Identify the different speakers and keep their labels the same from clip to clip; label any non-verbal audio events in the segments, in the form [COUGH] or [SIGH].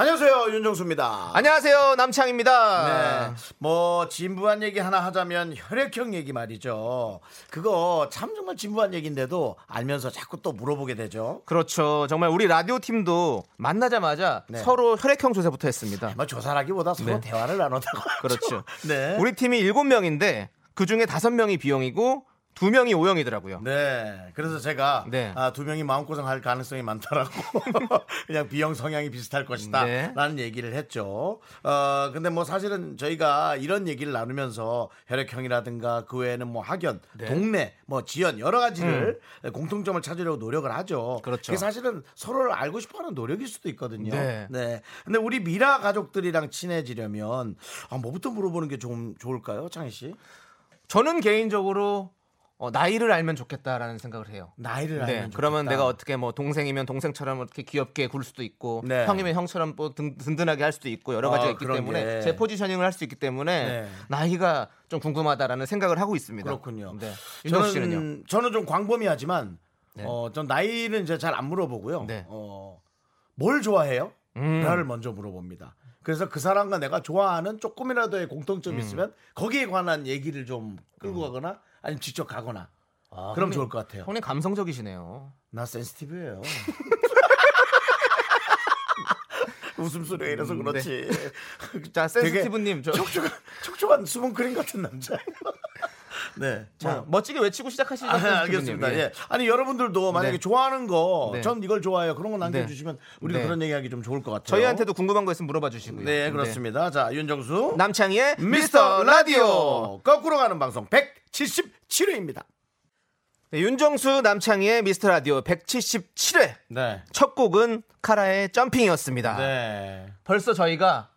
Speaker 1: 안녕하세요 윤정수입니다.
Speaker 2: 안녕하세요 남창입니다.
Speaker 1: 네. 뭐 진부한 얘기 하나 하자면 혈액형 얘기 말이죠. 그거 참 정말 진부한 얘기인데도 알면서 자꾸 또 물어보게 되죠.
Speaker 2: 그렇죠. 정말 우리 라디오 팀도 만나자마자
Speaker 1: 네.
Speaker 2: 서로 혈액형 조사부터 했습니다.
Speaker 1: 뭐 조사라기보다 서로
Speaker 2: 네.
Speaker 1: 대화를 나눈다고 하죠.
Speaker 2: 그렇죠.
Speaker 1: [LAUGHS] 네.
Speaker 2: 우리 팀이 7명인데 그 중에 5명이 B형이고 2명이 O형이더라고요.
Speaker 1: 네. 그래서 제가
Speaker 2: 네.
Speaker 1: 아, 두 명이 마음고생할 가능성이 많다라고 [LAUGHS] 그냥 B형 성향이 비슷할 것이다
Speaker 2: 네.
Speaker 1: 라는 얘기를 했죠. 어, 근데 뭐 사실은 저희가 이런 얘기를 나누면서 혈액형이라든가 그 외에는 뭐 학연, 동네, 뭐 지연 여러 가지를 공통점을 찾으려고 노력을 하죠.
Speaker 2: 음. 그렇죠.
Speaker 1: 그게 사실은 서로를 알고 싶어 하는 노력일 수도 있거든요.
Speaker 2: 네.
Speaker 1: 근데 우리 미라 가족들이랑 친해지려면 아, 뭐부터 물어보는 게 좀 좋을까요? 창희 씨?
Speaker 2: 저는 개인적으로 어, 나이를 알면 좋겠다라는 생각을 해요.
Speaker 1: 나이를
Speaker 2: 네,
Speaker 1: 알면
Speaker 2: 그러면
Speaker 1: 좋겠다.
Speaker 2: 내가 어떻게 뭐 동생이면 동생처럼 어떻게 귀엽게 굴 수도 있고
Speaker 1: 네.
Speaker 2: 형이면 형처럼 뭐 든, 든든하게 할 수도 있고 여러
Speaker 1: 아,
Speaker 2: 가지가 있기
Speaker 1: 그런
Speaker 2: 때문에
Speaker 1: 게.
Speaker 2: 제 포지셔닝을 할 수 있기 때문에
Speaker 1: 네.
Speaker 2: 나이가 좀 궁금하다라는 생각을 하고 있습니다.
Speaker 1: 그렇군요.
Speaker 2: 네. 윤정 씨는요?
Speaker 1: 저는 저는 좀 광범위하지만
Speaker 2: 네.
Speaker 1: 어, 전 나이는 이제 잘 안 물어보고요.
Speaker 2: 네.
Speaker 1: 어, 뭘 좋아해요?
Speaker 2: 음.
Speaker 1: 나를 먼저 물어봅니다. 그래서 그 사람과 내가 좋아하는 조금이라도의 공통점이
Speaker 2: 음.
Speaker 1: 있으면 거기에 관한 얘기를 좀 끌고 가거나 아니면 직접 가거나
Speaker 2: 아,
Speaker 1: 그럼
Speaker 2: 형님-
Speaker 1: 좋을 것 같아요.
Speaker 2: 형님 감성적이시네요.
Speaker 1: 나
Speaker 2: [LAUGHS]
Speaker 1: 센스티브예요. 웃음소리가 이래서
Speaker 2: 음, 네.
Speaker 1: 그렇지. [LAUGHS]
Speaker 2: 자,
Speaker 1: 되게
Speaker 2: 센스티브님 저
Speaker 1: 촉촉한, 촉촉한 수분크림 같은 남자. [LAUGHS] 네.
Speaker 2: 자,
Speaker 1: 뭐,
Speaker 2: 멋지게 외치고 [LAUGHS] 시작하시죠.
Speaker 1: 아,
Speaker 2: 센스티브님.
Speaker 1: 알겠습니다.
Speaker 2: 예.
Speaker 1: 예. 아니 여러분들도 만약에
Speaker 2: 네.
Speaker 1: 좋아하는 거,
Speaker 2: 네.
Speaker 1: 전 이걸 좋아해요. 그런 거 남겨주시면 우리가
Speaker 2: 네.
Speaker 1: 그런 얘기하기 좀 좋을 것 같아요.
Speaker 2: 저희한테도 궁금한 거 있으면 물어봐 주시고요.
Speaker 1: 네 그렇습니다. 자 윤정수
Speaker 2: 남창희의
Speaker 1: 미스터 라디오 거꾸로 가는 방송 177회입니다.
Speaker 2: 네, 윤정수 남창희의 미스터 라디오 177회
Speaker 1: 네.
Speaker 2: 첫 곡은 카라의 점핑이었습니다.
Speaker 1: 네
Speaker 2: 벌써 저희가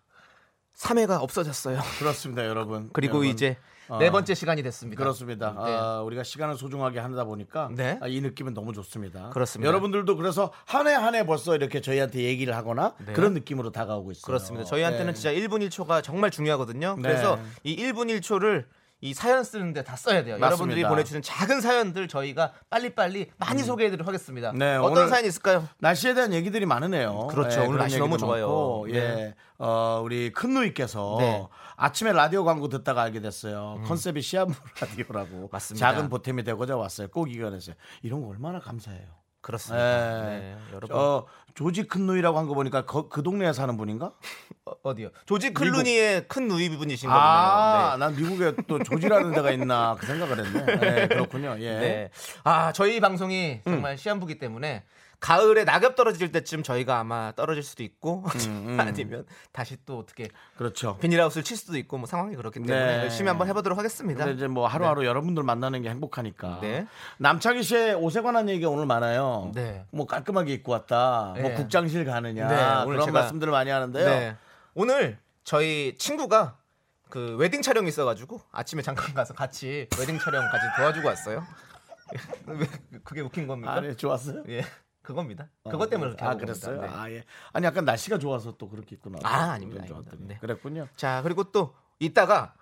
Speaker 2: 3회가 없어졌어요. [LAUGHS]
Speaker 1: 그렇습니다 여러분.
Speaker 2: 그리고
Speaker 1: 여러분,
Speaker 2: 이제
Speaker 1: 어,
Speaker 2: 네 번째 시간이 됐습니다.
Speaker 1: 그렇습니다.
Speaker 2: 네.
Speaker 1: 아, 우리가 시간을 소중하게 하다 보니까
Speaker 2: 네.
Speaker 1: 아, 이 느낌은 너무 좋습니다.
Speaker 2: 그렇습니다.
Speaker 1: 여러분들도 그래서 한 해 한 해 벌써 이렇게 저희한테 얘기를 하거나
Speaker 2: 네.
Speaker 1: 그런 느낌으로 다가오고 있어요.
Speaker 2: 그렇습니다. 저희한테는
Speaker 1: 네.
Speaker 2: 진짜 1분 1초가 정말 중요하거든요.
Speaker 1: 네.
Speaker 2: 그래서 이 1분 1초를 이 사연 쓰는데 다 써야 돼요.
Speaker 1: 맞습니다.
Speaker 2: 여러분들이 보내주는 작은 사연들 저희가 빨리빨리 많이 소개해드리도록 하겠습니다.
Speaker 1: 음. 네,
Speaker 2: 어떤
Speaker 1: 오늘-
Speaker 2: 사연이 있을까요?
Speaker 1: 날씨에 대한 얘기들이 많으네요. 예,
Speaker 2: 그렇죠. 오늘
Speaker 1: 그런
Speaker 2: 날씨 너무
Speaker 1: 얘기도
Speaker 2: 좋아요.
Speaker 1: 많고,
Speaker 2: 네.
Speaker 1: 예. 어, 우리 큰 누이께서
Speaker 2: 네. 음.
Speaker 1: 아침에 라디오 광고 듣다가 알게 됐어요. 컨셉이 시한부 [LAUGHS] 라디오라고.
Speaker 2: 맞습니다.
Speaker 1: 작은 보탬이 되고자 왔어요. 꼭 이겨내세요. 이런 거 얼마나 감사해요.
Speaker 2: 그렇습니다.
Speaker 1: 예.
Speaker 2: 네, 여러분
Speaker 1: 어, 조지 큰 누이라고 한 거 보니까 그, 그 동네에 사는
Speaker 2: [LAUGHS]
Speaker 1: 분인가?
Speaker 2: 어, 디요 조지 클루니의 큰 누이 부분이신 거네요.
Speaker 1: 아, 난 미국에 또 조지라는 데가 있나 그 생각을 했네. 네, 그렇군요. 예. 음.
Speaker 2: 네. 아, 저희 방송이 정말 시한부기 때문에 가을에 낙엽 떨어질 때쯤 저희가 아마 떨어질 수도 있고
Speaker 1: 음,
Speaker 2: [LAUGHS] 아니면 다시 또 어떻게
Speaker 1: 그렇죠.
Speaker 2: 비닐하우스를 칠 수도 있고 뭐 상황이 그렇기 때문에
Speaker 1: 네.
Speaker 2: 열심히 한번 해보도록 하겠습니다.
Speaker 1: 근데 이제 뭐 하루하루 여러분들 만나는 게 행복하니까.
Speaker 2: 네.
Speaker 1: 남창희 씨의 옷에 관한 얘기가 오늘 많아요.
Speaker 2: 네.
Speaker 1: 뭐 깔끔하게 입고 왔다. 뭐
Speaker 2: 네.
Speaker 1: 국장실 가느냐.
Speaker 2: 네, 오늘
Speaker 1: 그런
Speaker 2: 제가-
Speaker 1: 말씀들을 많이 하는데요.
Speaker 2: 네. 오늘 저희 친구가 그 웨딩 촬영이 있어가지고 아침에 잠깐 가서 같이 웨딩 촬영 같이 도와주고 왔어요. [LAUGHS] 왜 그게 웃긴 겁니까?
Speaker 1: 아, 네, 좋았어요.
Speaker 2: 예, 그겁니다. 그것 때문에 그렇게
Speaker 1: 아,
Speaker 2: 하고
Speaker 1: 그랬어요.
Speaker 2: 겁니다. 네.
Speaker 1: 아, 예. 아니 약간 날씨가 좋아서 또 그렇게 입구나.
Speaker 2: 아, 아닙니다, 아닙니다. 네.
Speaker 1: 그랬군요.
Speaker 2: 자 그리고 또 이따가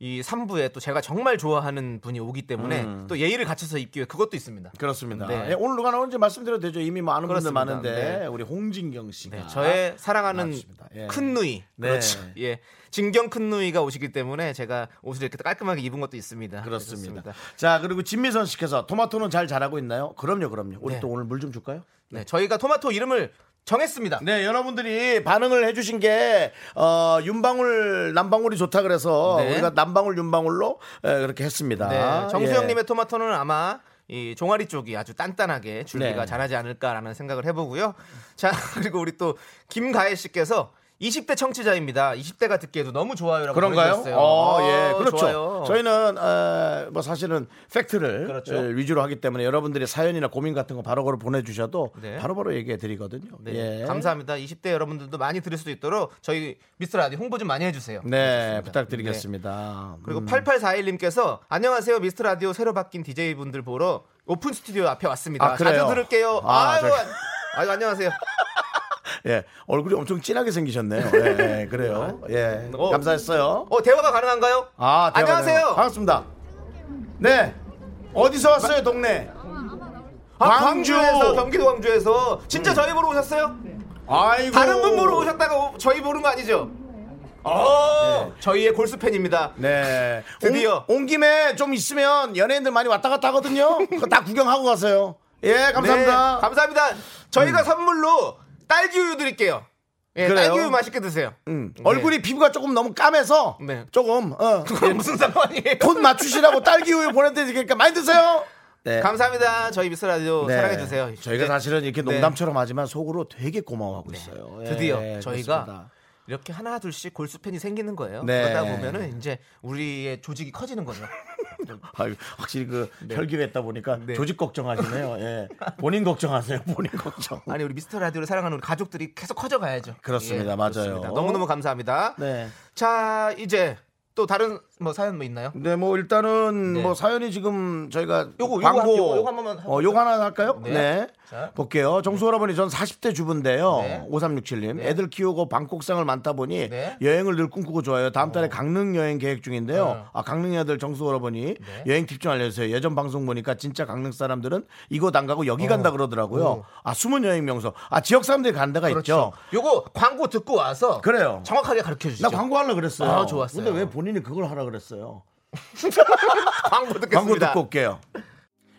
Speaker 2: 이 3부에 또 제가 정말 좋아하는 분이 오기 때문에 또 예의를 갖춰서 입기 위해 그것도 있습니다.
Speaker 1: 음. 그렇습니다.
Speaker 2: 네.
Speaker 1: 예, 오늘 누가 나오는지 말씀드려도 되죠. 이미 뭐 아는 분들
Speaker 2: 그렇습니다.
Speaker 1: 많은데
Speaker 2: 네.
Speaker 1: 우리 홍진경 씨가
Speaker 2: 네, 저의 사랑하는
Speaker 1: 나왔습니다. 아, 예.
Speaker 2: 큰 누이,
Speaker 1: 네.
Speaker 2: 그렇죠. 예, 진경 큰 누이가 오시기 때문에 제가 옷을 이렇게 깔끔하게 입은 것도 있습니다.
Speaker 1: 그렇습니다.
Speaker 2: 그렇습니다.
Speaker 1: 자 그리고 진미선 씨께서 토마토는 잘 자라고 있나요? 그럼요, 그럼요. 우리
Speaker 2: 네.
Speaker 1: 또 오늘 물 좀 줄까요?
Speaker 2: 네, 저희가 토마토 이름을 정했습니다.
Speaker 1: 네, 여러분들이 반응을 해주신 게, 어, 윤방울, 남방울이 좋다 그래서
Speaker 2: 네.
Speaker 1: 우리가 남방울, 윤방울로 에, 그렇게 했습니다.
Speaker 2: 네, 정수영님의
Speaker 1: 예.
Speaker 2: 토마토는 아마 이 종아리 쪽이 아주 단단하게 줄기가
Speaker 1: 네.
Speaker 2: [LAUGHS] 자라지 않을까라는 생각을 해보고요. 자 그리고 우리 또 김가혜 씨께서 20대 청취자입니다. 20대가 듣기에도 너무 좋아요라고
Speaker 1: 그런가요?
Speaker 2: 보내주셨어요.
Speaker 1: 어,
Speaker 2: 아,
Speaker 1: 예, 그렇죠.
Speaker 2: 좋아요.
Speaker 1: 저희는 어, 뭐 사실은 팩트를
Speaker 2: 그렇죠.
Speaker 1: 예, 위주로 하기 때문에 여러분들의 사연이나 고민 같은 거 바로바로 보내주셔도
Speaker 2: 네.
Speaker 1: 바로바로 얘기해 드리거든요.
Speaker 2: 네,
Speaker 1: 예.
Speaker 2: 감사합니다. 20대 여러분들도 많이 들을 수 있도록 저희 미스터 라디오 홍보 좀 많이 해주세요.
Speaker 1: 네,
Speaker 2: 좋습니다. 네.
Speaker 1: 부탁드리겠습니다.
Speaker 2: 그리고
Speaker 1: 음.
Speaker 2: 8841님께서 안녕하세요 미스터 라디오 새로 바뀐 DJ 분들 보러 오픈 스튜디오 앞에 왔습니다.
Speaker 1: 아, 그래요?
Speaker 2: 자주 들을게요.
Speaker 1: 아,
Speaker 2: 아, 유
Speaker 1: 저기-
Speaker 2: 아유 안녕하세요.
Speaker 1: 예, 얼굴이 엄청 진하게 생기셨네요. 예, 예, 그래요. 예,
Speaker 2: 어.
Speaker 1: 감사했어요.
Speaker 2: 어 대화가 가능한가요?
Speaker 1: 아, 대화가 되네요.
Speaker 2: 안녕하세요.
Speaker 1: 반갑습니다. 네, 어디서 왔어요, 동네?
Speaker 2: 아,
Speaker 1: 광주. 음. 네.
Speaker 2: 광주에서 경기도 광주에서 진짜 저희 보러 오셨어요?
Speaker 1: 아이고.
Speaker 2: 다른 분 보러 오셨다가 오- 저희 보는 거 아니죠? 어 저희의 골수 팬입니다.
Speaker 1: 아. 네.
Speaker 2: 드디어.
Speaker 1: 온, 온 김에 좀 있으면 연예인들 많이 왔다 갔다 하거든요. 그거 다 구경하고 가세요. 예, 감사합니다. 음.
Speaker 2: 네, 감사합니다. 저희가 선물로 딸기 우유 드릴게요. 예,
Speaker 1: 그래요?
Speaker 2: 딸기 우유 맛있게 드세요.
Speaker 1: 음,
Speaker 2: 네.
Speaker 1: 얼굴이 피부가 조금 너무 까매서
Speaker 2: 네.
Speaker 1: 조금 어,
Speaker 2: 그건 무슨 상관이에요?
Speaker 1: 톤 맞추시라고 딸기 우유 보내드리니까 많이 드세요. 네.
Speaker 2: [LAUGHS] 감사합니다. 저희 미스 라디오
Speaker 1: 네.
Speaker 2: 사랑해 주세요. 네.
Speaker 1: 저희가 사실은 이렇게 농담처럼 하지만 속으로 되게 고마워하고 있어요. 예,
Speaker 2: 드디어 저희가
Speaker 1: 그렇습니다.
Speaker 2: 이렇게 하나 둘씩 골수 팬이 생기는 거예요.
Speaker 1: 네.
Speaker 2: 그러다 보면은 이제 우리의 조직이 커지는
Speaker 1: [LAUGHS]
Speaker 2: 거죠.
Speaker 1: 아유, 확실히 그 혈기를 했다 보니까
Speaker 2: 네.
Speaker 1: 조직 걱정하시네요. 예. 본인 걱정하세요. 본인 걱정.
Speaker 2: 아니 우리 미스터 라디오를 사랑하는 우리 가족들이 계속 커져가야죠.
Speaker 1: 네.
Speaker 2: 예,
Speaker 1: 그렇습니다. 맞아요.
Speaker 2: 너무 너무 감사합니다.
Speaker 1: 네.
Speaker 2: 자 이제 또 다른 뭐 사연 뭐 있나요?
Speaker 1: 네, 뭐 일단은
Speaker 2: 네.
Speaker 1: 뭐 사연이 지금 저희가
Speaker 2: 요거, 요거
Speaker 1: 광고
Speaker 2: 한- 요거, 요거 한 번만 해볼까요?
Speaker 1: 어, 요거 하나 할까요?
Speaker 2: 네.
Speaker 1: 네.
Speaker 2: 자.
Speaker 1: 볼게요. 정수 할아버니 전 40대 주부인데요.
Speaker 2: 네.
Speaker 1: 5367님.
Speaker 2: 네.
Speaker 1: 애들 키우고 방콕상을 많다 보니
Speaker 2: 네.
Speaker 1: 여행을 늘 꿈꾸고 좋아요. 다음 달에 강릉 여행 계획 중인데요.
Speaker 2: 어.
Speaker 1: 아, 강릉 애들 정수 할아버니
Speaker 2: 네.
Speaker 1: 여행 팁 좀 알려주세요. 예전 방송 보니까 진짜 강릉 사람들은 이곳 안 가고 여기 간다 그러더라고요.
Speaker 2: 어. 그렇죠.
Speaker 1: 아, 숨은 여행 명소. 아, 지역 사람들이 간 데가 있죠.
Speaker 2: 요거 광고 듣고 와서
Speaker 1: 그래요.
Speaker 2: 정확하게 가르쳐 주시죠.
Speaker 1: 나 광고 하려 그랬어요.
Speaker 2: 아, 좋았어요.
Speaker 1: 근데 왜 본인이 그걸 하라 그랬어요?
Speaker 2: [LAUGHS] 광고 듣겠습니다.
Speaker 1: 광고 듣고 올게요.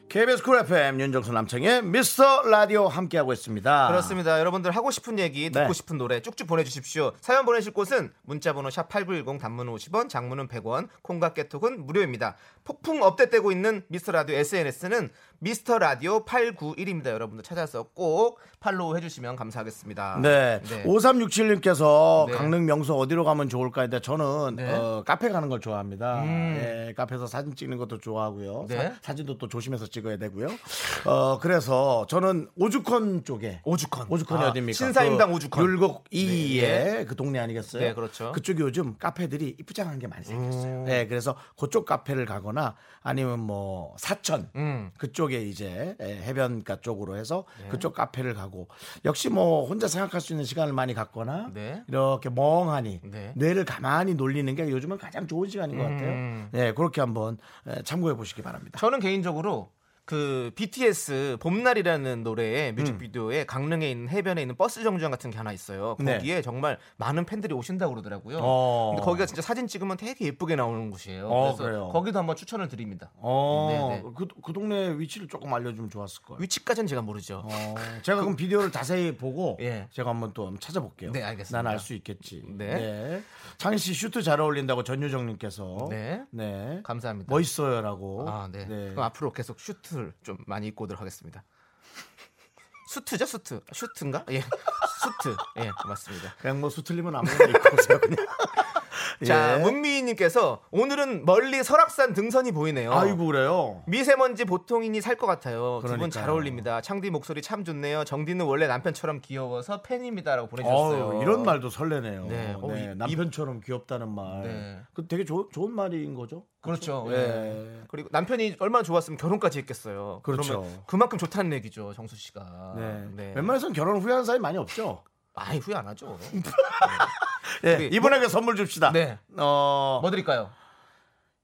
Speaker 1: KBS 쿨 FM 윤정수 남창의 미스터 라디오 함께하고 있습니다.
Speaker 2: 그렇습니다. 여러분들 하고 싶은 얘기, 듣고
Speaker 1: 네.
Speaker 2: 싶은 노래 쭉쭉 보내주십시오. 사연 보내실 곳은 문자번호 샵 8910 단문 50원, 장문은 100원, 콩과 깨톡은 무료입니다. 폭풍 업데이트되고 있는 미스터라디오 SNS는 미스터라디오 891입니다. 여러분들 찾아서 꼭 팔로우 해주시면 감사하겠습니다.
Speaker 1: 네.
Speaker 2: 네.
Speaker 1: 5367님께서
Speaker 2: 네.
Speaker 1: 강릉 명소 어디로 가면 좋을까 했는데 저는
Speaker 2: 네.
Speaker 1: 어, 카페 가는 걸 좋아합니다.
Speaker 2: 음.
Speaker 1: 예, 카페에서 사진 찍는 것도 좋아하고요.
Speaker 2: 네.
Speaker 1: 사, 진도또 조심해서 찍어야 되고요. 어, 그래서 저는 오죽헌 쪽에
Speaker 2: 오죽헌.
Speaker 1: 오죽헌이
Speaker 2: 아,
Speaker 1: 어딥니까?
Speaker 2: 신사임당
Speaker 1: 그
Speaker 2: 오죽헌.
Speaker 1: 율곡 2에 그 동네 아니겠어요?
Speaker 2: 네, 그렇죠. 음.
Speaker 1: 쪽이 요즘 카페들이 이쁘장한 게 많이 생겼어요. 네, 그래서 그쪽 카페를 가거나 아니면 뭐 사천
Speaker 2: 음. 네.
Speaker 1: 그쪽에 이제 예, 해변가 쪽으로 해서 그쪽 카페를 가고 역시 뭐 혼자 생각할 수 있는 시간을 많이 갖거나
Speaker 2: 네.
Speaker 1: 이렇게 멍하니
Speaker 2: 네.
Speaker 1: 뇌를 가만히 놀리는 게 요즘은 가장 좋은 시간인 것
Speaker 2: 음.
Speaker 1: 같아요. 네, 그렇게 한번 예, 참고해 보시기 바랍니다.
Speaker 2: 저는 개인적으로 그 BTS 봄날이라는 노래의 뮤직비디오에 강릉에 있는 해변에 있는 버스 정류장 같은 게 하나 있어요.
Speaker 1: 음. 네.
Speaker 2: 거기에 정말 많은 팬들이 오신다고 그러더라고요.
Speaker 1: 어.
Speaker 2: 근데 거기가 진짜 사진 찍으면 되게 예쁘게 나오는 곳이에요.
Speaker 1: 어,
Speaker 2: 그래서
Speaker 1: 그래요.
Speaker 2: 거기도 한번 추천을 드립니다.
Speaker 1: 어,
Speaker 2: 네, 네.
Speaker 1: 그, 그 동네 위치를 조금 알려주면 좋았을 거예요.
Speaker 2: 위치까지는 제가 모르죠.
Speaker 1: 어, 제가 그럼 비디오를 자세히 보고
Speaker 2: 예.
Speaker 1: 제가 한번 또 한번 찾아볼게요.
Speaker 2: 네, 알겠습니다.
Speaker 1: 난 알 수 있겠지.
Speaker 2: 네.
Speaker 1: 창희 씨 슈트 잘 어울린다고 전유정님께서
Speaker 2: 네.
Speaker 1: 네.
Speaker 2: 감사합니다.
Speaker 1: 멋있어요라고.
Speaker 2: 아, 네. 그럼 앞으로 계속 슈트를 좀 많이 입고 오도록 하겠습니다. [LAUGHS] 수트죠, 수트. 슈트인가? 예. 수트. 예, 맞습니다.
Speaker 1: 그냥 뭐 수틀리면 아무거나 입고 오세요 그냥.
Speaker 2: [LAUGHS] 자,
Speaker 1: 예.
Speaker 2: 문미희님께서 오늘은 멀리 설악산 등선이 보이네요.
Speaker 1: 아이고 그래요.
Speaker 2: 미세먼지 보통인이 살 것 같아요. 두 분 잘
Speaker 1: 그러니까요.
Speaker 2: 어울립니다. 창디 목소리 참 좋네요. 정디는 원래 남편처럼 귀여워서 팬입니다라고 보내주셨어요.
Speaker 1: 어우, 이런 말도 설레네요.
Speaker 2: 네.
Speaker 1: 네.
Speaker 2: 어, 이-
Speaker 1: 남편처럼 귀엽다는 말.
Speaker 2: 네.
Speaker 1: 그 되게 좋- 좋은 말인 거죠.
Speaker 2: 그렇죠.
Speaker 1: 예.
Speaker 2: 예. 그리고 남편이 얼마나 좋았으면 결혼까지 했겠어요.
Speaker 1: 그렇죠.
Speaker 2: 그러면 그만큼 좋다는 얘기죠, 정수 씨가.
Speaker 1: 네.
Speaker 2: 네.
Speaker 1: 웬만해선 결혼 후회하는 사람이 많이 없죠.
Speaker 2: 아이 후회 안 하죠.
Speaker 1: 예,
Speaker 2: 우리-
Speaker 1: 이분에게 선물 줍시다.
Speaker 2: 네.
Speaker 1: 어,
Speaker 2: 뭐 드릴까요?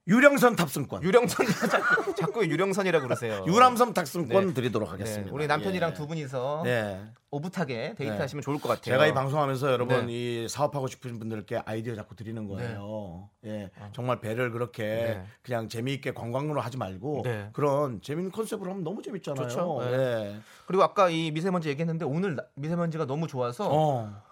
Speaker 1: 유령선 탑승권.
Speaker 2: 유령선 [LAUGHS] 자꾸- 자꾸 유령선이라고 그러세요.
Speaker 1: 유람선 탑승권
Speaker 2: 네.
Speaker 1: 드리도록
Speaker 2: 네,
Speaker 1: 하겠습니다.
Speaker 2: 우리 남편이랑
Speaker 1: 예.
Speaker 2: 두 분이서
Speaker 1: 네.
Speaker 2: 오붓하게 데이트하시면 좋을 것 같아요.
Speaker 1: 제가 이 방송하면서 여러분
Speaker 2: 네.
Speaker 1: 이 사업하고 싶으신 분들께 아이디어 자꾸 드리는 거예요. 예, 정말 배를 그렇게
Speaker 2: 어. 네.
Speaker 1: 그냥 재미있게 관광으로 하지 말고
Speaker 2: 네.
Speaker 1: 그런 재밌는 컨셉으로 하면 너무 재밌잖아요.
Speaker 2: 좋죠. 네.
Speaker 1: 예.
Speaker 2: 그리고 아까 이 미세먼지 얘기했는데 오늘 나- 미세먼지가 너무 좋아서
Speaker 1: 어.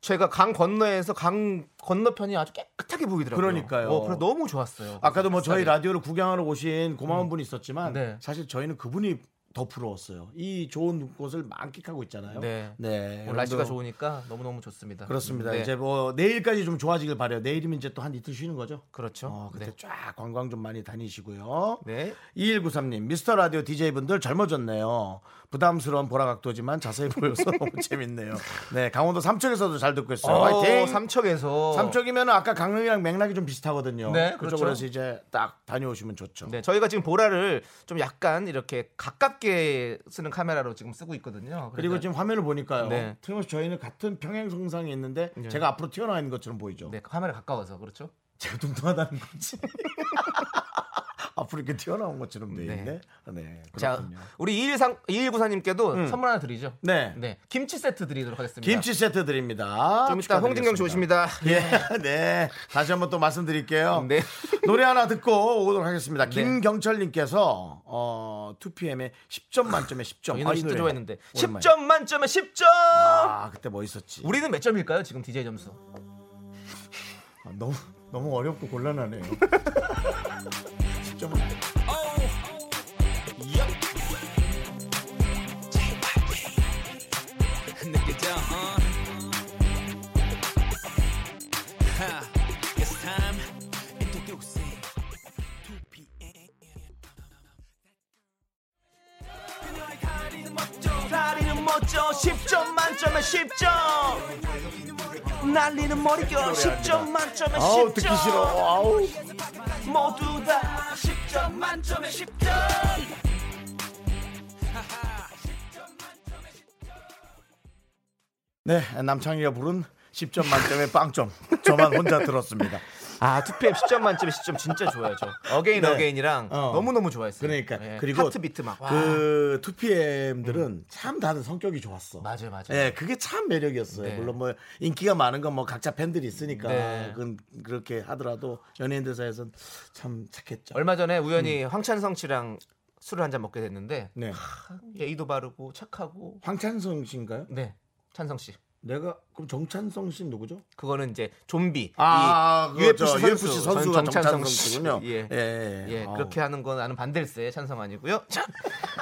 Speaker 2: 제가 강 건너에서 강 건너편이 아주 깨끗하게 보이더라고요.
Speaker 1: 그러니까요. 뭐
Speaker 2: 어, 그래서 너무 좋았어요.
Speaker 1: 아까도 뭐 저희 라디오를 구경하러 오신 고마운 분이 있었지만
Speaker 2: 음. 네.
Speaker 1: 사실 저희는 그분이 더 부러웠어요. 이 좋은 곳을 만끽하고 있잖아요.
Speaker 2: 네.
Speaker 1: 네.
Speaker 2: 오늘 날씨가
Speaker 1: 여러분도
Speaker 2: 좋으니까 너무 너무 좋습니다.
Speaker 1: 그렇습니다.
Speaker 2: 네.
Speaker 1: 이제 뭐 내일까지 좀 좋아지길 바래요. 내일이면 이제 또 한 이틀 쉬는 거죠.
Speaker 2: 그렇죠.
Speaker 1: 어, 그때
Speaker 2: 네.
Speaker 1: 쫙 관광 좀 많이 다니시고요.
Speaker 2: 네.
Speaker 1: 2193님, 미스터 라디오 DJ분들 젊어졌네요. 부담스러운 보라각도지만 자세히 보여서 [LAUGHS] 너무 재밌네요. 네, 강원도 삼척에서도 잘 듣고 있어요.
Speaker 2: 어,
Speaker 1: 화이팅!
Speaker 2: 삼척에서
Speaker 1: 삼척이면 아까 강릉이랑 맥락이 좀 비슷하거든요.
Speaker 2: 네,
Speaker 1: 그렇죠.
Speaker 2: 그렇죠.
Speaker 1: 그래서 이제 딱 다녀오시면 좋죠.
Speaker 2: 네, 저희가 지금 보라를 좀 약간 이렇게 가깝게 쓰는 카메라로 지금 쓰고 있거든요.
Speaker 1: 그리고
Speaker 2: 그래서-
Speaker 1: 지금 화면을 보니까요.
Speaker 2: 네.
Speaker 1: 틀림없이 저희는 같은 평행성상에 있는데
Speaker 2: 네.
Speaker 1: 제가 앞으로 튀어나와 있는 것처럼 보이죠.
Speaker 2: 네, 카메라 가까워서 그렇죠?
Speaker 1: 제가 뚱뚱하다는 거지. [LAUGHS] 앞으로 이렇게 튀어나온 것처럼 돼 있는데. 네. 그렇군요. 음.
Speaker 2: 자, 우리 2193 2194님께도 선물 하나 드리죠.
Speaker 1: 네.
Speaker 2: 네, 김치 세트 드리도록 하겠습니다.
Speaker 1: 김치 세트 드립니다.
Speaker 2: 좀 이따 홍진경 씨
Speaker 1: 축하드리겠습니다.
Speaker 2: 오십니다.
Speaker 1: 예, [LAUGHS] 네. 다시 한번 또 말씀드릴게요.
Speaker 2: 네.
Speaker 1: 노래 하나 듣고 오도록 하겠습니다. 김경철님께서 어, 2PM에 10점 만점에 10점.
Speaker 2: 이
Speaker 1: 아,
Speaker 2: 노래
Speaker 1: 이
Speaker 2: 진짜
Speaker 1: 노래.
Speaker 2: 좋아했는데
Speaker 1: 오랜만에.
Speaker 2: 10점 만점에 10점.
Speaker 1: 아, 그때 뭐 있었지?
Speaker 2: 우리는 몇 점일까요? 지금 DJ 점수.
Speaker 1: 아, 너무 너무 어렵고
Speaker 2: [LAUGHS]
Speaker 1: 곤란하네요. 10점.
Speaker 3: 느껴져 어. 하, It's time 인tro듀싱 2PM 그녀의 다리는 멋져 다리는 멋져 10점 만점에 10점 날리는 머릿결 10점 만점에
Speaker 1: 아우 듣기 싫어. 아우.
Speaker 3: 모두 다 10점 만점에 10점
Speaker 1: 네, 남창희가 부른 10점 만점에 빵점. 저만 혼자 들었습니다.
Speaker 2: 아, 2PM 10점 만점에 10점 진짜 좋아요, 저. 어게인
Speaker 1: 네.
Speaker 2: 어게인이랑
Speaker 1: 어.
Speaker 2: 너무너무 좋아했어요.
Speaker 1: 그러니까
Speaker 2: 예,
Speaker 1: 그리고
Speaker 2: 하트 비트 막. 와. 음.
Speaker 1: 그 2PM들은 참 다들 성격이 좋았어.
Speaker 2: 맞아요, 맞아요.
Speaker 1: 예, 그게 참 매력이었어요.
Speaker 2: 네.
Speaker 1: 물론 뭐 인기가 많은 건 뭐 각자 팬들이 있으니까
Speaker 2: 네.
Speaker 1: 그건 그렇게 하더라도 연예인들 사이에선 참 착했죠.
Speaker 2: 얼마 전에
Speaker 1: 음.
Speaker 2: 우연히 황찬성 씨랑 술을 한 잔 먹게 됐는데
Speaker 1: 네.
Speaker 2: 예의도 바르고 착하고
Speaker 1: 황찬성 씨인가요?
Speaker 2: 네 찬성 씨
Speaker 1: 내가 그럼 정찬성 씨 누구죠?
Speaker 2: 그거는 이제 좀비
Speaker 1: 아,
Speaker 2: 이
Speaker 1: 그 UFC, 선수, UFC 선수가
Speaker 2: 전
Speaker 1: 정찬성 씨군요.
Speaker 2: 예.
Speaker 1: 예, 예.
Speaker 2: 예,
Speaker 1: 아우.
Speaker 2: 그렇게 하는 건 나는 반댈세 찬성 아니고요
Speaker 1: [LAUGHS]
Speaker 2: 자,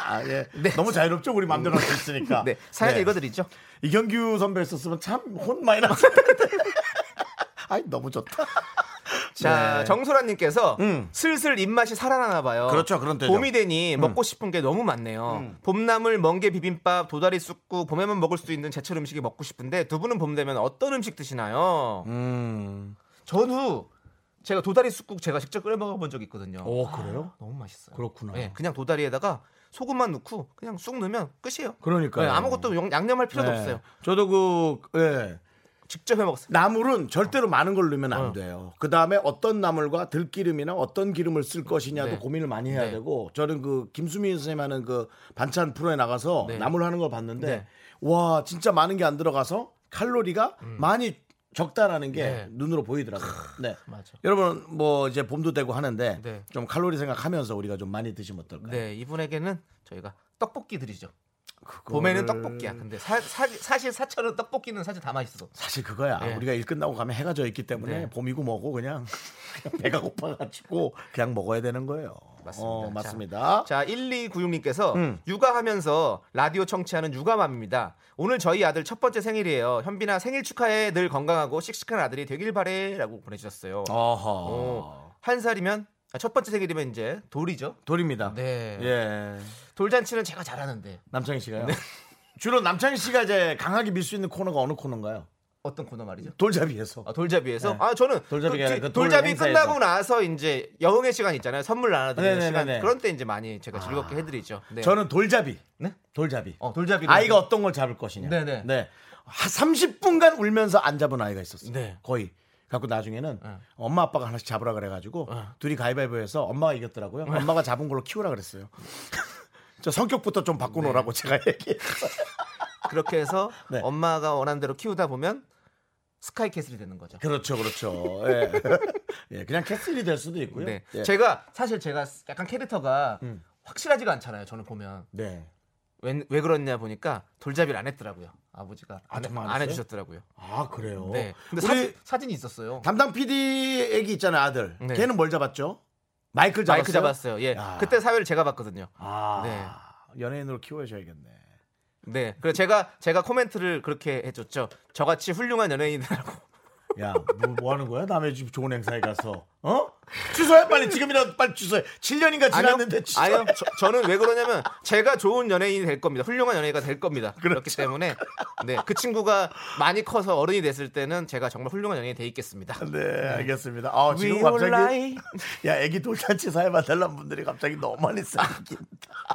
Speaker 1: 아, 예.
Speaker 2: 네.
Speaker 1: 너무 자유롭죠. 우리 마음대로 할 수 있으니까.
Speaker 2: [LAUGHS] 네 사연
Speaker 1: 네.
Speaker 2: 읽어드리죠
Speaker 1: 이경규 선배 있었으면 참 혼 많이 났을 텐데. [LAUGHS] 아이 너무 좋다.
Speaker 2: [LAUGHS] 자
Speaker 1: 네.
Speaker 2: 정소라님께서
Speaker 1: 음.
Speaker 2: 슬슬 입맛이 살아나나 봐요
Speaker 1: 그렇죠, 그런 때죠. 음.
Speaker 2: 봄이 되니 먹고 싶은 게 너무 많네요 봄나물 멍게 비빔밥 도다리 쑥국 봄에만 먹을 수 있는 제철 음식이 먹고 싶은데 두 분은 봄 되면 어떤 음식 드시나요
Speaker 1: 음.
Speaker 2: 전후 제가 도다리 쑥국 제가 직접 끓여 먹어본 적이 있거든요
Speaker 1: 오 그래요?
Speaker 2: 너무 맛있어요.
Speaker 1: 그렇구나.
Speaker 2: 예, 그냥 도다리에다가 소금만 넣고 그냥 쑥 넣으면 끝이에요.
Speaker 1: 그러니까요. 네.
Speaker 2: 예, 아무것도 용- 양념할 필요도 없어요.
Speaker 1: 저도 그 예.
Speaker 2: 직접 해 먹었어요.
Speaker 1: 나물은 절대로 많은 걸 넣으면
Speaker 2: 어.
Speaker 1: 안 돼요. 그 다음에 어떤 나물과 들기름이나 어떤 기름을 쓸 것이냐도
Speaker 2: 네.
Speaker 1: 고민을 많이 해야
Speaker 2: 네.
Speaker 1: 되고 저는 그 김수민 선생님 하는 그 반찬 프로에 나가서
Speaker 2: 네.
Speaker 1: 나물 하는 걸 봤는데
Speaker 2: 네.
Speaker 1: 와 진짜 많은 게 안 들어가서 칼로리가 많이 적다라는 게
Speaker 2: 음. 네.
Speaker 1: 눈으로 보이더라고요. 네.
Speaker 2: 맞아.
Speaker 1: 여러분 뭐 이제 봄도 되고 하는데
Speaker 2: 네.
Speaker 1: 좀 칼로리 생각하면서 우리가 좀 많이 드시면 어떨까요?
Speaker 2: 네, 이분에게는 저희가 떡볶이 드리죠.
Speaker 1: 그거를-
Speaker 2: 봄에는 떡볶이야. 근데 사, 실 사철은 떡볶이는 사실 다 맛있어.
Speaker 1: 사실 그거야.
Speaker 2: 네.
Speaker 1: 우리가 일 끝나고 가면 해가 져 있기 때문에
Speaker 2: 네.
Speaker 1: 봄이고 뭐고 그냥, [LAUGHS] 그냥 배가 고파가지고 그냥 먹어야 되는 거예요.
Speaker 2: 맞습니다.
Speaker 1: 어,
Speaker 2: 자,
Speaker 1: 맞습니다.
Speaker 2: 자, 1296님께서
Speaker 1: 음.
Speaker 2: 육아하면서 라디오 청취하는 육아맘입니다. 오늘 저희 아들 첫 번째 생일이에요. 현빈아 생일 축하해. 늘 건강하고 씩씩한 아들이 되길 바래라고 보내주셨어요.
Speaker 1: 어허.
Speaker 2: 어, 한 살이면 아, 첫 번째 생일이면 이제 돌이죠.
Speaker 1: 돌입니다.
Speaker 2: 네.
Speaker 1: 예.
Speaker 2: 돌잔치는 제가 잘하는데
Speaker 1: 남창희 씨가요.
Speaker 2: 네.
Speaker 1: 주로 남창희 씨가 이제 강하게 밀 수 있는 코너가 어느 코너인가요?
Speaker 2: 어떤 코너 말이죠?
Speaker 1: 돌잡이에서.
Speaker 2: 아, 돌잡이에서 아 저는
Speaker 1: 네. 돌잡이가
Speaker 2: 그,
Speaker 1: 아니라 그돌
Speaker 2: 돌잡이
Speaker 1: 행사에서.
Speaker 2: 끝나고 나서 이제 여흥의 시간 있잖아요. 선물 나눠드리는
Speaker 1: 네네네네. 아.
Speaker 2: 시간 그런 때 이제 많이 제가 즐겁게 해드리죠. 네.
Speaker 1: 저는 돌잡이.
Speaker 2: 네?
Speaker 1: 돌잡이.
Speaker 2: 어, 돌잡이
Speaker 1: 아이가 어떤 걸 잡을 것이냐.
Speaker 2: 네네.
Speaker 1: 네. 한 30분간 울면서 안 잡은 아이가 있었어요.
Speaker 2: 네.
Speaker 1: 거의. 갖고 나중에는
Speaker 2: 네.
Speaker 1: 엄마 아빠가 하나씩 잡으라 그래가지고 둘이 가위바위보해서 엄마가 이겼더라고요. 엄마가 잡은 걸로 키우라 그랬어요. [LAUGHS] 저 성격부터 좀 바꿔놓으라고 제가 얘기했어요.
Speaker 2: 그렇게 해서
Speaker 1: [LAUGHS] 네.
Speaker 2: 엄마가 원하는 대로 키우다 보면 스카이 캐슬이 되는 거죠.
Speaker 1: [LAUGHS] 그렇죠, 그렇죠. 예. [LAUGHS] 예, 그냥 캐슬이 될 수도 있고요.
Speaker 2: 네.
Speaker 1: 예. 음.
Speaker 2: 제가 사실 제가 약간 캐릭터가 확실하지가 않잖아요. 저는 보면
Speaker 1: 네.
Speaker 2: 왜, 왜 그러냐 보니까 돌잡이를 안 했더라고요. 아버지가
Speaker 1: 아,
Speaker 2: 안, 해-
Speaker 1: 정말 안
Speaker 2: 안
Speaker 1: 했어요?
Speaker 2: 해주셨더라고요.
Speaker 1: 아 그래요.
Speaker 2: 네. 근데
Speaker 1: 우리
Speaker 2: 사진, 사진이 있었어요.
Speaker 1: 담당 PD 애기 있잖아요, 아들.
Speaker 2: 네.
Speaker 1: 걔는 뭘 잡았죠? 마이클 잡았어요.
Speaker 2: 마이크 잡았어요. 예.
Speaker 1: 야.
Speaker 2: 그때 사회를 제가 봤거든요.
Speaker 1: 아,
Speaker 2: 네.
Speaker 1: 연예인으로 키워줘야겠네.
Speaker 2: 네. 그래서 제가 제가 코멘트를 그렇게 해줬죠. 저같이 훌륭한 연예인이라고.
Speaker 1: 야, 뭐, 뭐 하는 거야? 남의 집 좋은 행사에 가서. 어? 취소해, 빨리. 지금이라도 빨리 취소해. 7년인가 [LAUGHS] 지났는데 취소.
Speaker 2: 아니요. 저, 는왜 그러냐면 제가 좋은 연예인이 될 겁니다. 훌륭한 연예인이 될 겁니다. 그렇기
Speaker 1: 그렇죠.
Speaker 2: 때문에 네. 그 친구가 많이 커서 어른이 됐을 때는 제가 정말 훌륭한 연예인이 돼 있겠습니다.
Speaker 1: 네, 알겠습니다. 아, 지금
Speaker 2: We
Speaker 1: 갑자기.
Speaker 2: will
Speaker 1: 야, 애기 돌잔치 사회만 달라는 분들이 갑자기 너무 많이 쌓이긴.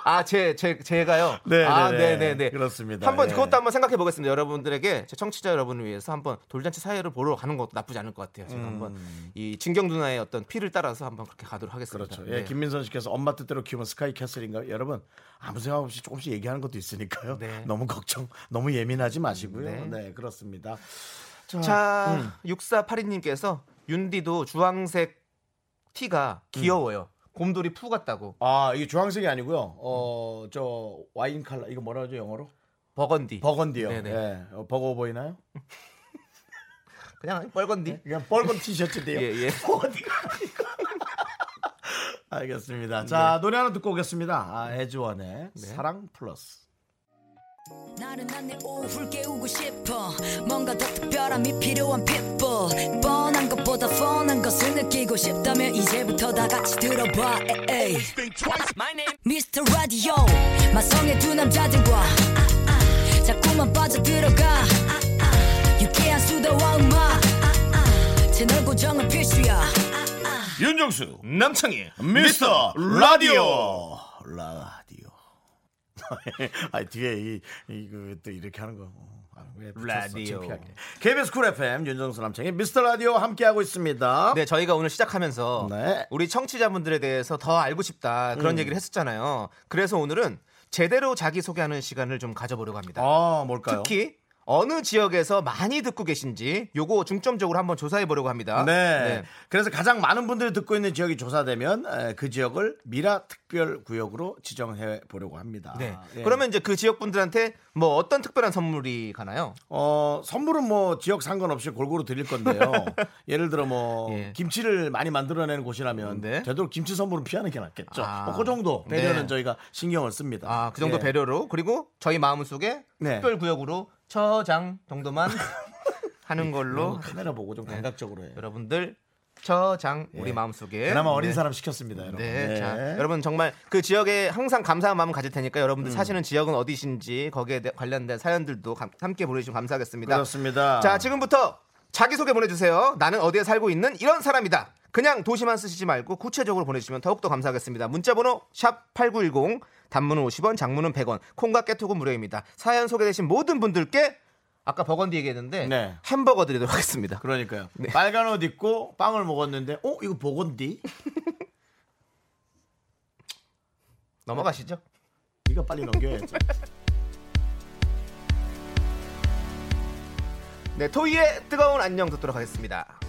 Speaker 2: 아, 제, 제, 제가요?
Speaker 1: 네,
Speaker 2: 아,
Speaker 1: 네, 네.
Speaker 2: 네, 네, 네.
Speaker 1: 그렇습니다.
Speaker 2: 한번
Speaker 1: 예.
Speaker 2: 그것도 한번 생각해 보겠습니다. 여러분들에게, 제 청취자 여러분을 위해서 한번 돌잔치 사회를 보러 가는 것도 나쁘지 않을 것 같아요. 제가
Speaker 1: 음.
Speaker 2: 한번 이 진경 누나의 어떤 피를 따라서 한번 그렇게 가도록 하겠습니다.
Speaker 1: 그렇죠.
Speaker 2: 네.
Speaker 1: 예, 김민선 씨께서 엄마 뜻대로 키우면 스카이 캐슬인가? 여러분, 아무 생각 없이 조금씩 얘기하는 것도 있으니까요.
Speaker 2: 네.
Speaker 1: 너무 걱정, 너무 예민하지 마시고요.
Speaker 2: 네.
Speaker 1: 네, 그렇습니다. 어, 음.
Speaker 2: 자, 6482님께서 윤디도 주황색 티가
Speaker 1: 음.
Speaker 2: 귀여워요. 곰돌이 푸 같다고.
Speaker 1: 아, 이게 주황색이 아니고요. 어, 저 와인 컬러. 이거 뭐라 그러죠, 영어로?
Speaker 2: 버건디.
Speaker 1: 버건디요.
Speaker 2: 네네.
Speaker 1: 예. 어, 버거워 보이나요?
Speaker 2: 그냥 벌건디.
Speaker 1: 그냥 뻘건 티셔츠인데요.
Speaker 2: 예, 예.
Speaker 1: 버건디가 아니고. [LAUGHS] 알겠습니다. 자,
Speaker 2: 네.
Speaker 1: 노래 하나 듣고 오겠습니다. 아, 에즈원의 사랑 플러스.
Speaker 4: 나른한 내 오후를 깨우고 싶어 뭔가 더 특별함이 필요한 people 뻔한 것보다 뻔한 것을 느끼고 싶다면 이제부터 다 같이 들어봐 에이. Mr. Radio 마성의 두 남자들과 자꾸만 빠져들어가 유쾌한 수다와 음악 채널 고정은 필수야
Speaker 1: 윤정수 남창희 미스터 라디오 라디오 [LAUGHS] 아 뒤에 이 이거 또 이렇게 하는 거 아, 왜 붙였어?
Speaker 2: 라디오.
Speaker 1: 창피하게. KBS 쿨 FM 윤정수 남창희 미스터 라디오 함께 하고 있습니다
Speaker 2: 네, 저희가 오늘 시작하면서
Speaker 1: 네. 음.
Speaker 2: 우리 청취자분들에 대해서 더 알고 싶다 그런 얘기를 했었잖아요. 그래서 오늘은 제대로 자기 소개하는 시간을 좀 가져보려고 합니다.
Speaker 1: 아 뭘까요
Speaker 2: 특히 어느 지역에서 많이 듣고 계신지 요거 중점적으로 한번 조사해 보려고 합니다.
Speaker 1: 네. 그래서 가장 많은 분들이 듣고 있는 지역이 조사되면 에, 그 지역을 미라 특별 구역으로 지정해 보려고 합니다
Speaker 2: 네.
Speaker 1: 예.
Speaker 2: 그러면 이제 그 지역 분들한테 뭐 어떤 특별한 선물이 가나요?
Speaker 1: 어, 선물은 뭐 지역 상관없이 골고루 드릴
Speaker 2: [LAUGHS]
Speaker 1: 건데요. 예를 들어 뭐
Speaker 2: 예.
Speaker 1: 김치를 많이 만들어내는 곳이라면
Speaker 2: 네.
Speaker 1: 되도록 김치 선물은 피하는 게 낫겠죠.
Speaker 2: 아.
Speaker 1: 뭐그 정도 배려는
Speaker 2: 네.
Speaker 1: 저희가 신경을 씁니다.
Speaker 2: 아, 그 정도
Speaker 1: 예.
Speaker 2: 배려로 그리고 저희 마음속에
Speaker 1: 네.
Speaker 2: 특별 구역으로 저장
Speaker 1: [LAUGHS]
Speaker 2: 정도만 하는
Speaker 1: 어,
Speaker 2: 걸로
Speaker 1: 카메라 보고
Speaker 2: 네.
Speaker 1: 좀 감각적으로 해요.
Speaker 2: 여러분들 저장 우리 마음속에
Speaker 1: 예. 그나마 어린
Speaker 2: 네.
Speaker 1: 사람 시켰습니다, 여러분.
Speaker 2: 네,
Speaker 1: 네.
Speaker 2: 자, 여러분 정말 그 지역에 항상 감사한 마음 가질 테니까 여러분들 사시는 지역은 어디신지 거기에 대- 관련된 사연들도 감- 함께 보내주시면 감사하겠습니다.
Speaker 1: 그렇습니다.
Speaker 2: 자, 지금부터 자기소개 보내주세요. 나는 어디에 살고 있는 이런 사람이다. 그냥 도시만 쓰시지 말고 구체적으로 보내주시면 더욱더 감사하겠습니다. 문자번호 샵8910 단문은 50원, 장문은 100원, 콩과 깨톡은 무료입니다. 사연 소개되신 모든 분들께 아까 버건디 얘기했는데
Speaker 1: 네.
Speaker 2: 햄버거 드리도록 하겠습니다.
Speaker 1: 그러니까요.
Speaker 2: 네.
Speaker 1: 빨간 옷 입고 빵을 먹었는데, 어 이거 보건디?
Speaker 2: 넘어가시죠.
Speaker 1: 이거 빨리 넘겨야죠.
Speaker 2: 네, 토이의 뜨거운 안녕 듣도록 하겠습니다.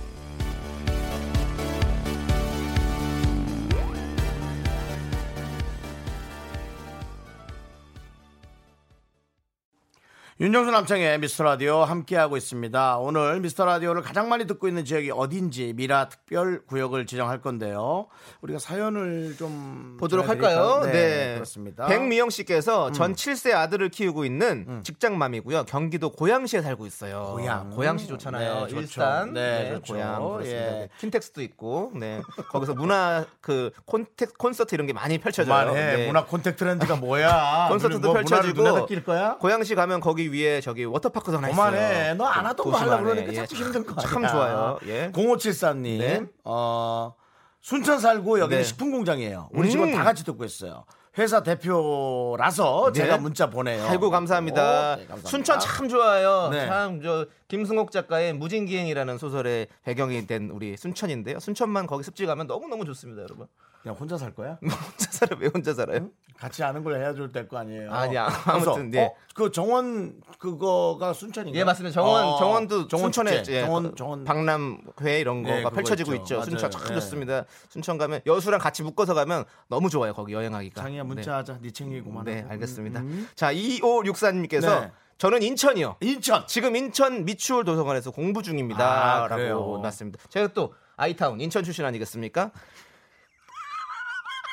Speaker 1: 윤정수 남창의 미스터 라디오 함께하고 있습니다. 오늘 미스터 라디오를 가장 많이 듣고 있는 지역이 어딘지 미라 특별 구역을 지정할 건데요. 우리가 사연을 좀
Speaker 2: 보도록
Speaker 1: 전해드릴까요?
Speaker 2: 할까요?
Speaker 1: 네,
Speaker 2: 네.
Speaker 1: 그렇습니다. 음.
Speaker 2: 백미영 씨께서 전 7세 아들을 키우고 있는 직장맘이고요. 경기도 고양시에 살고 있어요.
Speaker 1: 고양.
Speaker 2: 시 좋잖아요.
Speaker 1: 네, 좋죠.
Speaker 2: 일산.
Speaker 1: 네,
Speaker 2: 네,
Speaker 1: 좋죠.
Speaker 2: 고양. 그렇습니다.
Speaker 1: 예.
Speaker 2: 네. 킨텍스도 있고. 네. 거기서 문화 그 콘텍, 콘서트 이런 게 많이 펼쳐져요.
Speaker 1: 그만해.
Speaker 2: 네.
Speaker 1: 문화 콘택트 랜드가 뭐야?
Speaker 2: [LAUGHS] 콘서트도
Speaker 1: 뭐 문화를
Speaker 2: 펼쳐지고
Speaker 1: 눈에다 낄 거야?
Speaker 2: 고양시 가면 거기 위에 저기 워터파크도 하나 있어요.
Speaker 1: 그만해. 너 안 하던 거
Speaker 2: 도심
Speaker 1: 하려고
Speaker 2: 안에.
Speaker 1: 그러니까
Speaker 2: 예.
Speaker 1: 자꾸 힘든 거
Speaker 2: 참
Speaker 1: 아니야.
Speaker 2: 좋아요. 예.
Speaker 1: 0574님,
Speaker 2: 네.
Speaker 1: 어, 순천 살고 여기는
Speaker 2: 네.
Speaker 1: 식품 공장이에요. 우리
Speaker 2: 음.
Speaker 1: 직원 다 같이 듣고 있어요. 회사 대표라서
Speaker 2: 네.
Speaker 1: 제가 문자 보내요.
Speaker 2: 아이고 감사합니다.
Speaker 1: 오, 어. 네, 감사합니다.
Speaker 2: 순천 참 좋아요.
Speaker 1: 네.
Speaker 2: 참 저 김승옥 작가의 무진기행이라는 소설의 배경이 된 우리 순천인데요. 순천만 거기 습지 가면 너무 너무 좋습니다, 여러분. [LAUGHS] 뭐
Speaker 1: 그냥 혼자 살 거야?
Speaker 2: 혼자 살아 왜 혼자 살아요?
Speaker 1: 같이 아는 걸 해야 될 거 아니에요.
Speaker 2: 아니야.
Speaker 1: 그래서,
Speaker 2: 아무튼, 네.
Speaker 1: 어, 그 정원 그거가 순천인가?
Speaker 2: 예 맞습니다. 정원
Speaker 1: 어,
Speaker 2: 정원도
Speaker 1: 정원
Speaker 2: 순천에
Speaker 1: 축제.
Speaker 2: 예,
Speaker 1: 정원 정원
Speaker 2: 박람회 이런
Speaker 1: 네, 그거
Speaker 2: 거가 펼쳐지고
Speaker 1: 있죠.
Speaker 2: 있죠.
Speaker 1: 맞아요.
Speaker 2: 순천 참
Speaker 1: 예.
Speaker 2: 좋습니다. 순천 가면 여수랑 같이 묶어서 가면 너무 좋아요. 거기 여행하기가.
Speaker 1: 장이야
Speaker 2: 네.
Speaker 1: 문자하자. 네. 챙기고만.
Speaker 2: 네,
Speaker 1: 하고.
Speaker 2: 알겠습니다.
Speaker 1: 음,
Speaker 2: 자, 2564님께서
Speaker 1: 네.
Speaker 2: 저는 인천이요.
Speaker 1: 음. 인천.
Speaker 2: 어, 지금 인천 미추홀 도서관에서 공부 중입니다.
Speaker 1: 아, 그래요?
Speaker 2: 라고 났습니다. 제가 또 아이타운 인천 출신 아니겠습니까?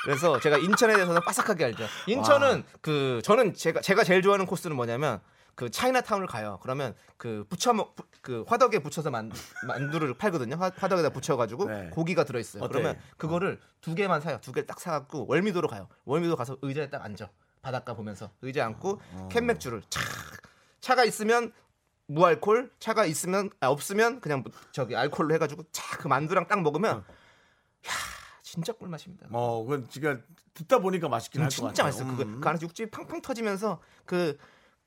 Speaker 2: 그래서 제가 인천에 대해서는 빠삭하게 알죠. 인천은 그 저는 제가 제가 제일 좋아하는 코스는 뭐냐면 그 차이나타운을 가요. 그러면 그 부쳐 먹- 부- 그 화덕에 부쳐서 만, 만두를 팔거든요. 화, 화덕에다 부쳐가지고
Speaker 1: 네.
Speaker 2: 고기가 들어있어요.
Speaker 1: 어때?
Speaker 2: 그러면 그거를 두 개만 사요. 두 개를 딱 사갖고 월미도로 가요. 월미도 가서 의자에 딱 앉아. 바닷가 보면서 의자 앉고
Speaker 1: 아.
Speaker 2: 캔맥주를 착 차가 있으면 무알콜 차가 있으면 아, 없으면 그냥 뭐 저기 알콜로 해가지고 착 그 만두랑 딱 먹으면 야 진짜 꿀맛입니다. 음,
Speaker 1: 어, 그건 지금 듣다 보니까 맛있긴 할 것 같아요.
Speaker 2: 진짜 맛있어. 요 그거
Speaker 1: 음.
Speaker 2: 그 안에 육즙이 팡팡 터지면서 그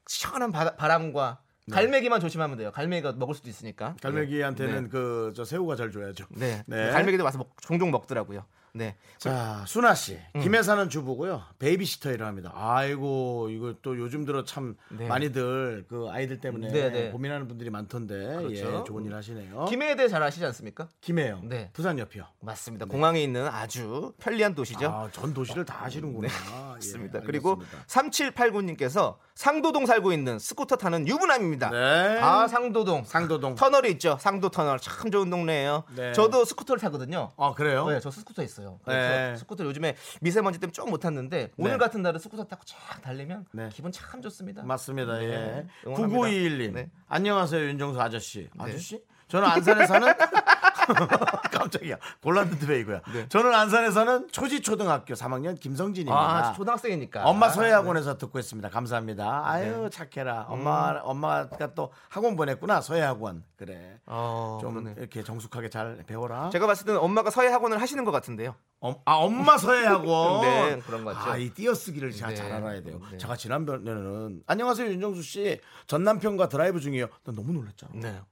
Speaker 2: 시원한 바, 람과 갈매기만 조심하면 돼요. 갈매기가 먹을 수도 있으니까.
Speaker 1: 네. 갈매기한테는 그 저 새우가 잘 줘야죠.
Speaker 2: 네.
Speaker 1: 네.
Speaker 2: 갈매기도 와서 먹- 종종 먹더라고요. 네.
Speaker 1: 자, 순아 씨.
Speaker 2: 음.
Speaker 1: 김해 사는 주부고요. 베이비시터 일을 합니다. 아이고, 이거 또 요즘 들어 참
Speaker 2: 네.
Speaker 1: 많이들 그 아이들 때문에
Speaker 2: 네, 네.
Speaker 1: 고민하는 분들이 많던데.
Speaker 2: 그렇죠.
Speaker 1: 예, 좋은 일 하시네요.
Speaker 2: 김해에 대해 잘 아시지 않습니까?
Speaker 1: 김해요.
Speaker 2: 네.
Speaker 1: 부산 옆이요.
Speaker 2: 맞습니다. 공항에 있는 아주 편리한 도시죠.
Speaker 1: 네. 아, 전 도시를 다
Speaker 2: [LAUGHS]
Speaker 1: 아시는구나. 예,
Speaker 2: 있습니다. 네. 그리고
Speaker 1: 알겠습니다.
Speaker 2: 3789님께서 상도동 살고 있는 스쿠터 타는 유부남입니다.
Speaker 1: 네.
Speaker 2: 아 상도동
Speaker 1: 상도동.
Speaker 2: 터널이 있죠. 상도 터널 참 좋은 동네예요.
Speaker 1: 네.
Speaker 2: 저도 스쿠터를 타거든요.
Speaker 1: 아, 그래요?
Speaker 2: 네, 저 스쿠터 있어요.
Speaker 1: 네.
Speaker 2: 그래서 스쿠터 요즘에 미세먼지 때문에 조금 못 탔는데 오늘
Speaker 1: 네.
Speaker 2: 같은 날은 스쿠터 타고 쫙 달리면
Speaker 1: 네.
Speaker 2: 기분 참 좋습니다.
Speaker 1: 맞습니다.
Speaker 2: 네,
Speaker 1: 예.
Speaker 2: 응원합니다.
Speaker 1: 9921님.
Speaker 2: 네.
Speaker 1: 안녕하세요, 윤정수 아저씨. 아저씨? 저는 안산에 사는 [LAUGHS] 깜짝이야. 골란드 드베이고요.
Speaker 2: 네.
Speaker 1: 저는 안산에 사는 초지초등학교 3학년 김성진입니다.
Speaker 2: 아, 네. 초등학생이니까.
Speaker 1: 엄마 서해학원에서 듣고 있습니다. 감사합니다. 아유 착해라.
Speaker 2: 음.
Speaker 1: 엄마 엄마가 또 학원 보냈구나 서해학원. 그래.
Speaker 2: 어,
Speaker 1: 좀
Speaker 2: 그러네.
Speaker 1: 이렇게 정숙하게 잘 배워라.
Speaker 2: 제가 봤을 때는 엄마가 서예 학원을 하시는 것 같은데요.
Speaker 1: 엄- 아 엄마 서해하고
Speaker 2: [LAUGHS] 네, 그런 것 같죠.
Speaker 1: 아이 띄어쓰기를 제가
Speaker 2: 네.
Speaker 1: 잘 알아야 돼요.
Speaker 2: 네.
Speaker 1: 제가 지난번에는 안녕하세요 윤정수 씨 전 남편과 드라이브 중이에요. 나 너무 놀랐잖아.
Speaker 2: 네.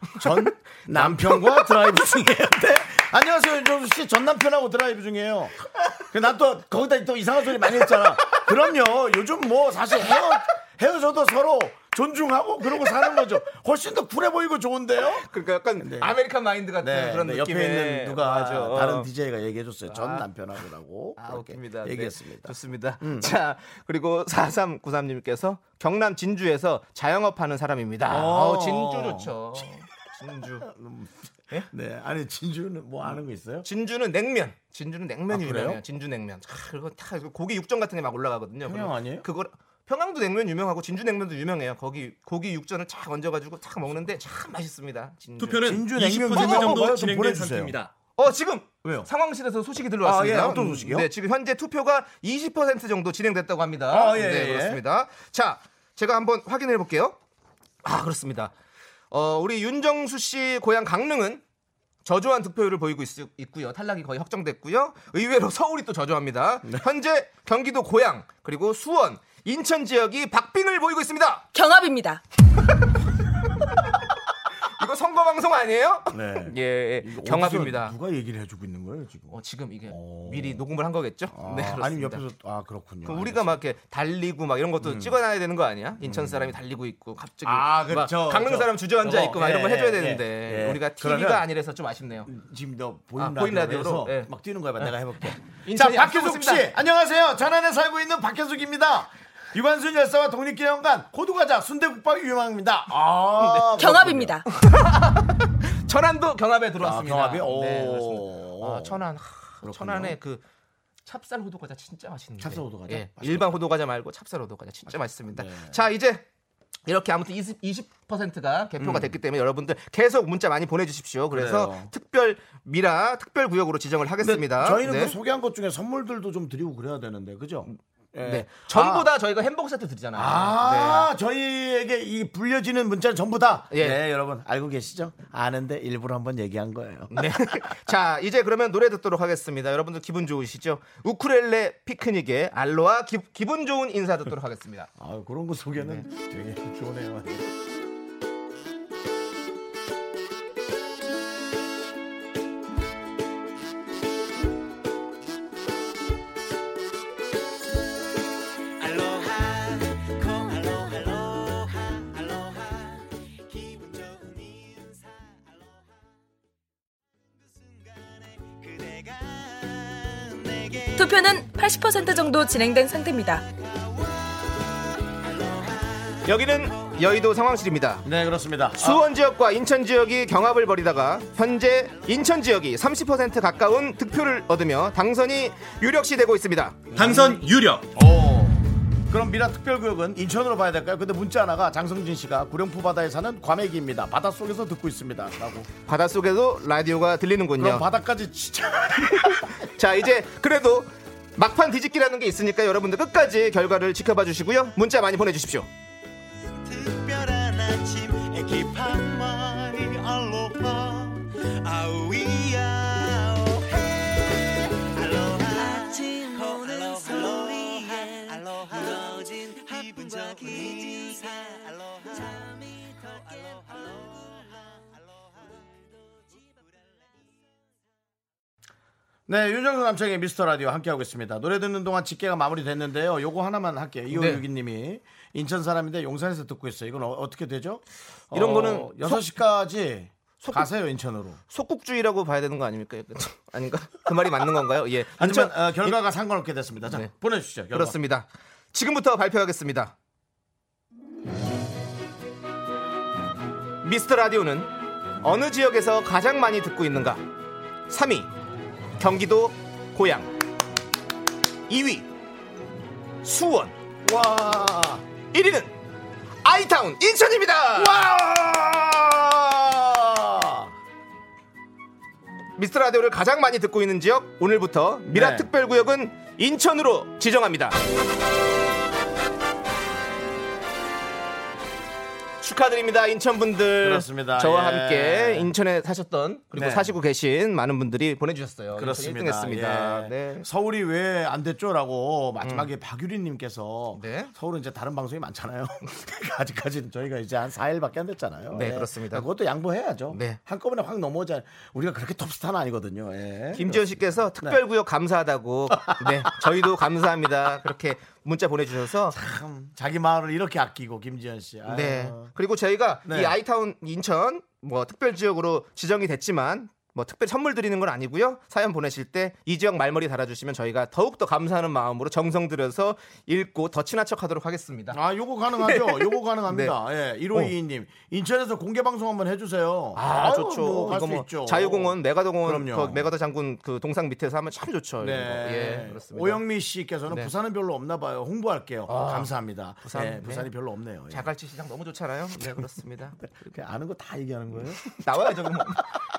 Speaker 2: [LAUGHS]
Speaker 1: 전 남편과 드라이브 중이에요. 네. 안녕하세요 윤정수 씨 전 남편하고 드라이브 중이에요. 그 난 또 거기다 또 이상한 소리 많이 했잖아. 그럼요. 요즘 뭐 사실 헤어 헤어져도 서로 존중하고 그러고 사는 거죠. 훨씬 더 쿨해 보이고 좋은데요.
Speaker 2: 그러니까 약간
Speaker 1: 네.
Speaker 2: 아메리칸 마인드 같은
Speaker 1: 네,
Speaker 2: 그런
Speaker 1: 네,
Speaker 2: 느낌의
Speaker 1: 옆에 있는 누가
Speaker 2: 맞아.
Speaker 1: 다른 DJ가 얘기해줬어요. 전
Speaker 2: 아.
Speaker 1: 남편하고라고
Speaker 2: 아,
Speaker 1: 그렇게
Speaker 2: 웃깁니다. 네,
Speaker 1: 얘기했습니다. 음.
Speaker 2: 좋습니다. 자, 그리고 4393님께서 경남 진주에서 자영업 하는 사람입니다.
Speaker 1: 어.
Speaker 2: 아우, 진주 좋죠. 진주.
Speaker 1: 네, 아니 진주는 뭐 아는 거 있어요?
Speaker 2: 진주는 냉면. 진주는 냉면이
Speaker 1: 아, 그래요?
Speaker 2: 유명해요. 진주 냉면. 아, 그거 다 이거 고기 육전 같은 게 막 올라가거든요.
Speaker 1: 평양
Speaker 2: 그럼
Speaker 1: 아니에요?
Speaker 2: 그걸 평양도 냉면 유명하고 진주 냉면도 유명해요. 거기 고기 육전을 쫙 얹어가지고 쫙 먹는데 참 맛있습니다. 진주.
Speaker 5: 투표는
Speaker 1: 진주
Speaker 5: 20%
Speaker 1: 냉면
Speaker 5: 정도
Speaker 1: 뭐야? 좀
Speaker 5: 진행된
Speaker 1: 보내주세요.
Speaker 5: 상태입니다.
Speaker 2: 어 지금
Speaker 1: 왜요?
Speaker 2: 상황실에서 소식이 들려왔습니다.
Speaker 1: 아, 예, 어떤 소식이요?
Speaker 2: 네, 지금 현재 투표가 20% 정도 진행됐다고 합니다.
Speaker 1: 아, 예,
Speaker 2: 네,
Speaker 1: 예.
Speaker 2: 그렇습니다. 자, 제가 한번 확인해 볼게요. 아, 그렇습니다. 어, 우리 윤정수 씨 고향 강릉은 저조한 득표율을 보이고 있, 있고요. 탈락이 거의 확정됐고요. 의외로 서울이 또 저조합니다.
Speaker 1: 네.
Speaker 2: 현재 경기도 고양 그리고 수원, 인천 지역이 박빙을 보이고 있습니다.
Speaker 6: 경합입니다.
Speaker 2: 이거 선거 방송 아니에요?
Speaker 1: 네.
Speaker 2: 예, 예.
Speaker 1: 이거
Speaker 2: 경합입니다.
Speaker 1: 어디서 누가 얘기를 해주고 있는 거예요 지금?
Speaker 2: 어, 지금 이게
Speaker 1: 어.
Speaker 2: 미리 녹음을 한 거겠죠?
Speaker 1: 아,
Speaker 2: 네, 그렇습니다.
Speaker 1: 아니면 옆에서 아 그렇군요.
Speaker 2: 그 우리가 막 이렇게 달리고 막 이런 것도 찍어놔야 되는 거 아니야? 인천 사람이 달리고 있고 갑자기
Speaker 1: 음. 아, 그
Speaker 2: 막
Speaker 1: 저,
Speaker 2: 강릉
Speaker 1: 저.
Speaker 2: 사람 주저앉아
Speaker 1: 저거,
Speaker 2: 있고 막
Speaker 1: 예,
Speaker 2: 이런 거 해줘야
Speaker 1: 예,
Speaker 2: 되는데
Speaker 1: 예, 예.
Speaker 2: 우리가
Speaker 1: 그러면-
Speaker 2: TV가 아니라서 좀 아쉽네요.
Speaker 1: 알겠습니다. 지금 너 보이는
Speaker 2: 아, 보이는
Speaker 1: 라디오에서
Speaker 2: 라디오로? 예.
Speaker 1: 막 뛰는 거야. 내가 해볼게. 자,
Speaker 2: [LAUGHS] 인천이
Speaker 1: 박현숙 씨,
Speaker 2: 앞서고 있습니다.
Speaker 1: 안녕하세요. 전안에 살고 있는 박현숙입니다. 유관순 열사와 독립기념관 고두과자 순대국밥이 유명합니다.
Speaker 2: 네.
Speaker 1: 아,
Speaker 6: 경합입니다.
Speaker 2: 천안도 경합에 들어왔습니다.
Speaker 1: 아, 경합이요? 오. 어.
Speaker 2: 네, 그렇습니다. 아, 천안 하,
Speaker 1: 그렇군요.
Speaker 2: 천안의 그 찹쌀 호두과자 진짜 맛있는데.
Speaker 1: 찹쌀 호두과자?
Speaker 2: 예,
Speaker 1: 맛있겠다. 네.
Speaker 2: 일반 호두과자 말고 찹쌀 호두과자 진짜 맛있습니다. 자, 이제 이렇게 아무튼 20, 20%가 개표가 됐기 때문에 여러분들 계속 문자 많이 보내주십시오. 그래서
Speaker 1: 음. 그래요.
Speaker 2: 특별 미라 특별 구역으로 지정을 하겠습니다.
Speaker 1: 저희는
Speaker 2: 네.
Speaker 1: 그 소개한 것 중에 선물들도 좀 드리고 그래야 되는데 그죠? 예.
Speaker 2: 네. 전부
Speaker 1: 아.
Speaker 2: 다 저희가 햄버거 세트 드리잖아요.
Speaker 1: 아, 저희에게 이 불려지는 문자는 전부 다.
Speaker 2: 예.
Speaker 1: 네, 여러분 알고 계시죠? 아는데 일부러 한번 얘기한 거예요.
Speaker 2: 네. [LAUGHS] 네. 자, 이제 그러면 노래 듣도록 하겠습니다. 여러분들 기분 좋으시죠? 우쿨렐레 피크닉의 알로아 기, 기분 좋은 인사 듣도록 하겠습니다.
Speaker 1: 아, 그런 거 소개는 되게 좋네요.
Speaker 6: 투표는 80% 정도 진행된 상태입니다.
Speaker 2: 여기는 여의도 상황실입니다.
Speaker 1: 네 그렇습니다.
Speaker 2: 수원 지역과 인천 지역이 경합을 벌이다가 현재 인천 지역이 30% 가까운 득표를 얻으며 당선이 유력시 되고 있습니다.
Speaker 5: 당선 유력.
Speaker 1: 아, 오. 그럼 미라 특별구역은 인천으로 봐야 될까요? 근데 문자 하나가 장성진 씨가 구룡포 바다에 사는 과메기입니다. 바다 속에서 듣고 있습니다라고.
Speaker 2: 바닷속에도 라디오가 들리는군요.
Speaker 1: 그럼 바다까지 진짜
Speaker 2: 자 이제 그래도 막판 뒤집기라는 게 있으니까 여러분들 끝까지 결과를 지켜봐 주시고요 문자 많이 보내주십시오
Speaker 6: 특별한 아침 에키판 마이 알로하 아우이야 오헤 알로하 알로하 알로하 알로하 무거진 기분과 기진사 알로하 잠이 더 알로하
Speaker 1: 네, 윤정수 남창의 미스터 라디오 함께하고 있습니다. 노래 듣는 동안 집계가 마무리됐는데요. 요거 하나만 할게요.
Speaker 2: 네.
Speaker 1: 2562님이 인천 사람인데 용산에서 듣고 있어요. 이건 어, 떻게 되죠? 어,
Speaker 2: 이런 거는
Speaker 1: 6시까지
Speaker 2: 속-
Speaker 1: 가세요, 인천으로.
Speaker 2: 속국주의라고 봐야 되는 거 아닙니까 아닌가 그 말이 맞는 건가요 예
Speaker 1: 하지만
Speaker 2: 인천-
Speaker 1: 어, 결과가 상관없게 됐습니다. 자,
Speaker 2: 네.
Speaker 1: 보내주시죠. 결과.
Speaker 2: 그렇습니다 지금부터 발표하겠습니다 미스터 라디오는 어느 지역에서 가장 많이 듣고 있는가 3위 경기도 고양 2위 수원
Speaker 1: 와.
Speaker 2: 1위는 아이타운 인천입니다.
Speaker 1: 와!
Speaker 2: 미스터 라디오를 가장 많이 듣고 있는 지역 오늘부터 미라
Speaker 1: 네.
Speaker 2: 특별 구역은 인천으로 지정합니다. 축하드립니다 인천 분들.
Speaker 1: 그렇습니다.
Speaker 2: 저와
Speaker 1: 예.
Speaker 2: 함께 인천에 사셨던 그리고
Speaker 1: 네.
Speaker 2: 사시고 계신 많은 분들이 보내주셨어요.
Speaker 1: 그렇습니다.
Speaker 2: 1등했습니다.
Speaker 1: 예.
Speaker 2: 네. 음.
Speaker 1: 서울이 왜 안 됐죠라고 마지막에 박유리님께서
Speaker 2: 네.
Speaker 1: 서울은 이제 다른 방송이 많잖아요. [LAUGHS] 아직까지는 저희가 이제 한 4일밖에 안 됐잖아요. 예.
Speaker 2: 네, 그렇습니다.
Speaker 1: 그것도 양보해야죠.
Speaker 2: 네.
Speaker 1: 한꺼번에 확 넘어오자 우리가 그렇게 톱스타는 아니거든요. 예.
Speaker 2: 김지현 씨께서 특별구역 감사하다고 네 저희도 감사합니다 그렇게 문자 보내주셔서
Speaker 1: 참 음. 자기 마을을 이렇게 아끼고 김지현 씨. 아유.
Speaker 2: 네. 그리고 저희가
Speaker 1: 네.
Speaker 2: 이 아이타운 인천 뭐 특별 지역으로 지정이 됐지만 뭐 특별 선물 드리는 건 아니고요. 사연 보내실 때 이 지역 말머리 달아주시면 저희가 더욱 더 감사하는 마음으로 정성 들여서 읽고 더 친한 척하도록 하겠습니다.
Speaker 1: 아, 요거
Speaker 2: [LAUGHS]
Speaker 1: 가능하죠. 요거 가능합니다.
Speaker 2: 네.
Speaker 1: 예. 1522님. 인천에서 공개 방송 한번 해주세요.
Speaker 2: 아,
Speaker 1: 아유,
Speaker 2: 좋죠.
Speaker 1: 뭐 갈수
Speaker 2: 이거 뭐
Speaker 1: 있죠.
Speaker 2: 자유공원, 메가동원,
Speaker 1: 그럼요.
Speaker 2: 그 메가더 장군 그 동상 밑에서 하면 참 좋죠. 이런 거.
Speaker 1: 네.
Speaker 2: 예, 그렇습니다.
Speaker 1: 오영미 씨께서는
Speaker 2: 네. 아,
Speaker 1: 부산은 별로 없나 봐요. 홍보할게요. 감사합니다.
Speaker 2: 부산,
Speaker 1: 네,
Speaker 2: 네.
Speaker 1: 부산이 별로 없네요. 예.
Speaker 2: 자갈치 시장 너무 좋잖아요. 네, 그렇습니다.
Speaker 1: 그냥 아는 거 다 얘기하는
Speaker 2: [LAUGHS]
Speaker 1: 거예요?
Speaker 2: 나와야죠. 그럼 뭐.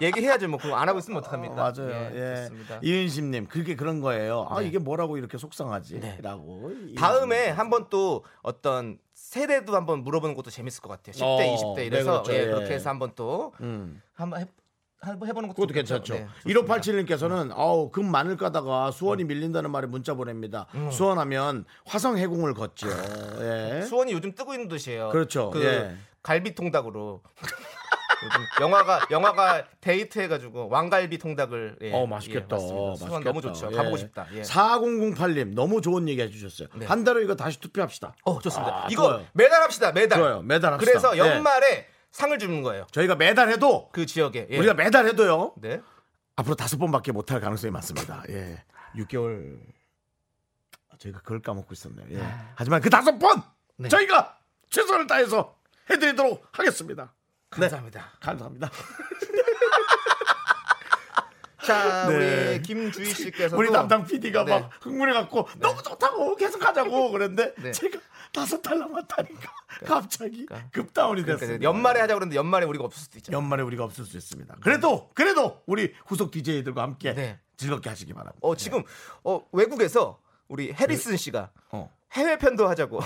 Speaker 2: 얘기해야죠. 뭐 그거 안 하고 있으면 어떡합니까?
Speaker 1: 어, 맞아요.
Speaker 2: 예,
Speaker 1: 예.
Speaker 2: 그렇습니다.
Speaker 1: 이은심님, 그게 그런 거예요. 아,
Speaker 2: 네.
Speaker 1: 이게 뭐라고 이렇게 속상하지? 라고.
Speaker 2: 다음에 한번 또 어떤 세대도 한번 물어보는 것도 재밌을 것 같아요. 10대,
Speaker 1: 어,
Speaker 2: 20대
Speaker 1: 네,
Speaker 2: 이래서
Speaker 1: 그렇죠.
Speaker 2: 예,
Speaker 1: 예.
Speaker 2: 그렇게 해서 한번 또
Speaker 1: 음.
Speaker 2: 한번 해, 한번 해보는 것도
Speaker 1: 그것도
Speaker 2: 좋겠죠.
Speaker 1: 괜찮죠.
Speaker 2: 네, 좋습니다. 음.
Speaker 1: 1587님께서는 아우 금 많을 까다가 수원이 밀린다는 말에 문자 보냅니다. 수원하면 화성 해공을 걷죠. 예.
Speaker 2: 음. 수원이 요즘 뜨고 있는 도시예요.
Speaker 1: 그렇죠.
Speaker 2: 그
Speaker 1: 예.
Speaker 2: 갈비 통닭으로 [LAUGHS] 요즘 영화가 영화가 데이트 해가지고 왕갈비 통닭을 예,
Speaker 1: 어 맛있겠다.
Speaker 2: 예, 맞습니다. 수원
Speaker 1: 맛있겠다.
Speaker 2: 너무 좋죠. 가보고 싶다. 예.
Speaker 1: 4008님 너무 좋은 얘기 해주셨어요.
Speaker 2: 네.
Speaker 1: 한 달에 이거 다시 투표합시다.
Speaker 2: 어 좋습니다.
Speaker 1: 아,
Speaker 2: 이거
Speaker 1: 좋아요.
Speaker 2: 매달 합시다. 매달.
Speaker 1: 좋아요. 매달 합시다.
Speaker 2: 그래서
Speaker 1: 예.
Speaker 2: 연말에 상을 주는 거예요.
Speaker 1: 저희가 매달 해도
Speaker 2: 그 지역에 예.
Speaker 1: 우리가 매달 해도요.
Speaker 2: 네.
Speaker 1: 앞으로 다섯 번밖에 못 할 가능성이 많습니다. 예. 6개월 저희가 그걸 까먹고 있었네요. 예.
Speaker 2: 아.
Speaker 1: 하지만 그 다섯 번
Speaker 2: 네.
Speaker 1: 저희가 최선을 다해서 해드리도록 하겠습니다. 네.
Speaker 2: 감사합니다.
Speaker 1: 감사합니다.
Speaker 2: 자
Speaker 1: 네.
Speaker 2: 우리 김주희 씨께서
Speaker 1: 우리 담당 PD가
Speaker 2: 네.
Speaker 1: 막 흥분해갖고 너무 좋다고 계속 하자고 그랬는데
Speaker 2: [LAUGHS] 네. 그러니까.
Speaker 1: 제가 다섯 달 남았다니까 갑자기 급다운이 됐습니다.
Speaker 2: 연말에 하자 그러는데 연말에 우리가 없을 수도 있잖아요.
Speaker 1: 연말에 우리가 없을 수 있습니다. 그래도 그래도 우리 후속 DJ들과 함께
Speaker 2: 네.
Speaker 1: 즐겁게 하시기 바랍니다.
Speaker 2: 어 지금 어 외국에서 우리 해리슨 씨가
Speaker 1: 어.
Speaker 2: 해외 편도 하자고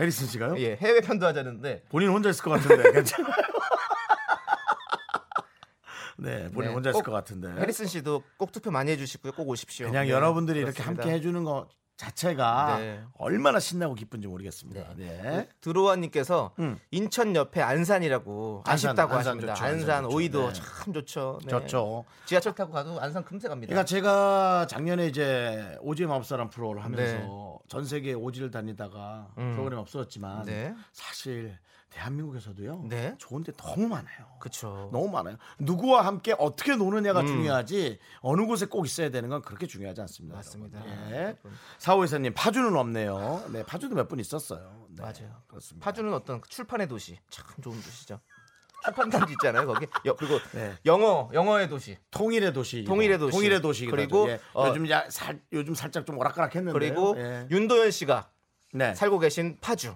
Speaker 1: 해리슨 씨가요?
Speaker 2: [LAUGHS] 예 해외 편도 하자는데
Speaker 1: 본인 혼자 있을 것
Speaker 2: [LAUGHS]
Speaker 1: 같은데 괜찮아요? 네, 본인
Speaker 2: 네,
Speaker 1: 혼자 있을
Speaker 2: 꼭
Speaker 1: 것 같은데.
Speaker 2: 해리슨 씨도 꼭 투표 많이 해주시고요 꼭 오십시오.
Speaker 1: 그냥
Speaker 2: 네,
Speaker 1: 여러분들이 이렇게
Speaker 2: 그렇습니다.
Speaker 1: 함께 해주는 것 자체가
Speaker 2: 네.
Speaker 1: 얼마나 신나고 기쁜지 모르겠습니다. 네.
Speaker 2: 드로아님께서
Speaker 1: 음.
Speaker 2: 인천 옆에 안산이라고
Speaker 1: 안산,
Speaker 2: 아쉽다고
Speaker 1: 안산
Speaker 2: 하십니다.
Speaker 1: 좋죠, 안산
Speaker 2: 안산,
Speaker 1: 좋죠.
Speaker 2: 오이도
Speaker 1: 네.
Speaker 2: 참 좋죠. 네.
Speaker 1: 좋죠.
Speaker 2: 지하철 타고 가도 안산 금세 갑니다.
Speaker 1: 그러니까 제가 작년에 이제 오지의 마법사랑 프로를 하면서
Speaker 2: 네.
Speaker 1: 전 세계 오지를 다니다가
Speaker 2: 음.
Speaker 1: 프로그램 없어졌지만
Speaker 2: 네.
Speaker 1: 사실 대한민국에서도요.
Speaker 2: 네.
Speaker 1: 좋은데 너무 많아요.
Speaker 2: 그쵸.
Speaker 1: 너무 많아요. 누구와 함께 어떻게 노느냐가
Speaker 2: 음.
Speaker 1: 중요하지 어느 곳에 꼭 있어야 되는 건 그렇게 중요하지 않습니다.
Speaker 2: 맞습니다.
Speaker 1: 여러분. 예. 사호 이사님 파주는 없네요. 네, 파주도 네, 몇 분 있었어요.
Speaker 2: 맞아요.
Speaker 1: 그렇습니다.
Speaker 2: 파주는 어떤 출판의 도시 참 좋은 도시죠. 출판 단지 있잖아요 거기. 여, 그리고
Speaker 1: 네.
Speaker 2: 영어 영어의 도시.
Speaker 1: 통일의 도시.
Speaker 2: 통일의 도시.
Speaker 1: 통일의 도시.
Speaker 2: 그리고,
Speaker 1: 예.
Speaker 2: 어,
Speaker 1: 요즘 야, 살 요즘 살짝 좀 오락가락했는데.
Speaker 2: 그리고
Speaker 1: 예.
Speaker 2: 윤도현 씨가
Speaker 1: 네.
Speaker 2: 살고 계신 파주.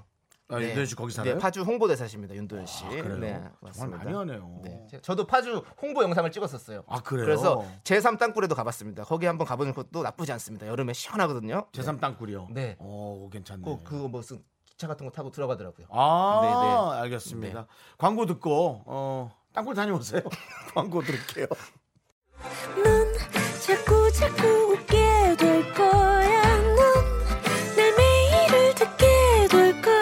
Speaker 1: 아, 윤도현 씨 거기 살아요? 아,
Speaker 2: 네, 파주 홍보대사십니다. 윤도현 씨. 네,
Speaker 1: 그래요? 정말
Speaker 2: 맞습니다.
Speaker 1: 많이 하네요.
Speaker 2: 네. 제- 저도 파주 홍보 영상을 찍었었어요.
Speaker 1: 아, 그래요?
Speaker 2: 그래서 제3 땅굴에도 가봤습니다. 거기 한번 가보는 것도 나쁘지 않습니다. 여름에 시원하거든요.
Speaker 1: 제삼 땅굴이요.
Speaker 2: 네.
Speaker 1: 오, 괜찮네.
Speaker 2: 그, 그거 무슨 기차 같은 거 타고 들어가더라고요.
Speaker 1: 아,
Speaker 2: 네,
Speaker 1: 알겠습니다. 광고 듣고 어, 땅굴 다녀오세요. [LAUGHS] 광고 들을게요.
Speaker 5: 넌 자꾸 자꾸 웃게 될 거야. 넌내 매일을 듣게 될 거야.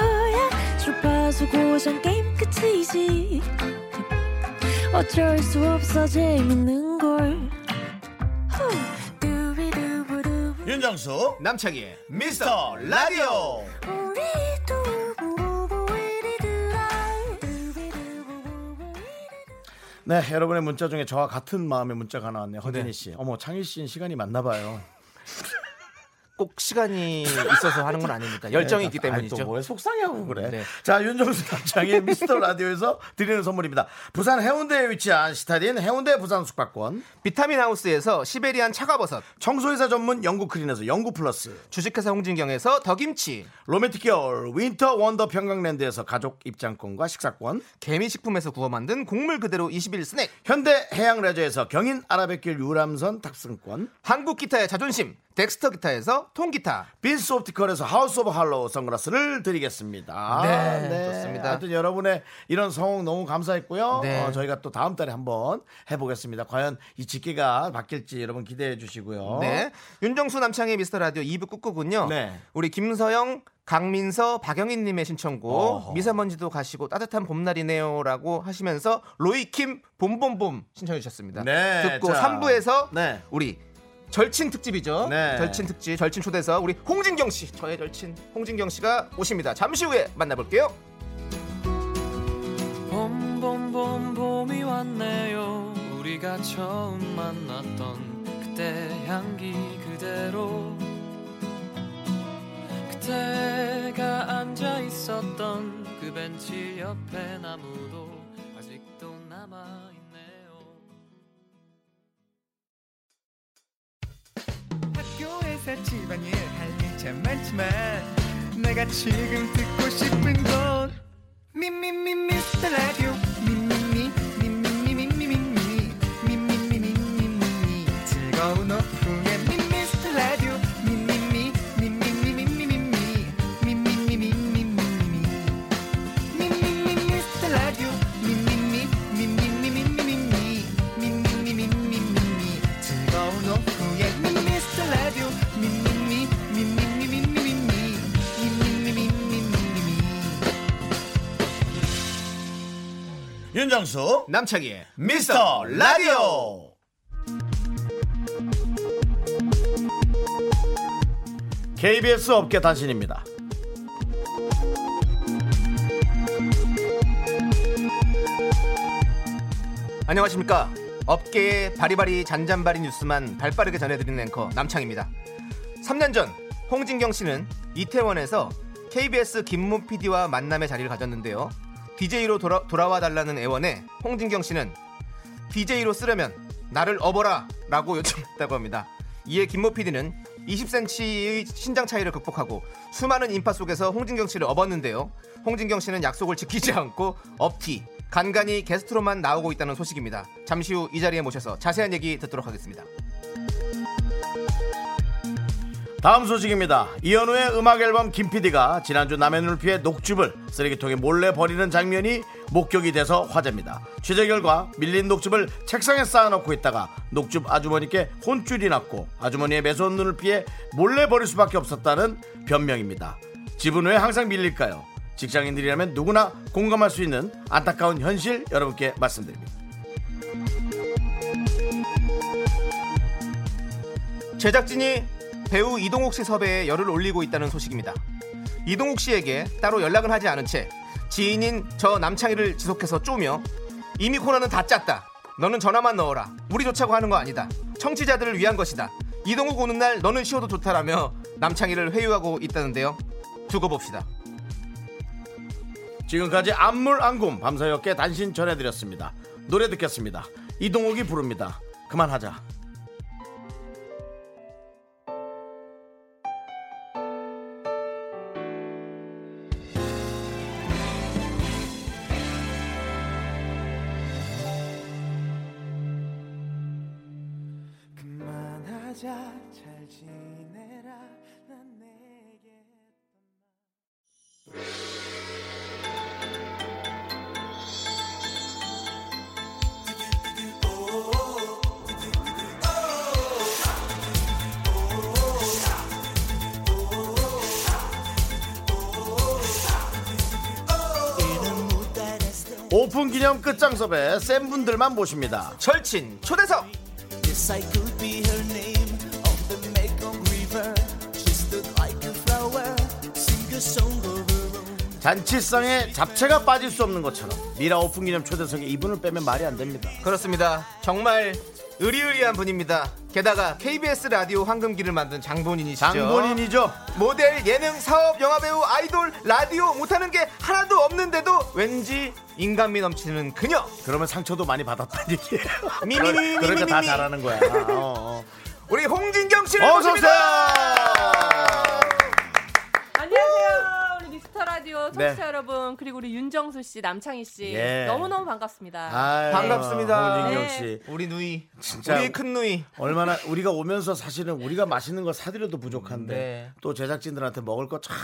Speaker 5: 주파수 고정 게임 끝이지. 어쩔 수 없어 재밌는 걸. 후. 두비두부두.
Speaker 1: 윤정수.
Speaker 2: 남창희의 미스터 라디오.
Speaker 5: 우리 두부부부 우리들아. 두비두부부부 우리들아.
Speaker 1: 네, 여러분의 문자 중에 저와 같은 마음의 문자가 하나 왔네요. 허진이 씨. 어머, 창희 씨는 시간이 맞나 봐요.
Speaker 2: 꼭 시간이 있어서 하는 건 아닙니다. 열정이 있기
Speaker 1: 네.
Speaker 2: 뭐.
Speaker 1: 아니,
Speaker 2: 때문이죠.
Speaker 1: 또뭘 속상해하고 그래.
Speaker 2: 네.
Speaker 1: 자, 윤정수
Speaker 2: [LAUGHS]
Speaker 1: 남창의 미스터 라디오에서 드리는 선물입니다. 부산 해운대에 위치한 시타딘 해운대 부산 숙박권.
Speaker 2: 비타민 하우스에서 시베리안 차가버섯,
Speaker 1: 청소회사 전문 영국 크린에서 영국 플러스.
Speaker 2: 주식회사 홍진경에서 더김치,
Speaker 1: 로맨틱 겨울 윈터 원더 평강랜드에서 가족 입장권과 식사권.
Speaker 2: 개미식품에서 구워 만든 곡물 그대로 21 스낵,
Speaker 1: 현대 해양 레저에서 경인 아라뱃길 유람선 탑승권.
Speaker 2: 한국 기타의 자존심, 덱스터 기타에서 통기타,
Speaker 1: 빈스 옵티컬에서 하우스 오브 할로우 선글라스를 드리겠습니다.
Speaker 2: 네, 좋습니다.
Speaker 1: 하여튼 여러분의 이런 성공 너무 감사했고요.
Speaker 2: 네.
Speaker 1: 어, 저희가 또 다음 달에 한번 해보겠습니다. 과연 이 직기가 바뀔지 여러분 기대해 주시고요.
Speaker 2: 네. 윤정수 남창의 미스터 라디오 2부 끝곡은요.
Speaker 1: 어? 네.
Speaker 2: 우리 김서영, 강민서, 박영희님의 신청곡
Speaker 1: 어허.
Speaker 2: 미세먼지도 가시고 따뜻한 봄날이네요라고 하시면서 로이킴 봄봄봄 신청해 주셨습니다.
Speaker 1: 네,
Speaker 2: 듣고
Speaker 1: 자.
Speaker 2: 3부에서
Speaker 1: 네.
Speaker 2: 우리 절친 특집이죠.
Speaker 1: 네.
Speaker 2: 절친 특집, 절친 초대서 우리 홍진경 씨, 저의 절친 홍진경 씨가 오십니다. 잠시 후에 만나볼게요.
Speaker 7: 봄봄봄 봄이 왔네요 우리가 처음 만났던 그때 향기 그대로 그때가 앉아 있었던 그 벤치 옆에 나무도 아직도 남아 있네요
Speaker 8: 학교에서 집안일 할 일 참 많지만 내가 지금 듣고 싶은 건 미미미 미스터 라디오 미미미 미미미 미미미 미미미 미미미 즐거운 오후에 미스터 라디오 미미미 미미미 미미미 미미미 미미미 미미미 미스터 라디오 미미미 미미미 미미미 미미미 미미미 즐거운 오후에 미스터 라디오 미미미 미미미 미미미 미미미 미미미
Speaker 1: 윤정수
Speaker 2: 남창희의
Speaker 1: 미스터 라디오. KBS 업계 단신입니다.
Speaker 2: 안녕하십니까. 업계의 바리바리 잔잔바리 뉴스만 발빠르게 전해드리는 앵커 남창입니다. 3년 전 홍진경 씨는 이태원에서 KBS 김문 PD와 만남의 자리를 가졌는데요. DJ로 돌아, 돌아와 달라는 애원에 홍진경 씨는 DJ로 쓰려면 나를 업어라 라고 요청했다고 합니다. 이에 김모 PD는 20cm의 신장 차이를 극복하고 수많은 인파 속에서 홍진경 씨를 업었는데요. 홍진경 씨는 약속을 지키지 않고 업티, 간간히 게스트로만 나오고 있다는 소식입니다. 잠시 후 이 자리에 모셔서 자세한 얘기 듣도록 하겠습니다.
Speaker 1: 다음 소식입니다. 이현우의 음악 앨범 김PD가 지난주 남의 눈을 피해 녹즙을 쓰레기통에 몰래 버리는 장면이 목격이 돼서 화제입니다. 취재 결과 밀린 녹즙을 책상에 쌓아놓고 있다가 녹즙 아주머니께 혼쭐이 났고 아주머니의 매서운 눈을 피해 몰래 버릴 수밖에 없었다는 변명입니다. 집은 왜 항상 밀릴까요? 직장인들이라면 누구나 공감할 수 있는 안타까운 현실 여러분께 말씀드립니다.
Speaker 2: 제작진이 배우 이동욱 씨 섭외에 열을 올리고 있다는 소식입니다. 이동욱 씨에게 따로 연락을 하지 않은 채 지인인 저 남창희를 지속해서 쪼며 이미 코너는 다 짰다. 너는 전화만 넣어라. 우리 좋자고 하는 거 아니다. 청취자들을 위한 것이다. 이동욱 오는 날 너는 쉬어도 좋다라며 남창희를 회유하고 있다는데요. 두고 봅시다.
Speaker 1: 지금까지 안물 안굼 밤사이어깨 단신 전해드렸습니다. 노래 듣겠습니다. 이동욱이 부릅니다. 그만하자.
Speaker 8: 그만하자 잘 지내라 난 내게
Speaker 1: 오픈 기념 끝장섭에 센 분들만 모십니다.
Speaker 2: 절친 초대석
Speaker 3: Yes, I could be her name on the Mekong River. She stood like a flower, sing a song of her own.
Speaker 1: 잔치상에 잡채가 빠질 수 없는 것처럼 미라 오픈 기념 초대석에 이분을 빼면 말이 안 됩니다.
Speaker 2: 그렇습니다. 정말 의리의리한 분입니다. 게다가 KBS 라디오 황금기를 만든 장본인이시죠.
Speaker 1: 장본인이죠.
Speaker 2: 모델, 예능, 사업, 영화배우, 아이돌, 라디오 못하는 게 하나도 없는데도 왠지 인간미 넘치는
Speaker 1: [LAUGHS]
Speaker 2: 그녀.
Speaker 1: 그러면 상처도 많이 받았다는 얘기예요.
Speaker 2: 미미미
Speaker 1: 그러니까 다
Speaker 2: 미미미.
Speaker 1: 잘하는 거야. 어, 어.
Speaker 2: 우리 홍진경 씨를
Speaker 1: 어서 오세요.
Speaker 9: 안녕하세요. 우리 미스터 라디오 청취자
Speaker 1: 네.
Speaker 9: 여러분 그리고 우리 윤정수 씨, 남창희 씨
Speaker 1: 예.
Speaker 9: 너무너무 반갑습니다.
Speaker 1: 아유,
Speaker 2: 반갑습니다.
Speaker 1: 홍진경
Speaker 9: 네.
Speaker 1: 씨.
Speaker 2: 우리 누이.
Speaker 1: 진짜.
Speaker 2: 우리 큰 누이.
Speaker 1: 얼마나 우리가 오면서 사실은 우리가 맛있는 걸 사드려도 부족한데
Speaker 2: 네.
Speaker 1: 또 제작진들한테 먹을 거쫙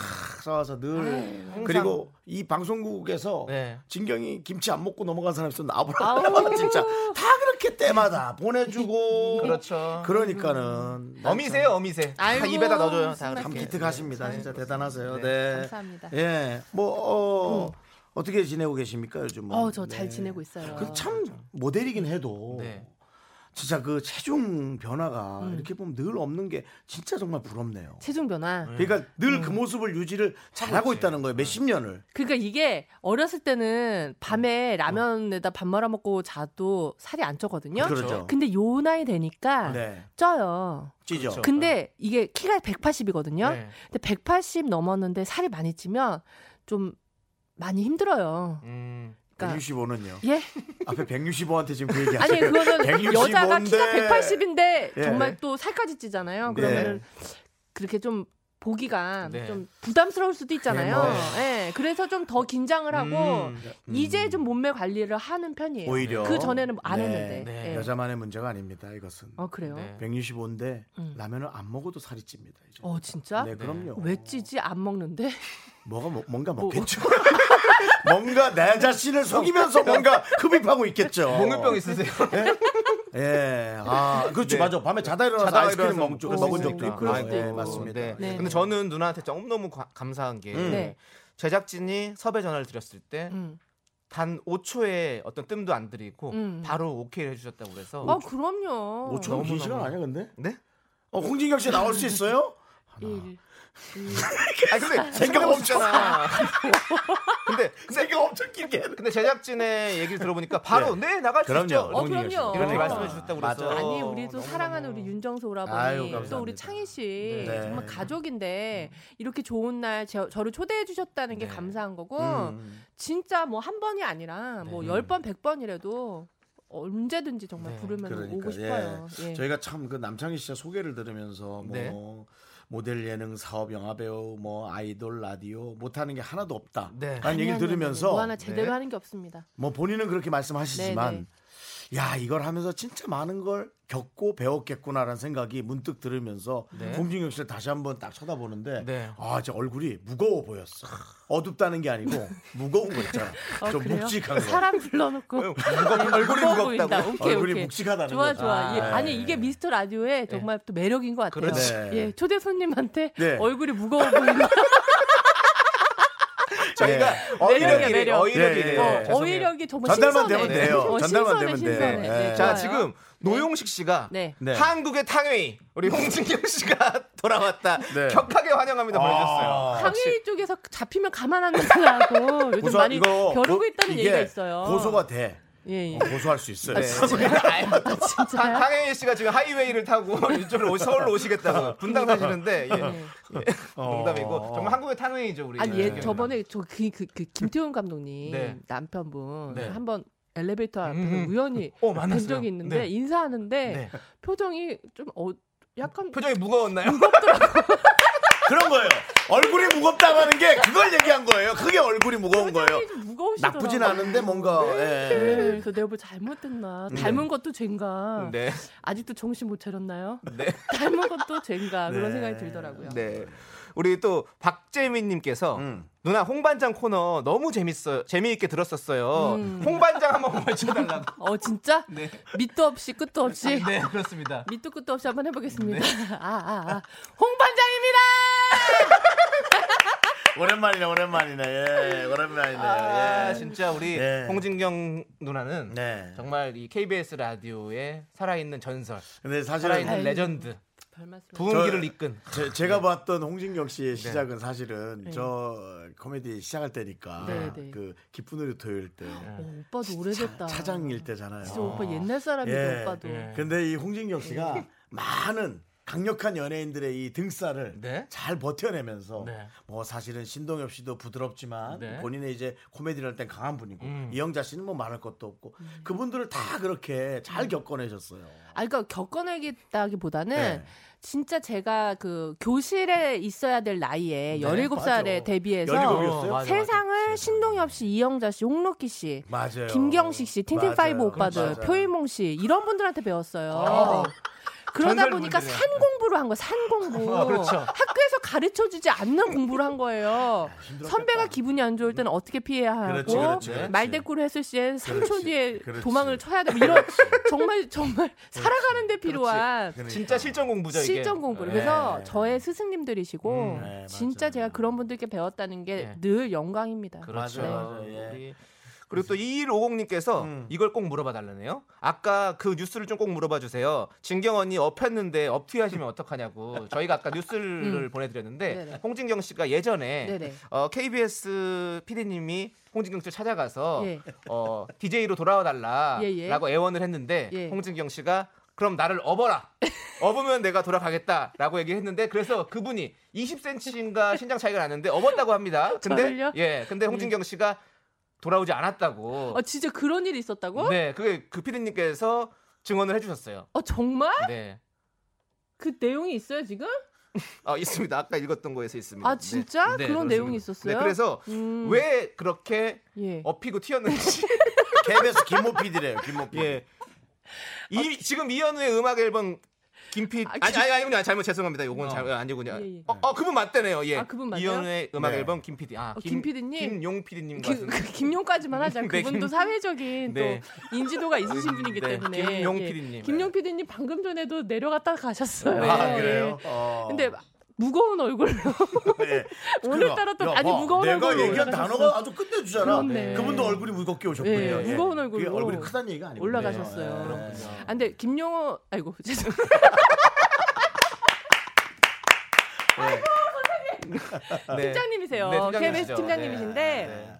Speaker 1: 싸와서 늘 그리고 이 방송국에서
Speaker 2: 네.
Speaker 1: 진경이 김치 안 먹고 넘어간 사람 있으면 나보라 진짜 다 그렇게 때마다
Speaker 9: [LAUGHS]
Speaker 1: 보내주고
Speaker 2: 그렇죠.
Speaker 9: 음.
Speaker 1: 그러니까는
Speaker 2: 어미세요, 어미세. 다
Speaker 9: 아이고,
Speaker 2: 입에다 넣어줘요. 다
Speaker 9: 정말
Speaker 2: 이렇게.
Speaker 1: 기특 하십니다. 진짜 대단하세요. 네.
Speaker 9: 감사합니다. 음.
Speaker 1: 예. 뭐 어, 어떻게 지내고 계십니까 요즘?
Speaker 9: 어, 저 잘 지내고 있어요.
Speaker 1: 네. 그참 모델이긴 해도
Speaker 2: 네.
Speaker 1: 진짜 그 체중 변화가
Speaker 9: 음.
Speaker 1: 이렇게 보면 늘 없는 게 진짜 정말 부럽네요.
Speaker 9: 체중 변화.
Speaker 1: 그러니까 늘 그
Speaker 9: 음.
Speaker 1: 모습을 유지를 잘하고 있다는 거예요. 몇 십 년을.
Speaker 9: 그러니까 이게 어렸을
Speaker 1: 음.
Speaker 9: 때는 밤에 라면에다 밥 말아 먹고 자도 살이 안 쪄거든요.
Speaker 1: 그렇죠.
Speaker 9: 근데 요 나이 되니까
Speaker 1: 네.
Speaker 9: 쪄요.
Speaker 1: 찌죠.
Speaker 2: 그렇죠.
Speaker 9: 근데 이게 키가 180이거든요.
Speaker 2: 네.
Speaker 9: 근데 180 넘었는데 살이 많이 찌면 좀 많이 힘들어요.
Speaker 2: 음.
Speaker 9: 그러니까
Speaker 1: 165는요.
Speaker 9: 예?
Speaker 1: 앞에 165한테 지금 그 얘기
Speaker 9: 아니
Speaker 1: 하세요. [LAUGHS]
Speaker 9: 그거는
Speaker 1: 165 인데.
Speaker 9: 여자가 키가 180인데
Speaker 1: 예. 네.
Speaker 9: 정말 또 살까지 찌잖아요. 그러면은 그렇게 좀 보기가
Speaker 2: 네.
Speaker 9: 좀 부담스러울 수도 있잖아요.
Speaker 1: 그래,
Speaker 9: 예. 그래서 좀 더 긴장을 하고 이제 좀 몸매 관리를 하는 편이에요.
Speaker 1: 음. 오히려
Speaker 9: 그 전에는 안 했는데.
Speaker 2: 네.
Speaker 9: 예.
Speaker 1: 여자만의 문제가 아닙니다. 이것은.
Speaker 9: 어 그래요?
Speaker 2: 네.
Speaker 1: 165인데
Speaker 9: 음.
Speaker 1: 라면을 안 먹어도 살이 찝니다. 이제.
Speaker 9: 어 진짜?
Speaker 1: 네, 그럼요.
Speaker 9: 왜 어, 찌지? 안 먹는데? [LAUGHS]
Speaker 1: 뭐가 뭐- 뭔가 먹겠죠. [LAUGHS] 뭔가 내 자신을 속이면서 뭔가 흡입하고 있겠죠.
Speaker 2: 공유병 있으세요?
Speaker 1: 예, 아 그렇죠,
Speaker 2: 네.
Speaker 1: 맞아. 밤에 자다 일어나서
Speaker 2: 자다가
Speaker 1: 아이스크림
Speaker 2: 일어나서
Speaker 1: 먹은, 적-
Speaker 9: 먹을
Speaker 1: 먹은
Speaker 9: 수
Speaker 1: 적도
Speaker 9: 있으니까.
Speaker 1: 있고,
Speaker 9: 그럴 수도
Speaker 1: 예,
Speaker 9: 있고.
Speaker 1: 맞습니다. 음.
Speaker 2: 네.
Speaker 9: 네.
Speaker 2: 근데 저는 누나한테 너무너무 가- 감사한 게
Speaker 9: 네.
Speaker 2: 제작진이 섭외 전화를 드렸을 때
Speaker 9: 음.
Speaker 2: 단 5초에 어떤 뜸도 안 들이고
Speaker 9: 음.
Speaker 2: 바로 오케이를 해주셨다고 그래서
Speaker 1: 뭐
Speaker 9: 어 그럼요.
Speaker 1: 5초 긴
Speaker 2: 너무너무.
Speaker 1: 시간 아니야, 근데?
Speaker 2: 네?
Speaker 1: 어, 홍진경 씨 나올 수
Speaker 2: [LAUGHS]
Speaker 1: 있어요?
Speaker 9: 일.
Speaker 2: 아 근데
Speaker 1: 생각 엄청,
Speaker 2: 생각해보셨잖아. [LAUGHS] 근데
Speaker 1: 생각 엄청 길게. 했네.
Speaker 2: 근데 제작진의 얘기를 들어보니까 바로 네, 나갈 수 있죠.
Speaker 9: 어, 그럼요.
Speaker 1: 홍진경 씨.
Speaker 9: 이렇게
Speaker 1: 그러니까.
Speaker 2: 말씀해 주셨다고 그래서.
Speaker 1: 맞아.
Speaker 9: 아니
Speaker 2: 어,
Speaker 9: 우리도
Speaker 2: 너무너무.
Speaker 9: 사랑하는 우리 윤정수 오라버니
Speaker 1: 아유, 감사합니다.
Speaker 9: 또 우리 창희 씨
Speaker 1: 네. 음.
Speaker 9: 정말 가족인데 이렇게 좋은 날 저, 를 초대해 주셨다는 게
Speaker 2: 네.
Speaker 9: 감사한 거고
Speaker 1: 음.
Speaker 9: 진짜 뭐 한 번이 아니라 뭐
Speaker 2: 네.
Speaker 9: 열 번 백 번이라도 언제든지 정말
Speaker 2: 네,
Speaker 9: 부르면
Speaker 1: 그러니까,
Speaker 9: 오고 싶어요. 예.
Speaker 1: 저희가 참 그 남창희 씨의 소개를 들으면서 뭐
Speaker 2: 네.
Speaker 1: 모델 예능 사업 영화 배우 뭐 아이돌 라디오 못하는 게 하나도 없다.
Speaker 2: 네.
Speaker 1: 라는
Speaker 9: 아니,
Speaker 1: 얘기를
Speaker 9: 아니,
Speaker 1: 들으면서
Speaker 9: 아니, 뭐 하나 네, 제대로
Speaker 2: 네.
Speaker 9: 하는 게 없습니다.
Speaker 1: 뭐 본인은 그렇게 말씀하시지만 야 이걸 하면서 진짜 많은 걸 겪고 배웠겠구나라는 생각이 문득 들으면서
Speaker 2: 네.
Speaker 1: 공진경 씨를 다시 한번 딱 쳐다보는데
Speaker 2: 네.
Speaker 1: 아 제 얼굴이 무거워 보였어 어둡다는 게 아니고 무거운 거
Speaker 9: [LAUGHS]
Speaker 1: 있잖아
Speaker 9: 어,
Speaker 1: 좀
Speaker 9: 그래요?
Speaker 1: 묵직한 거
Speaker 9: 사람 불러놓고 [LAUGHS]
Speaker 2: 얼굴이
Speaker 9: 무거워
Speaker 2: 무겁다고.
Speaker 9: 보인다. 오케이,
Speaker 1: 얼굴이
Speaker 9: 오케이.
Speaker 1: 묵직하다는
Speaker 9: 좋아
Speaker 1: 거죠.
Speaker 9: 좋아.
Speaker 1: 아,
Speaker 9: 예,
Speaker 1: 네.
Speaker 9: 아니 이게 미스터 라디오의 정말 또 매력인 것 같아요.
Speaker 1: 그렇죠.
Speaker 9: 예, 초대 손님한테
Speaker 1: 네.
Speaker 9: 얼굴이 무거워 보인다.
Speaker 2: 저희가
Speaker 1: 예.
Speaker 9: [LAUGHS] 매력이야,
Speaker 2: 어휘력이
Speaker 9: 매력.
Speaker 1: 예, 예.
Speaker 2: 어휘력이
Speaker 9: 어,
Speaker 1: 네,
Speaker 9: 어휘력이 정말
Speaker 1: 전달만
Speaker 9: 신선해.
Speaker 1: 되면 돼요.
Speaker 9: 어,
Speaker 1: 전달만
Speaker 9: 신선해,
Speaker 1: 되면 돼요.
Speaker 9: 신선해.
Speaker 1: 예.
Speaker 9: 네,
Speaker 2: 자
Speaker 9: 좋아요.
Speaker 2: 지금 노용식 씨가
Speaker 9: 네.
Speaker 1: 네.
Speaker 2: 한국의 탕웨이 우리 홍진경 씨가 [LAUGHS] 돌아왔다
Speaker 1: 네.
Speaker 2: 격하게
Speaker 9: 어,
Speaker 2: 환영합니다
Speaker 1: 아.
Speaker 2: 보내줬어요.
Speaker 9: 상위 쪽에서 잡히면 가만 안 둔다고 요즘
Speaker 1: 고소- [LAUGHS]
Speaker 9: 많이
Speaker 1: 이거
Speaker 9: 겨루고
Speaker 1: 고-
Speaker 9: 있다는
Speaker 1: 이게
Speaker 9: 얘기가 있어요.
Speaker 1: 고소가 네. 뭐 돼.
Speaker 9: 예, 예.
Speaker 1: 고소할 수 있어요. [LAUGHS]
Speaker 9: 진짜요?
Speaker 2: 강혜인 씨가 지금 하이웨이를 타고 [LAUGHS] 이쪽으로 오- 서울로 오시겠다고 분당 사시는데 예.
Speaker 9: 네.
Speaker 2: 예.
Speaker 1: 어.
Speaker 2: 농담이고 정말 한국의 탄웨이죠 우리.
Speaker 9: 아니
Speaker 2: 네.
Speaker 9: 예 저번에 저 그 그 김태훈 감독님
Speaker 2: 네.
Speaker 9: 남편분
Speaker 2: 네.
Speaker 9: 한번 엘리베이터 앞에서
Speaker 2: 음.
Speaker 9: 우연히
Speaker 2: 어,
Speaker 9: 뵌
Speaker 2: 만났어요.
Speaker 9: 적이 있는데
Speaker 2: 네.
Speaker 9: 인사하는데
Speaker 2: 네.
Speaker 9: 표정이 좀 어, 약간
Speaker 2: 표정이
Speaker 1: [LAUGHS]
Speaker 2: 무거웠나요?
Speaker 1: 그런 거예요. 얼굴이 무겁다고 하는 게 그걸 얘기한 거예요. 그게 얼굴이 무거운 거예요.
Speaker 9: 표정이 좀 무거우시더라고요.
Speaker 1: 나쁘진 않은데 네. 뭔가
Speaker 9: 네,
Speaker 1: 예.
Speaker 9: 그래서 내가 뭐 잘못됐나 닮은 것도 죄인가
Speaker 2: 네.
Speaker 9: 아직도 정신 못 차렸나요?
Speaker 2: 네.
Speaker 9: 닮은 것도 죄인가
Speaker 1: 네.
Speaker 9: 그런 생각이 들더라고요.
Speaker 2: 네. 우리 또 박재민님께서
Speaker 1: 음.
Speaker 2: 누나 홍반장 코너 너무 재밌어 재미있게 들었었어요.
Speaker 9: 음.
Speaker 2: 홍반장 한번 보여주달라고.
Speaker 9: 어 진짜
Speaker 2: 네.
Speaker 9: 밑도 없이 끝도 없이
Speaker 2: 네 그렇습니다.
Speaker 9: 밑도 끝도 없이 한번 해보겠습니다. [LAUGHS] 아 아, 아. 홍반장입니다.
Speaker 1: 오랜만이네, 오랜만이네. 예, 오랜만이네요.
Speaker 2: 아,
Speaker 1: 예.
Speaker 2: 진짜 우리
Speaker 1: 네.
Speaker 2: 홍진경
Speaker 9: 아,
Speaker 2: 누나는
Speaker 1: 네.
Speaker 2: 정말 이 KBS 라디오의 살아있는 전설,
Speaker 1: 근데 사실은
Speaker 2: 살아있는
Speaker 9: 아유.
Speaker 2: 레전드,
Speaker 9: 별말씀.
Speaker 2: 부흥기를
Speaker 1: 저-
Speaker 2: 이끈.
Speaker 1: 제,
Speaker 9: 네.
Speaker 1: 가 봤던 홍진경 씨의 시작은 사실은 저 코미디 시작할 때니까
Speaker 9: 네, 네.
Speaker 1: 그 기쁜 우리 토요일 때
Speaker 9: 어, 오빠도 오래됐다.
Speaker 1: 차장일 때잖아요.
Speaker 9: 진짜 오빠 옛날 사람이다
Speaker 1: 예.
Speaker 9: 오빠도.
Speaker 2: 예.
Speaker 1: 근데 이 홍진경
Speaker 9: 네.
Speaker 1: 씨가 많은 강력한 연예인들의 이 등살을
Speaker 2: 네.
Speaker 1: 잘 버텨내면서
Speaker 2: 네.
Speaker 1: 뭐 사실은 신동엽 씨도 부드럽지만
Speaker 2: 네.
Speaker 1: 본인의 이제 코미디를 할 땐 강한 분이고
Speaker 2: 음.
Speaker 1: 이영자 씨는 뭐 말할 것도 없고
Speaker 9: 음.
Speaker 1: 그분들을 다 그렇게 잘 겪어내셨어요.
Speaker 9: 아, 그러니까 겪어내겠다기보다는
Speaker 1: 네.
Speaker 9: 진짜 제가 그 교실에 있어야 될 나이에
Speaker 1: 네,
Speaker 9: 17살에
Speaker 1: 맞아.
Speaker 9: 데뷔해서
Speaker 1: 열일곱이었어요?
Speaker 2: 어, 맞아,
Speaker 9: 세상을 신동엽 씨, 이영자 씨, 홍록기 씨,
Speaker 1: 맞아요.
Speaker 9: 김경식 씨, 틴틴파이브
Speaker 1: 맞아요.
Speaker 9: 오빠들,
Speaker 1: 맞아요. 아.
Speaker 9: 표일몽 씨 이런 분들한테 배웠어요.
Speaker 2: 어.
Speaker 9: 그러다
Speaker 2: 전설
Speaker 9: 보니까
Speaker 2: 분들이야.
Speaker 9: 산 공부를 한 거야, 산 공부.
Speaker 1: 아,
Speaker 2: 어, 그렇죠.
Speaker 9: 학교에서 가르쳐 주지 않는 공부를 한 거예요. 선배가 기분이 안 좋을 때는 어떻게 피해야 하고,
Speaker 1: 그렇지, 그렇지, 그렇지.
Speaker 9: 말대꾸를 했을 시엔 3초 뒤에
Speaker 1: 그렇지.
Speaker 9: 도망을 쳐야 되고, 이런 정말, 정말 살아가는데 필요한
Speaker 1: 그러니까.
Speaker 2: 진짜 실전 공부죠 이게.
Speaker 9: 실전 공부를.
Speaker 2: 네.
Speaker 9: 그래서 저의 스승님들이시고,
Speaker 2: 음,
Speaker 1: 네,
Speaker 9: 진짜
Speaker 1: 맞아요.
Speaker 9: 제가 그런 분들께
Speaker 2: 네.
Speaker 9: 배웠다는 게 늘 영광입니다.
Speaker 2: 그렇죠.
Speaker 1: 맞아요. 예.
Speaker 2: 우리- 그리고 또 2150님께서
Speaker 1: 음.
Speaker 2: 이걸 꼭 물어봐 달라네요. 아까 그 뉴스를 좀 꼭 물어봐 주세요. 진경 언니 업했는데 업투 하시면 어떡하냐고. 저희가 아까 뉴스를 보내드렸는데
Speaker 9: 음. 네네.
Speaker 2: 홍진경 씨가 예전에
Speaker 9: 네네.
Speaker 2: 어, KBS PD님이 홍진경 씨를 찾아가서
Speaker 9: 예.
Speaker 2: 어, DJ로 돌아와 달라라고
Speaker 9: 예, 예.
Speaker 2: 애원을 했는데
Speaker 9: 예.
Speaker 2: 홍진경 씨가 그럼 나를 업어라. 업으면 내가 돌아가겠다라고 얘기했는데 그래서 그분이 20cm인가 신장 차이가 났는데 업었다고 합니다. 근데
Speaker 9: 저를요? 음.
Speaker 2: 예, 근데 홍진경 씨가 돌아오지 않았다고.
Speaker 9: 아, 진짜 그런 일이 있었다고?
Speaker 2: 네, 그게 그 피디님께서 증언을 해주셨어요.
Speaker 9: 어, 정말?
Speaker 2: 네,
Speaker 9: 그 내용이 있어요, 지금?
Speaker 2: 아 있습니다. 아까 읽었던 거에서 있습니다.
Speaker 9: 아,
Speaker 2: 네.
Speaker 9: 진짜?
Speaker 2: 네,
Speaker 9: 그런
Speaker 2: 그렇습니다.
Speaker 9: 내용이 있었어요?
Speaker 2: 네, 그래서
Speaker 9: 음.
Speaker 2: 왜 어, 그렇게
Speaker 9: 예.
Speaker 2: 업히고
Speaker 9: [LAUGHS]
Speaker 2: 튀었는지.
Speaker 1: KBS 김호 PD래요. 김호 PD.
Speaker 2: 예. 이 지금 이현우의 음악 앨범 김피
Speaker 9: 아,
Speaker 2: 아니
Speaker 9: 김-
Speaker 2: 아니 아니군요 잘못 죄송합니다 요건 잘 아니군요
Speaker 9: 예, 예.
Speaker 2: 어, 어, 그분 맞다네요 예
Speaker 9: 아, 그분 맞아요?
Speaker 2: 이현우의 음악
Speaker 1: 네.
Speaker 2: 앨범 김피디 아
Speaker 9: 어, 김 PD님?
Speaker 2: 김용 피디님
Speaker 9: [LAUGHS] 김,
Speaker 2: 같은데
Speaker 9: 그 김용까지만 하자.
Speaker 2: 네,
Speaker 9: 그분도
Speaker 2: 김-
Speaker 9: 사회적인
Speaker 2: 네.
Speaker 9: 또 인지도가 있으신 분이기
Speaker 2: 네,
Speaker 9: 때문에.
Speaker 2: 김용
Speaker 9: 예.
Speaker 2: PD님. 네.
Speaker 9: 김용 PD님 방금 전에도 내려갔다 가셨어요.
Speaker 1: 아
Speaker 9: 예.
Speaker 1: 그래요. 어.
Speaker 9: 근데 무거운 얼굴로
Speaker 1: 예.
Speaker 9: [LAUGHS] 오늘따라 또
Speaker 1: 야,
Speaker 9: 아주
Speaker 2: 뭐
Speaker 1: 봐.
Speaker 9: 무거운
Speaker 1: 내가
Speaker 9: 얼굴로
Speaker 1: 얘기한
Speaker 9: 올라가셨어요.
Speaker 1: 단어가 아주 끝내주잖아.
Speaker 9: 그렇네.
Speaker 1: 그분도 얼굴이 무겁게 오셨군요.
Speaker 9: 예,
Speaker 1: 예.
Speaker 9: 무거운
Speaker 1: 그게
Speaker 9: 얼굴로
Speaker 1: 얼굴이 크다는 얘기가 예, 아니고
Speaker 9: 올라가셨어요. 아, 근데 김용호 아이고 [LAUGHS] 죄송.
Speaker 2: 네.
Speaker 9: 팀장님이세요.
Speaker 2: 네, 팀장님이시죠.
Speaker 9: KBS 팀장님이신데
Speaker 1: 네.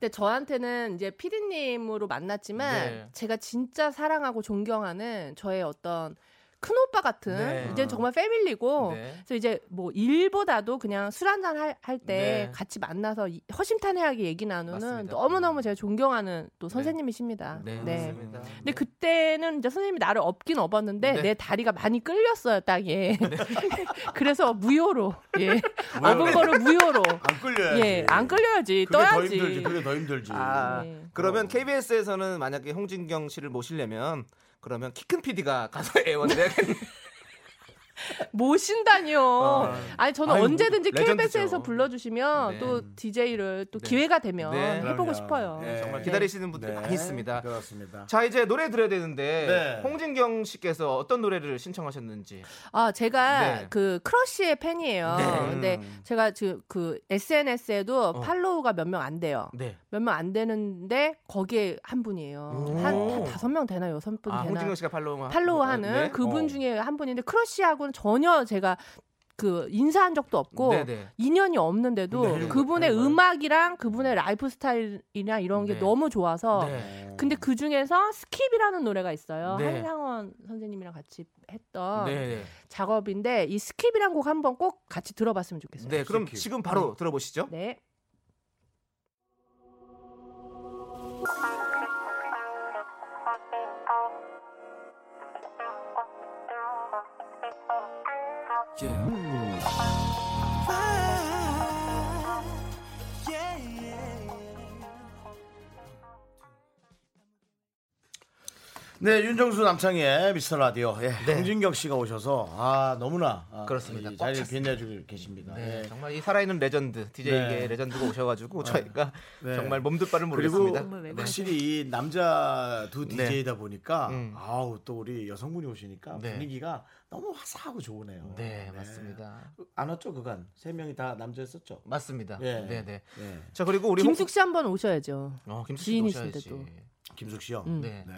Speaker 9: 근데 저한테는 이제 피디님으로 만났지만
Speaker 2: 네.
Speaker 9: 제가 진짜 사랑하고 존경하는 저의 어떤 큰 오빠 같은
Speaker 2: 네.
Speaker 9: 이제 정말 패밀리고
Speaker 2: 네.
Speaker 9: 그래서 이제 뭐 일보다도 그냥 술 한잔 할 때
Speaker 2: 네.
Speaker 9: 같이 만나서 이- 허심탄회하게 얘기 나누는
Speaker 2: 맞습니다. 음.
Speaker 9: 너무 너무 제가 존경하는 또 선생님이십니다.
Speaker 2: 네,
Speaker 9: 네.
Speaker 2: 맞습니다.
Speaker 9: 근데 그때는 이제 선생님이 나를 업긴 업었는데
Speaker 2: 네.
Speaker 9: 내 다리가 많이 끌렸어요 땅에. [LAUGHS] 그래서 무효로 예. 업은 거를 무효로
Speaker 1: 안 끌려야지.
Speaker 9: 예, 안 끌려야지.
Speaker 1: 네. 그게 더
Speaker 9: 떠야지.
Speaker 1: 힘들지. 그게 더 힘들지.
Speaker 2: 아
Speaker 9: 네.
Speaker 2: 그러면 KBS에서는 만약에 홍진경 씨를 모시려면 그러면 키큰 PD가 가서 [LAUGHS] 애원을 해야겠네요.
Speaker 9: 모신다니요. 아니 저는
Speaker 2: 아유,
Speaker 9: 언제든지
Speaker 2: 레전드죠.
Speaker 9: KBS에서 불러주시면
Speaker 2: 네.
Speaker 9: 또 DJ를 또
Speaker 2: 네.
Speaker 9: 기회가 되면
Speaker 2: 네.
Speaker 9: 해보고
Speaker 1: 그럼요.
Speaker 9: 싶어요.
Speaker 1: 네.
Speaker 2: 정말
Speaker 9: 네.
Speaker 2: 기다리시는 분들이 많이 있습니다.
Speaker 1: 그렇습니다.
Speaker 2: 자 이제 노래 들어야 되는데
Speaker 1: 네.
Speaker 2: 홍진경 씨께서 어떤 노래를 신청하셨는지
Speaker 9: 아 제가
Speaker 2: 네.
Speaker 9: 그 크러쉬의 팬이에요. 근데
Speaker 1: 음.
Speaker 9: 제가 지금 그 SNS에도 팔로우가 몇 명 안 돼요.
Speaker 2: 어. 네.
Speaker 9: 몇 명 안 되는데 거기에 한 분이에요. 한, 한 다섯 명 되나 여섯 분
Speaker 2: 아 네.
Speaker 9: 되나
Speaker 2: 홍진경 씨가 팔로우
Speaker 9: 팔로우하는 그분 중에 한 분인데 크러쉬하고는 전혀 제가 그 인사한 적도 없고
Speaker 2: 네네.
Speaker 9: 인연이 없는데도
Speaker 2: 네.
Speaker 9: 그분의 음악이랑 그분의 라이프 스타일이랑 이런 게
Speaker 2: 네.
Speaker 9: 너무 좋아서
Speaker 2: 네.
Speaker 9: 근데 그 중에서 스킵이라는 노래가 있어요.
Speaker 2: 네.
Speaker 9: 한상원 선생님이랑 같이 했던
Speaker 2: 네.
Speaker 9: 작업인데 이 스킵이란 곡 한번 꼭 같이 들어봤으면 좋겠어요.
Speaker 2: 네, 그럼 지금 바로 들어보시죠.
Speaker 9: 네.
Speaker 1: 네, 윤정수 남창의 미스터 라디오. 예, 홍진경 씨가 오셔서 아 너무나 아,
Speaker 2: 네. 그렇습니다.
Speaker 1: 이
Speaker 2: 꽉
Speaker 1: 자리를
Speaker 2: 찼어요.
Speaker 1: 빛내주고 계십니다.
Speaker 2: 네,
Speaker 1: 예.
Speaker 2: 정말 이 살아있는 레전드 DJ계
Speaker 1: 네.
Speaker 2: 레전드가 오셔가지고 저희가
Speaker 1: 네.
Speaker 2: 정말 몸둘 바를
Speaker 1: 그리고 뭐
Speaker 2: 모르겠습니다.
Speaker 1: 확실히 이 남자 두
Speaker 2: 네.
Speaker 1: DJ다 보니까
Speaker 2: 음.
Speaker 1: 아우 또 우리 여성분이 오시니까
Speaker 2: 네.
Speaker 1: 분위기가 너무 화사하고 좋으네요.
Speaker 2: 네, 맞습니다.
Speaker 1: 안 왔죠 그간 세 명이 다 남자였었죠.
Speaker 2: 맞습니다.
Speaker 1: 예.
Speaker 2: 네, 네.
Speaker 1: 네.
Speaker 2: 자 그리고 우리
Speaker 9: 김숙 씨 한번 오셔야죠.
Speaker 2: 홍- 어, 김숙 씨도
Speaker 9: 지인이신데
Speaker 2: 오셔야지.
Speaker 9: 또.
Speaker 1: 김숙 씨요.
Speaker 9: 음.
Speaker 2: 네.
Speaker 1: 네.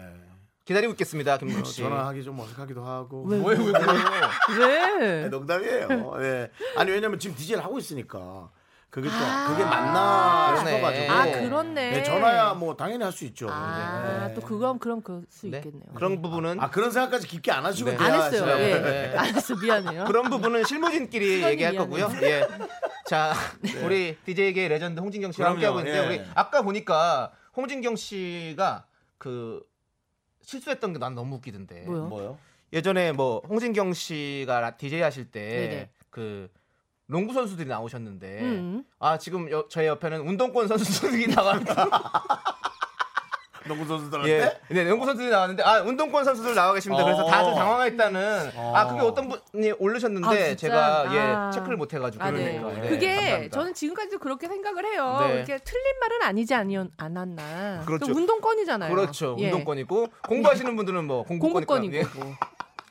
Speaker 2: 기다리고 있겠습니다, 김숙
Speaker 1: 어,
Speaker 2: 씨.
Speaker 1: 전화하기 좀 어색하기도 하고.
Speaker 9: 왜,
Speaker 1: 뭐예요, 왜 그래요?
Speaker 9: 네.
Speaker 1: 네, 농담이에요. 예. 아니 왜냐면 지금 DJ를 하고 있으니까 그게 또
Speaker 9: 아.
Speaker 1: 그게 맞나
Speaker 2: 그러네.
Speaker 1: 싶어가지고.
Speaker 9: 아 그렇네.
Speaker 1: 네, 전화야 뭐 당연히 할 수 있죠.
Speaker 9: 아,
Speaker 1: 네.
Speaker 9: 또 그럼 그럼 그럴 수
Speaker 2: 네.
Speaker 9: 있겠네요.
Speaker 2: 그런 부분은
Speaker 1: 아 그런 생각까지 깊게 안 하시고
Speaker 2: 네.
Speaker 9: 안
Speaker 1: 대화하시나
Speaker 9: 했어요.
Speaker 1: 봐요.
Speaker 9: 예.
Speaker 2: 네.
Speaker 9: 안 했어.
Speaker 1: 아.
Speaker 9: 미안해요.
Speaker 2: 그런 부분은 실무진끼리
Speaker 9: 시간이
Speaker 2: 얘기할 거고요. 예.
Speaker 1: [LAUGHS]
Speaker 2: 자, 우리 DJ계 레전드 홍진경 씨와
Speaker 1: 네. 그럼요,
Speaker 2: 함께하고 있는데
Speaker 1: 예.
Speaker 2: 우리 아까 보니까 홍진경 씨가 그 실수했던 게 난 너무 웃기던데.
Speaker 9: 뭐요?
Speaker 1: 뭐요?
Speaker 2: 예전에 뭐 홍진경 씨가 라- DJ 하실
Speaker 9: 네네.
Speaker 2: 때 그 농구 선수들이 나오셨는데
Speaker 9: 음.
Speaker 2: 아 지금 여- 저희 옆에는 운동권 선수들이 [LAUGHS] 나왔는데
Speaker 1: 농구 선수들한테
Speaker 2: 예. 네, 농구 선수들이 나왔는데 아 운동권 선수들 나와 계십니다. 그래서
Speaker 1: 어.
Speaker 2: 다들 당황했다는 아 그게 어떤 분이
Speaker 9: 아,
Speaker 2: 올르셨는데
Speaker 9: 진짜?
Speaker 2: 제가
Speaker 9: 아.
Speaker 2: 예 체크를 못 해가지고
Speaker 9: 아, 네.
Speaker 2: 그러네요. 네,
Speaker 9: 그게
Speaker 2: 감사합니다.
Speaker 9: 저는 지금까지도 그렇게 생각을 해요.
Speaker 2: 네.
Speaker 9: 이렇게 틀린 말은 아니지 아니었 않았나.
Speaker 2: 그렇죠.
Speaker 9: 또 운동권이잖아요.
Speaker 2: 그렇죠
Speaker 9: 예.
Speaker 2: 운동권이고 공부하시는 분들은 뭐 공부권이고
Speaker 9: 공부권이고.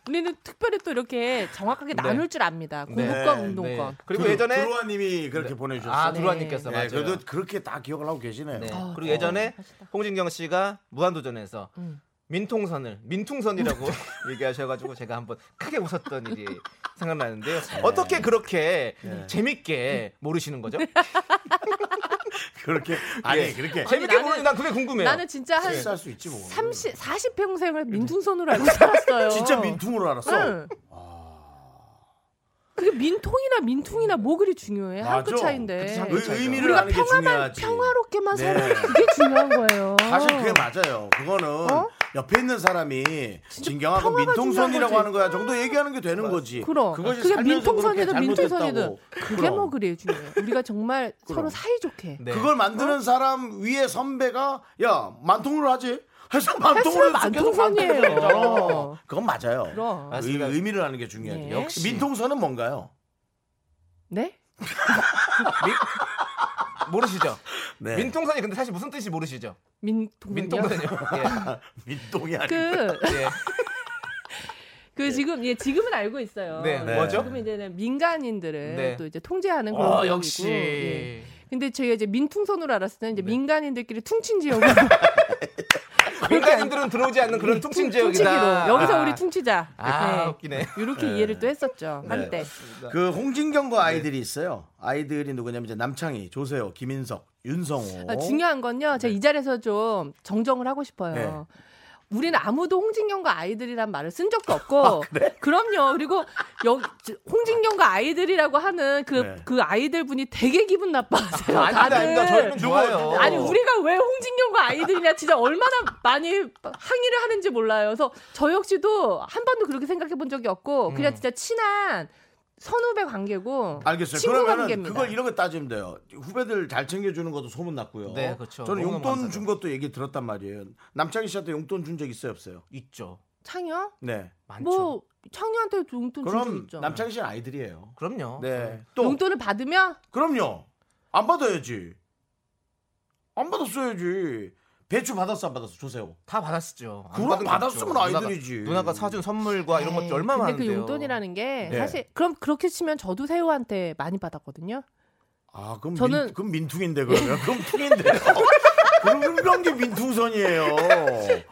Speaker 9: 우리는 특별히 또 이렇게 정확하게
Speaker 2: 네.
Speaker 9: 나눌 줄 압니다.
Speaker 2: 네.
Speaker 9: 공부권,
Speaker 1: 네.
Speaker 9: 운동권.
Speaker 2: 그리고 예전에
Speaker 1: 드로아님이 그렇게 보내주셨어요.
Speaker 2: 아
Speaker 9: 네.
Speaker 2: 두루아님께서
Speaker 1: 네,
Speaker 2: 맞아요.
Speaker 1: 그래도 그렇게 다 기억을 하고 계시네요.
Speaker 2: 네.
Speaker 9: 아,
Speaker 2: 그리고 예전에 홍진경 씨가 무한도전에서
Speaker 9: 음.
Speaker 2: 민통선을
Speaker 9: [LAUGHS]
Speaker 2: 민통선이라고 [LAUGHS] 얘기하셔가지고 제가 한번 크게 웃었던 일이 생각나는데요.
Speaker 9: 네.
Speaker 2: 어떻게 그렇게 재밌게 모르시는
Speaker 9: [LAUGHS]
Speaker 2: 거죠?
Speaker 1: 그렇게 아니
Speaker 2: 예.
Speaker 1: 그렇게
Speaker 2: 재밌게
Speaker 9: 나는-
Speaker 2: 모르는 난 그게 궁금해요. 네.
Speaker 9: 나는 진짜 한
Speaker 1: 실수할 수 있지 뭐.
Speaker 9: 30, 40평생을 민둥선으로 알고 살았어요.
Speaker 1: 진짜 민퉁으로 알았어. 아.
Speaker 9: 응. 그게 민통이나 민퉁이나 뭐 그리 중요해. 한 끗
Speaker 1: 맞아.
Speaker 9: 차인데.
Speaker 2: 그
Speaker 1: 의, 의미를
Speaker 9: 우리가
Speaker 1: 아는 게
Speaker 9: 평화만
Speaker 1: 중요하지.
Speaker 9: 평화롭게만
Speaker 1: 네.
Speaker 9: 살아야 그게 중요한 거예요.
Speaker 1: 사실 그게 뭐 맞아요. 그거는 옆에 있는 사람이 진경하고
Speaker 9: 어? 평화가
Speaker 1: 민통선이라고
Speaker 9: 중요한
Speaker 1: 하는 거야 정도 얘기하는 게 되는 거지.
Speaker 9: 그럼
Speaker 1: 그것이
Speaker 9: 그게
Speaker 1: 살면서
Speaker 9: 민통선이든
Speaker 1: 그렇게
Speaker 9: 민통선이든
Speaker 1: 잘못됐다고.
Speaker 9: 그게
Speaker 1: 그럼.
Speaker 9: 뭐 그리 중요해. 우리가 정말
Speaker 1: 그럼.
Speaker 9: 서로 사이좋게.
Speaker 2: 네.
Speaker 1: 그걸
Speaker 9: 어?
Speaker 1: 만드는 사람 위에 선배가 야 만통으로 하지. 해서 만통으로
Speaker 9: 할수록
Speaker 1: 해서 계속
Speaker 9: 만통선이에요.
Speaker 1: 만통선이잖아. 그건 맞아요.
Speaker 9: 그럼.
Speaker 2: 맞습니다.
Speaker 1: 의, 미를 하는 게 중요하지.
Speaker 9: 네.
Speaker 1: 역시 민통선은 뭔가요?
Speaker 9: 네?
Speaker 2: 모르시죠?
Speaker 1: 네.
Speaker 2: 민통선이 근데 사실 무슨 뜻인지
Speaker 9: [LAUGHS]
Speaker 2: 모르시죠?
Speaker 9: 민통선이요.
Speaker 2: 민통선이요.
Speaker 1: 민통이 아니고
Speaker 9: 그,
Speaker 2: 예. 예.
Speaker 9: 그 지금 예 지금은 알고 있어요.
Speaker 2: 네,
Speaker 1: 네.
Speaker 2: 뭐죠?
Speaker 9: 지금 이제는 민간인들을
Speaker 2: 네.
Speaker 9: 또 이제 통제하는 그런
Speaker 2: 어,
Speaker 9: 지역이고,
Speaker 2: 역시.
Speaker 9: 예. 근데 저희가 이제 민퉁선으로 알았을 때는 이제
Speaker 2: 네.
Speaker 9: 민간인들끼리
Speaker 2: [LAUGHS]
Speaker 9: 퉁친 지역으로 [LAUGHS] 그러니까
Speaker 2: 그러니까 민간인들은 들어오지 않는 그런
Speaker 9: 퉁-
Speaker 2: 통칭
Speaker 9: 퉁치기로.
Speaker 2: 지역이다.
Speaker 9: 여기서
Speaker 2: 아.
Speaker 9: 우리 퉁치자.
Speaker 2: 아,
Speaker 9: 네.
Speaker 2: 웃기네. 네.
Speaker 9: 이렇게 이해를 또 했었죠 한때.
Speaker 1: 그 홍진경과 아이들이 있어요. 아이들이 누구냐면 이제 남창희, 조세호, 김인석, 윤성호.
Speaker 9: 아, 중요한 건요.
Speaker 1: 네.
Speaker 9: 제가 이 자리에서 좀 정정을 하고 싶어요. 우리는 아무도 홍진경과 아이들이란 말을 쓴
Speaker 1: [LAUGHS]
Speaker 9: 적도 없고 그럼요 그리고 여, 저- 홍진경과 아이들이라고 하는 그 그
Speaker 1: 네.
Speaker 9: 아이들 분이 되게 기분 나빠하세요
Speaker 2: 아니,
Speaker 9: 다들
Speaker 1: 그러니까
Speaker 2: 아니, 저희는 좋아요.
Speaker 1: 어.
Speaker 9: 아니 우리가 왜 홍진경과 아이들이냐 진짜 얼마나 많이 항의를 하는지 몰라요 그래서 저 역시도 한 번도 그렇게 생각해 본 적이 없고 그냥 진짜 친한 선후배 관계고
Speaker 1: 음. 알겠어요.
Speaker 9: 친구
Speaker 1: 그러면은
Speaker 9: 관계입니다
Speaker 1: 그걸 이렇게 따지면 돼요. 후배들 잘 챙겨주는 것도 소문 났고요.
Speaker 2: 네, 그렇죠.
Speaker 1: 저는
Speaker 2: 너무
Speaker 1: 용돈
Speaker 2: 감사하죠.
Speaker 1: 준 것도 얘기 들었단 말이에요. 남창희 씨한테 용돈 준 적 있어요, 없어요?
Speaker 9: 음,
Speaker 2: 있죠.
Speaker 9: 창현
Speaker 1: 네.
Speaker 2: 많죠.
Speaker 9: 뭐 창녀한테 용돈 준 적
Speaker 1: 그럼
Speaker 9: 있죠. 어,
Speaker 1: 남창희 씨는 아이들이에요.
Speaker 2: 그럼요.
Speaker 1: 네. 또
Speaker 9: 용돈을 받으면
Speaker 1: 그럼요. 안 받아야지. 안 받았어야지. 배추 받았어 안 받았어 조세호.
Speaker 2: 다 받았죠. 안
Speaker 1: 그럼
Speaker 2: 받은 거
Speaker 1: 받았으면
Speaker 2: 없죠. 누나가-
Speaker 1: 아이들이지.
Speaker 2: 누나가, 사준 선물과 이런 것도 얼마
Speaker 9: 근데
Speaker 2: 많은데요.
Speaker 9: 그 용돈이라는 게
Speaker 1: 네.
Speaker 9: 사실 그럼 그렇게 치면 저도 세호한테 많이 받았거든요.
Speaker 1: 아 그럼
Speaker 9: 저는-
Speaker 1: 민, 그럼 민퉁인데 그러면 그럼 퉁인데.
Speaker 9: [LAUGHS]
Speaker 1: 그럼 그런 게 민퉁선이에요.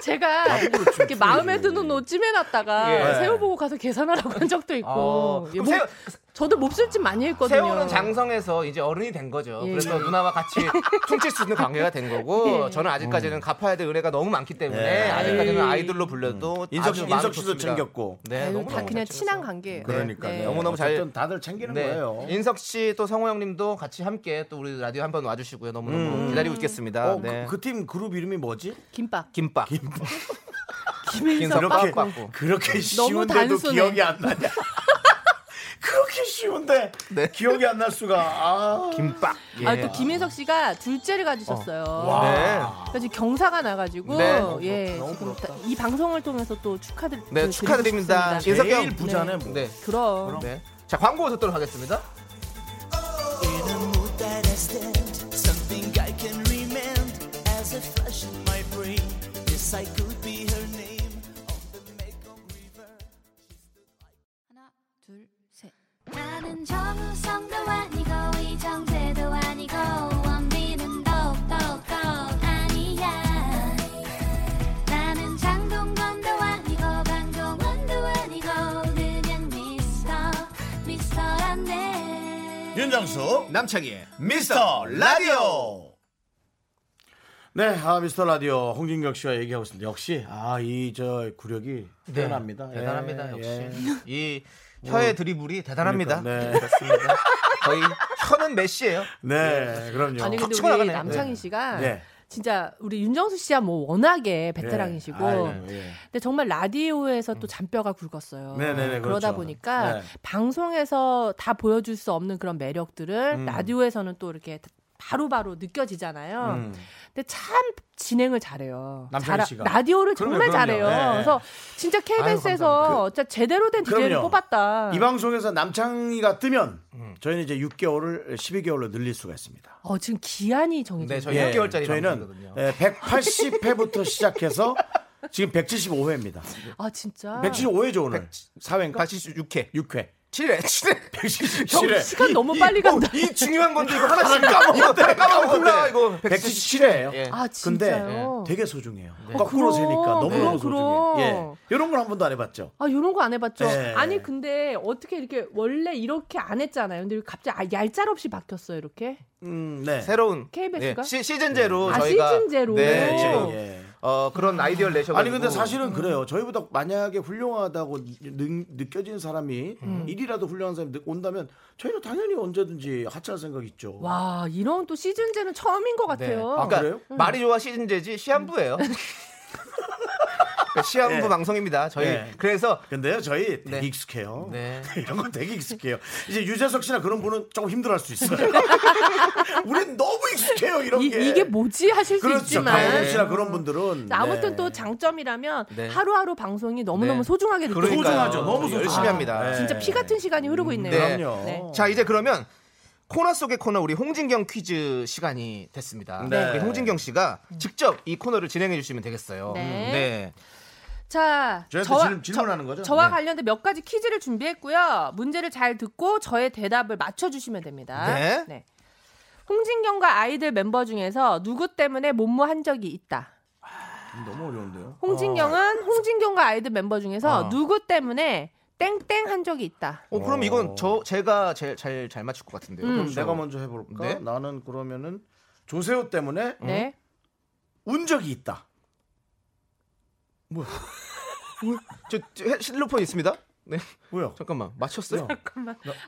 Speaker 9: 제가 이렇게 마음에 드는 옷 찜해놨다가
Speaker 2: 예.
Speaker 9: 세호 보고 가서 계산하라고 한 적도 있고
Speaker 2: 어,
Speaker 9: 예,
Speaker 2: 그럼
Speaker 9: 뭐
Speaker 2: 세호,
Speaker 9: 저도 몹쓸짓 많이 했거든요.
Speaker 2: 세월은
Speaker 9: 네,
Speaker 2: 장성해서 이제 어른이 된 거죠.
Speaker 9: 예,
Speaker 2: 그래서
Speaker 9: 예.
Speaker 2: 누나와
Speaker 9: [LAUGHS]
Speaker 2: 같이 퉁칠 수 있는 관계가 된 거고 저는 아직까지는
Speaker 1: 음.
Speaker 2: 갚아야 될 의뢰가 너무 많기 때문에
Speaker 1: 예.
Speaker 2: 아직까지는 아이돌로 불려도
Speaker 1: 인석
Speaker 2: 아주
Speaker 1: 씨-
Speaker 2: 마음이
Speaker 1: 인석 씨도
Speaker 2: 좋습니다.
Speaker 1: 챙겼고.
Speaker 2: 네,
Speaker 9: 아유,
Speaker 2: 너무
Speaker 9: 다 그냥 친한 관계예요.
Speaker 1: 그러니까요.
Speaker 9: 네.
Speaker 2: 너무너무 잘-
Speaker 1: 어쨌든 다들 챙기는
Speaker 2: 네.
Speaker 1: 거예요.
Speaker 2: 인석 씨 또 성호 형님도 같이 함께 또 우리 라디오 한번 와주시고요. 너무너무 기다리고 있겠습니다.
Speaker 1: 어,
Speaker 2: 네.
Speaker 1: 그 팀 그룹 이름이 뭐지?
Speaker 9: 김밥.
Speaker 2: 김밥.
Speaker 9: 김인석
Speaker 2: 김인석
Speaker 9: 빠꾸.
Speaker 2: 빠꾸. 네.
Speaker 1: 그렇게
Speaker 9: 너무
Speaker 1: 쉬운데도
Speaker 9: 단순해.
Speaker 1: 기억이 안 나냐? [LAUGHS] 그렇게 쉬운데
Speaker 2: 네.
Speaker 1: 기억이 안 날 수가. 아.
Speaker 2: 김밥. 예.
Speaker 9: 아, 또 김인석 씨가 둘째를 가지셨어요.
Speaker 2: 네.
Speaker 1: 아.
Speaker 9: 그래서 지금 경사가 나가지고
Speaker 2: 네.
Speaker 9: 예,
Speaker 1: 어, 너무
Speaker 9: 지금
Speaker 1: 부럽다.
Speaker 9: 다- 이 방송을 통해서 또 축하드립니다.
Speaker 2: 네, 축하드립니다.
Speaker 9: 그럼.
Speaker 2: 인석이 형.
Speaker 1: 제일 부자네 뭐.
Speaker 2: 네.
Speaker 9: 그럼.
Speaker 2: 네. 자, 광고 듣도록 하겠습니다.
Speaker 3: In a mood that I stand, something I can remember as a flash in my brain. Yes, I could be her name on the Mekong River.
Speaker 5: 나는 정우성도 아니고 이정재도 아니고 원빈은 더욱더 아니야 나는 장동건도 아니고 강동원도 아니고 그냥 미스터 미스터란데
Speaker 1: 윤정수
Speaker 2: 남창희의
Speaker 1: 미스터 라디오. 네, 아, 미스터 라디오 홍진경 씨와 얘기하고 있습니다. 역시 아 이 저 구력이 대단합니다. 예,
Speaker 2: 네. 대단합니다.
Speaker 1: 예.
Speaker 2: 역시 이 혀의 드리블이 대단합니다.
Speaker 1: 그러니까, 네.
Speaker 2: [LAUGHS] 그렇습니다. 거의 혀는 메시예요.
Speaker 1: 네, 그럼요.
Speaker 9: 아니 근데
Speaker 2: 치고
Speaker 9: 우리
Speaker 2: 나가네.
Speaker 9: 남창희
Speaker 1: 네.
Speaker 9: 씨가
Speaker 1: 네.
Speaker 9: 진짜 우리 윤정수 씨야 뭐 워낙에
Speaker 1: 예.
Speaker 9: 베테랑이시고
Speaker 1: 아이고, 예.
Speaker 9: 근데 정말 라디오에서 또 잔뼈가 굵었어요.
Speaker 1: 네네네,
Speaker 9: 그러다
Speaker 1: 그렇죠.
Speaker 9: 보니까
Speaker 1: 네.
Speaker 9: 방송에서 다 보여줄 수 없는 그런 매력들을
Speaker 1: 음.
Speaker 9: 라디오에서는 또 이렇게 바로바로 느껴지잖아요.
Speaker 1: 음.
Speaker 9: 근데 참 진행을 잘해요.
Speaker 1: 남창희
Speaker 9: 잘-
Speaker 1: 씨가.
Speaker 9: 라디오를
Speaker 1: 그럼요,
Speaker 9: 정말
Speaker 1: 그럼요.
Speaker 9: 잘해요.
Speaker 1: 네.
Speaker 9: 그래서 진짜
Speaker 2: 감사합니다.
Speaker 9: KBS에서 진짜 제대로 된 DJ를
Speaker 1: 그럼요.
Speaker 9: 뽑았다.
Speaker 1: 이 방송에서 남창희가 뜨면 저희는 이제 6개월을 12개월로 늘릴 수가 있습니다. 예,
Speaker 9: 어, 지금 기한이 정해져
Speaker 2: 네,
Speaker 9: 있어요.
Speaker 2: 저희 6개월짜리
Speaker 1: 저희는
Speaker 2: 방송이거든요.
Speaker 1: 180회부터 시작해서 지금 175회입니다.
Speaker 9: 아, 진짜.
Speaker 1: 175회죠 오늘. 4회인가?
Speaker 2: 86회.
Speaker 1: 6회.
Speaker 2: [LAUGHS] 7회. 7회.
Speaker 1: 177회.
Speaker 9: 시간 너무 빨리 간다.
Speaker 2: 이 중요한 건데 아, 이거 하나씩 까먹었다. 네. 까먹었구나. 이거
Speaker 1: 177회예요.
Speaker 2: 예. 네.
Speaker 9: 아,
Speaker 1: 근데 예.
Speaker 9: 진짜요?
Speaker 1: 되게 소중해요. 거꾸로
Speaker 9: 그럼,
Speaker 1: 세니까 너무너무
Speaker 9: 그럼,
Speaker 1: 소중해요.
Speaker 9: 그럼.
Speaker 1: 예. 이런 걸 한 번도 안 해봤죠.
Speaker 9: 아, 요런 거 안 해봤죠?
Speaker 1: 네.
Speaker 9: 아니, 근데 어떻게 이렇게, 원래 이렇게 안 했잖아요. 근데 갑자기 아, 얄짤 없이 바뀌었어요, 이렇게.
Speaker 1: 음, 네.
Speaker 2: 새로운
Speaker 9: KBS 가?
Speaker 2: 시, 시즌제로
Speaker 9: 아,
Speaker 2: 저희가
Speaker 9: 시즌제로.
Speaker 2: 네, 지금
Speaker 1: 예, 예.
Speaker 2: 어, 그런 아이디어를 내셔
Speaker 1: 아니 근데 사실은 그래요. 저희보다 만약에 훌륭하다고 느, 느껴지는 사람이 일이라도 훌륭한 사람이 느- 온다면 저희는 당연히 언제든지 하차할 생각 있죠.
Speaker 9: 와, 이런 또 시즌제는 처음인 것 같아요. 음.
Speaker 1: 아,
Speaker 2: 그러니까
Speaker 1: 그래요?
Speaker 2: 말이 좋아 시즌제지 시한부예요. [LAUGHS] 그러니까 시한부
Speaker 1: 네.
Speaker 2: 방송입니다. 저희
Speaker 1: 네.
Speaker 2: 그래서
Speaker 1: 근데요 저희 되게
Speaker 2: 네.
Speaker 1: 익숙해요.
Speaker 2: 네.
Speaker 1: [LAUGHS] 이런 건 되게 익숙해요. 이제 유재석 씨나 그런 분은 조금 힘들어할 수 있어요. 우린 너무 익숙해요 이런
Speaker 9: 이,
Speaker 1: 게.
Speaker 9: 이게 뭐지? 하실 수
Speaker 1: 그렇죠.
Speaker 9: 있지만.
Speaker 1: 강훈 씨나 그런 분들은
Speaker 9: 아무튼
Speaker 1: 네.
Speaker 9: 또 장점이라면
Speaker 2: 네.
Speaker 9: 하루하루 방송이 너무너무
Speaker 2: 네.
Speaker 9: 소중하게 느껴요.
Speaker 2: 그러니까요.
Speaker 1: 소중하죠. 너무 소중해요.
Speaker 2: 열심히 합니다.
Speaker 1: 네.
Speaker 9: 진짜 피 같은 시간이 흐르고 있네요.
Speaker 2: 네.
Speaker 1: 그럼요. 네.
Speaker 2: 자 이제 그러면 코너 속의 코너 우리 홍진경 퀴즈 시간이 됐습니다.
Speaker 1: 네.
Speaker 2: 우리 홍진경 씨가 직접 이 코너를 진행해 주시면 되겠어요.
Speaker 9: 음. 네.
Speaker 2: 음, 네.
Speaker 9: 자,
Speaker 1: 저희한테 질- 질문하는 거죠?
Speaker 9: 저와
Speaker 1: 네.
Speaker 9: 관련된 몇 가지 퀴즈를 준비했고요. 문제를 잘 듣고 저의 대답을 맞춰주시면 됩니다.
Speaker 2: 네.
Speaker 9: 홍진경과 아이들 멤버 중에서 누구 때문에 몸무한 적이 있다.
Speaker 1: 너무 어려운데요.
Speaker 9: 홍진경은 홍진경과 아이들 멤버 중에서
Speaker 2: 어.
Speaker 9: 누구 때문에 땡땡 한 적이 있다.
Speaker 2: 어, 그럼 이건 저 제가 제일 잘, 잘 맞출 것 같은데요.
Speaker 9: 음.
Speaker 2: 그럼
Speaker 1: 내가 먼저 해볼까?
Speaker 2: 그렇죠. 네.
Speaker 1: 나는 그러면은 조세호 때문에
Speaker 9: 네.
Speaker 1: 운 적이 있다.
Speaker 9: 음.
Speaker 2: 저, 저 해- 실로폰 있습니다. 네. [LAUGHS]
Speaker 1: 뭐야?
Speaker 2: 잠깐만
Speaker 9: [LAUGHS]
Speaker 2: 맞췄어요.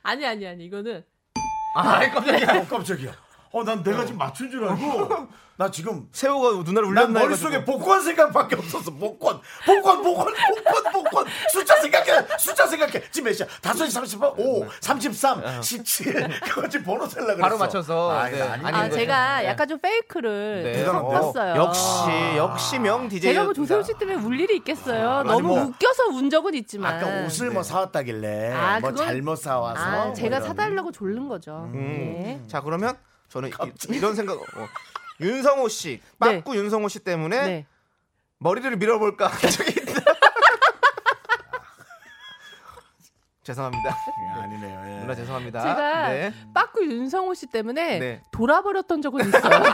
Speaker 9: 아니 아니 아니 이거는
Speaker 2: 아 깜짝이야.
Speaker 1: 어, 깜짝이야. 어, 난 내가 지금 맞춘 줄
Speaker 2: [LAUGHS]
Speaker 1: 알고. 나 지금.
Speaker 2: 새우가 누나를
Speaker 1: 난
Speaker 2: 울렸나
Speaker 1: 머릿속에
Speaker 2: 해가지고.
Speaker 1: 복권 생각밖에 없었어. 복권. 복권, 복권, 복권, 복권. 숫자 생각해. 숫자 생각해. 지금 몇 시야? 5시 38, 5, 33, 17. [LAUGHS] 그거 지금 번호 살라 그랬어.
Speaker 2: 네. 어. 바로 [LAUGHS] 맞춰서.
Speaker 1: 아,
Speaker 2: 네.
Speaker 1: 아니,
Speaker 9: 아
Speaker 2: 아니,
Speaker 1: 아니.
Speaker 2: 이거는-
Speaker 9: 제가
Speaker 2: 네.
Speaker 9: 약간 좀 페이크를
Speaker 2: 네.
Speaker 1: 대단한데요?
Speaker 9: 섞었어요.
Speaker 2: 역시 역시 명 DJ.
Speaker 9: 제가 뭐 조세호 씨 때문에 울 일이 있겠어요. 너무
Speaker 1: 뭐-
Speaker 9: 웃겨서 운 적은 있지만.
Speaker 1: 아까 옷을
Speaker 2: 네.
Speaker 1: 뭐 사왔다길래.
Speaker 9: 아,
Speaker 1: 뭐
Speaker 9: 그건-
Speaker 1: 잘못 사와서.
Speaker 9: 아,
Speaker 1: 뭐
Speaker 9: 제가
Speaker 1: 이런.
Speaker 9: 사달라고 졸른 거죠. 네.
Speaker 2: 음. 자 그러면 저는 이- 이런 생각. 어. 윤성호 씨, 빠꾸 윤성호 씨 때문에
Speaker 9: 네.
Speaker 2: 머리를 밀어볼까 저기 있다. [LAUGHS] 죄송합니다.
Speaker 1: 예, 아니네요. 예.
Speaker 2: 누나 죄송합니다.
Speaker 9: 제가
Speaker 2: 네.
Speaker 9: 빠꾸 윤성호 씨 때문에
Speaker 2: 네.
Speaker 9: 돌아버렸던 적은 있어요. [LAUGHS]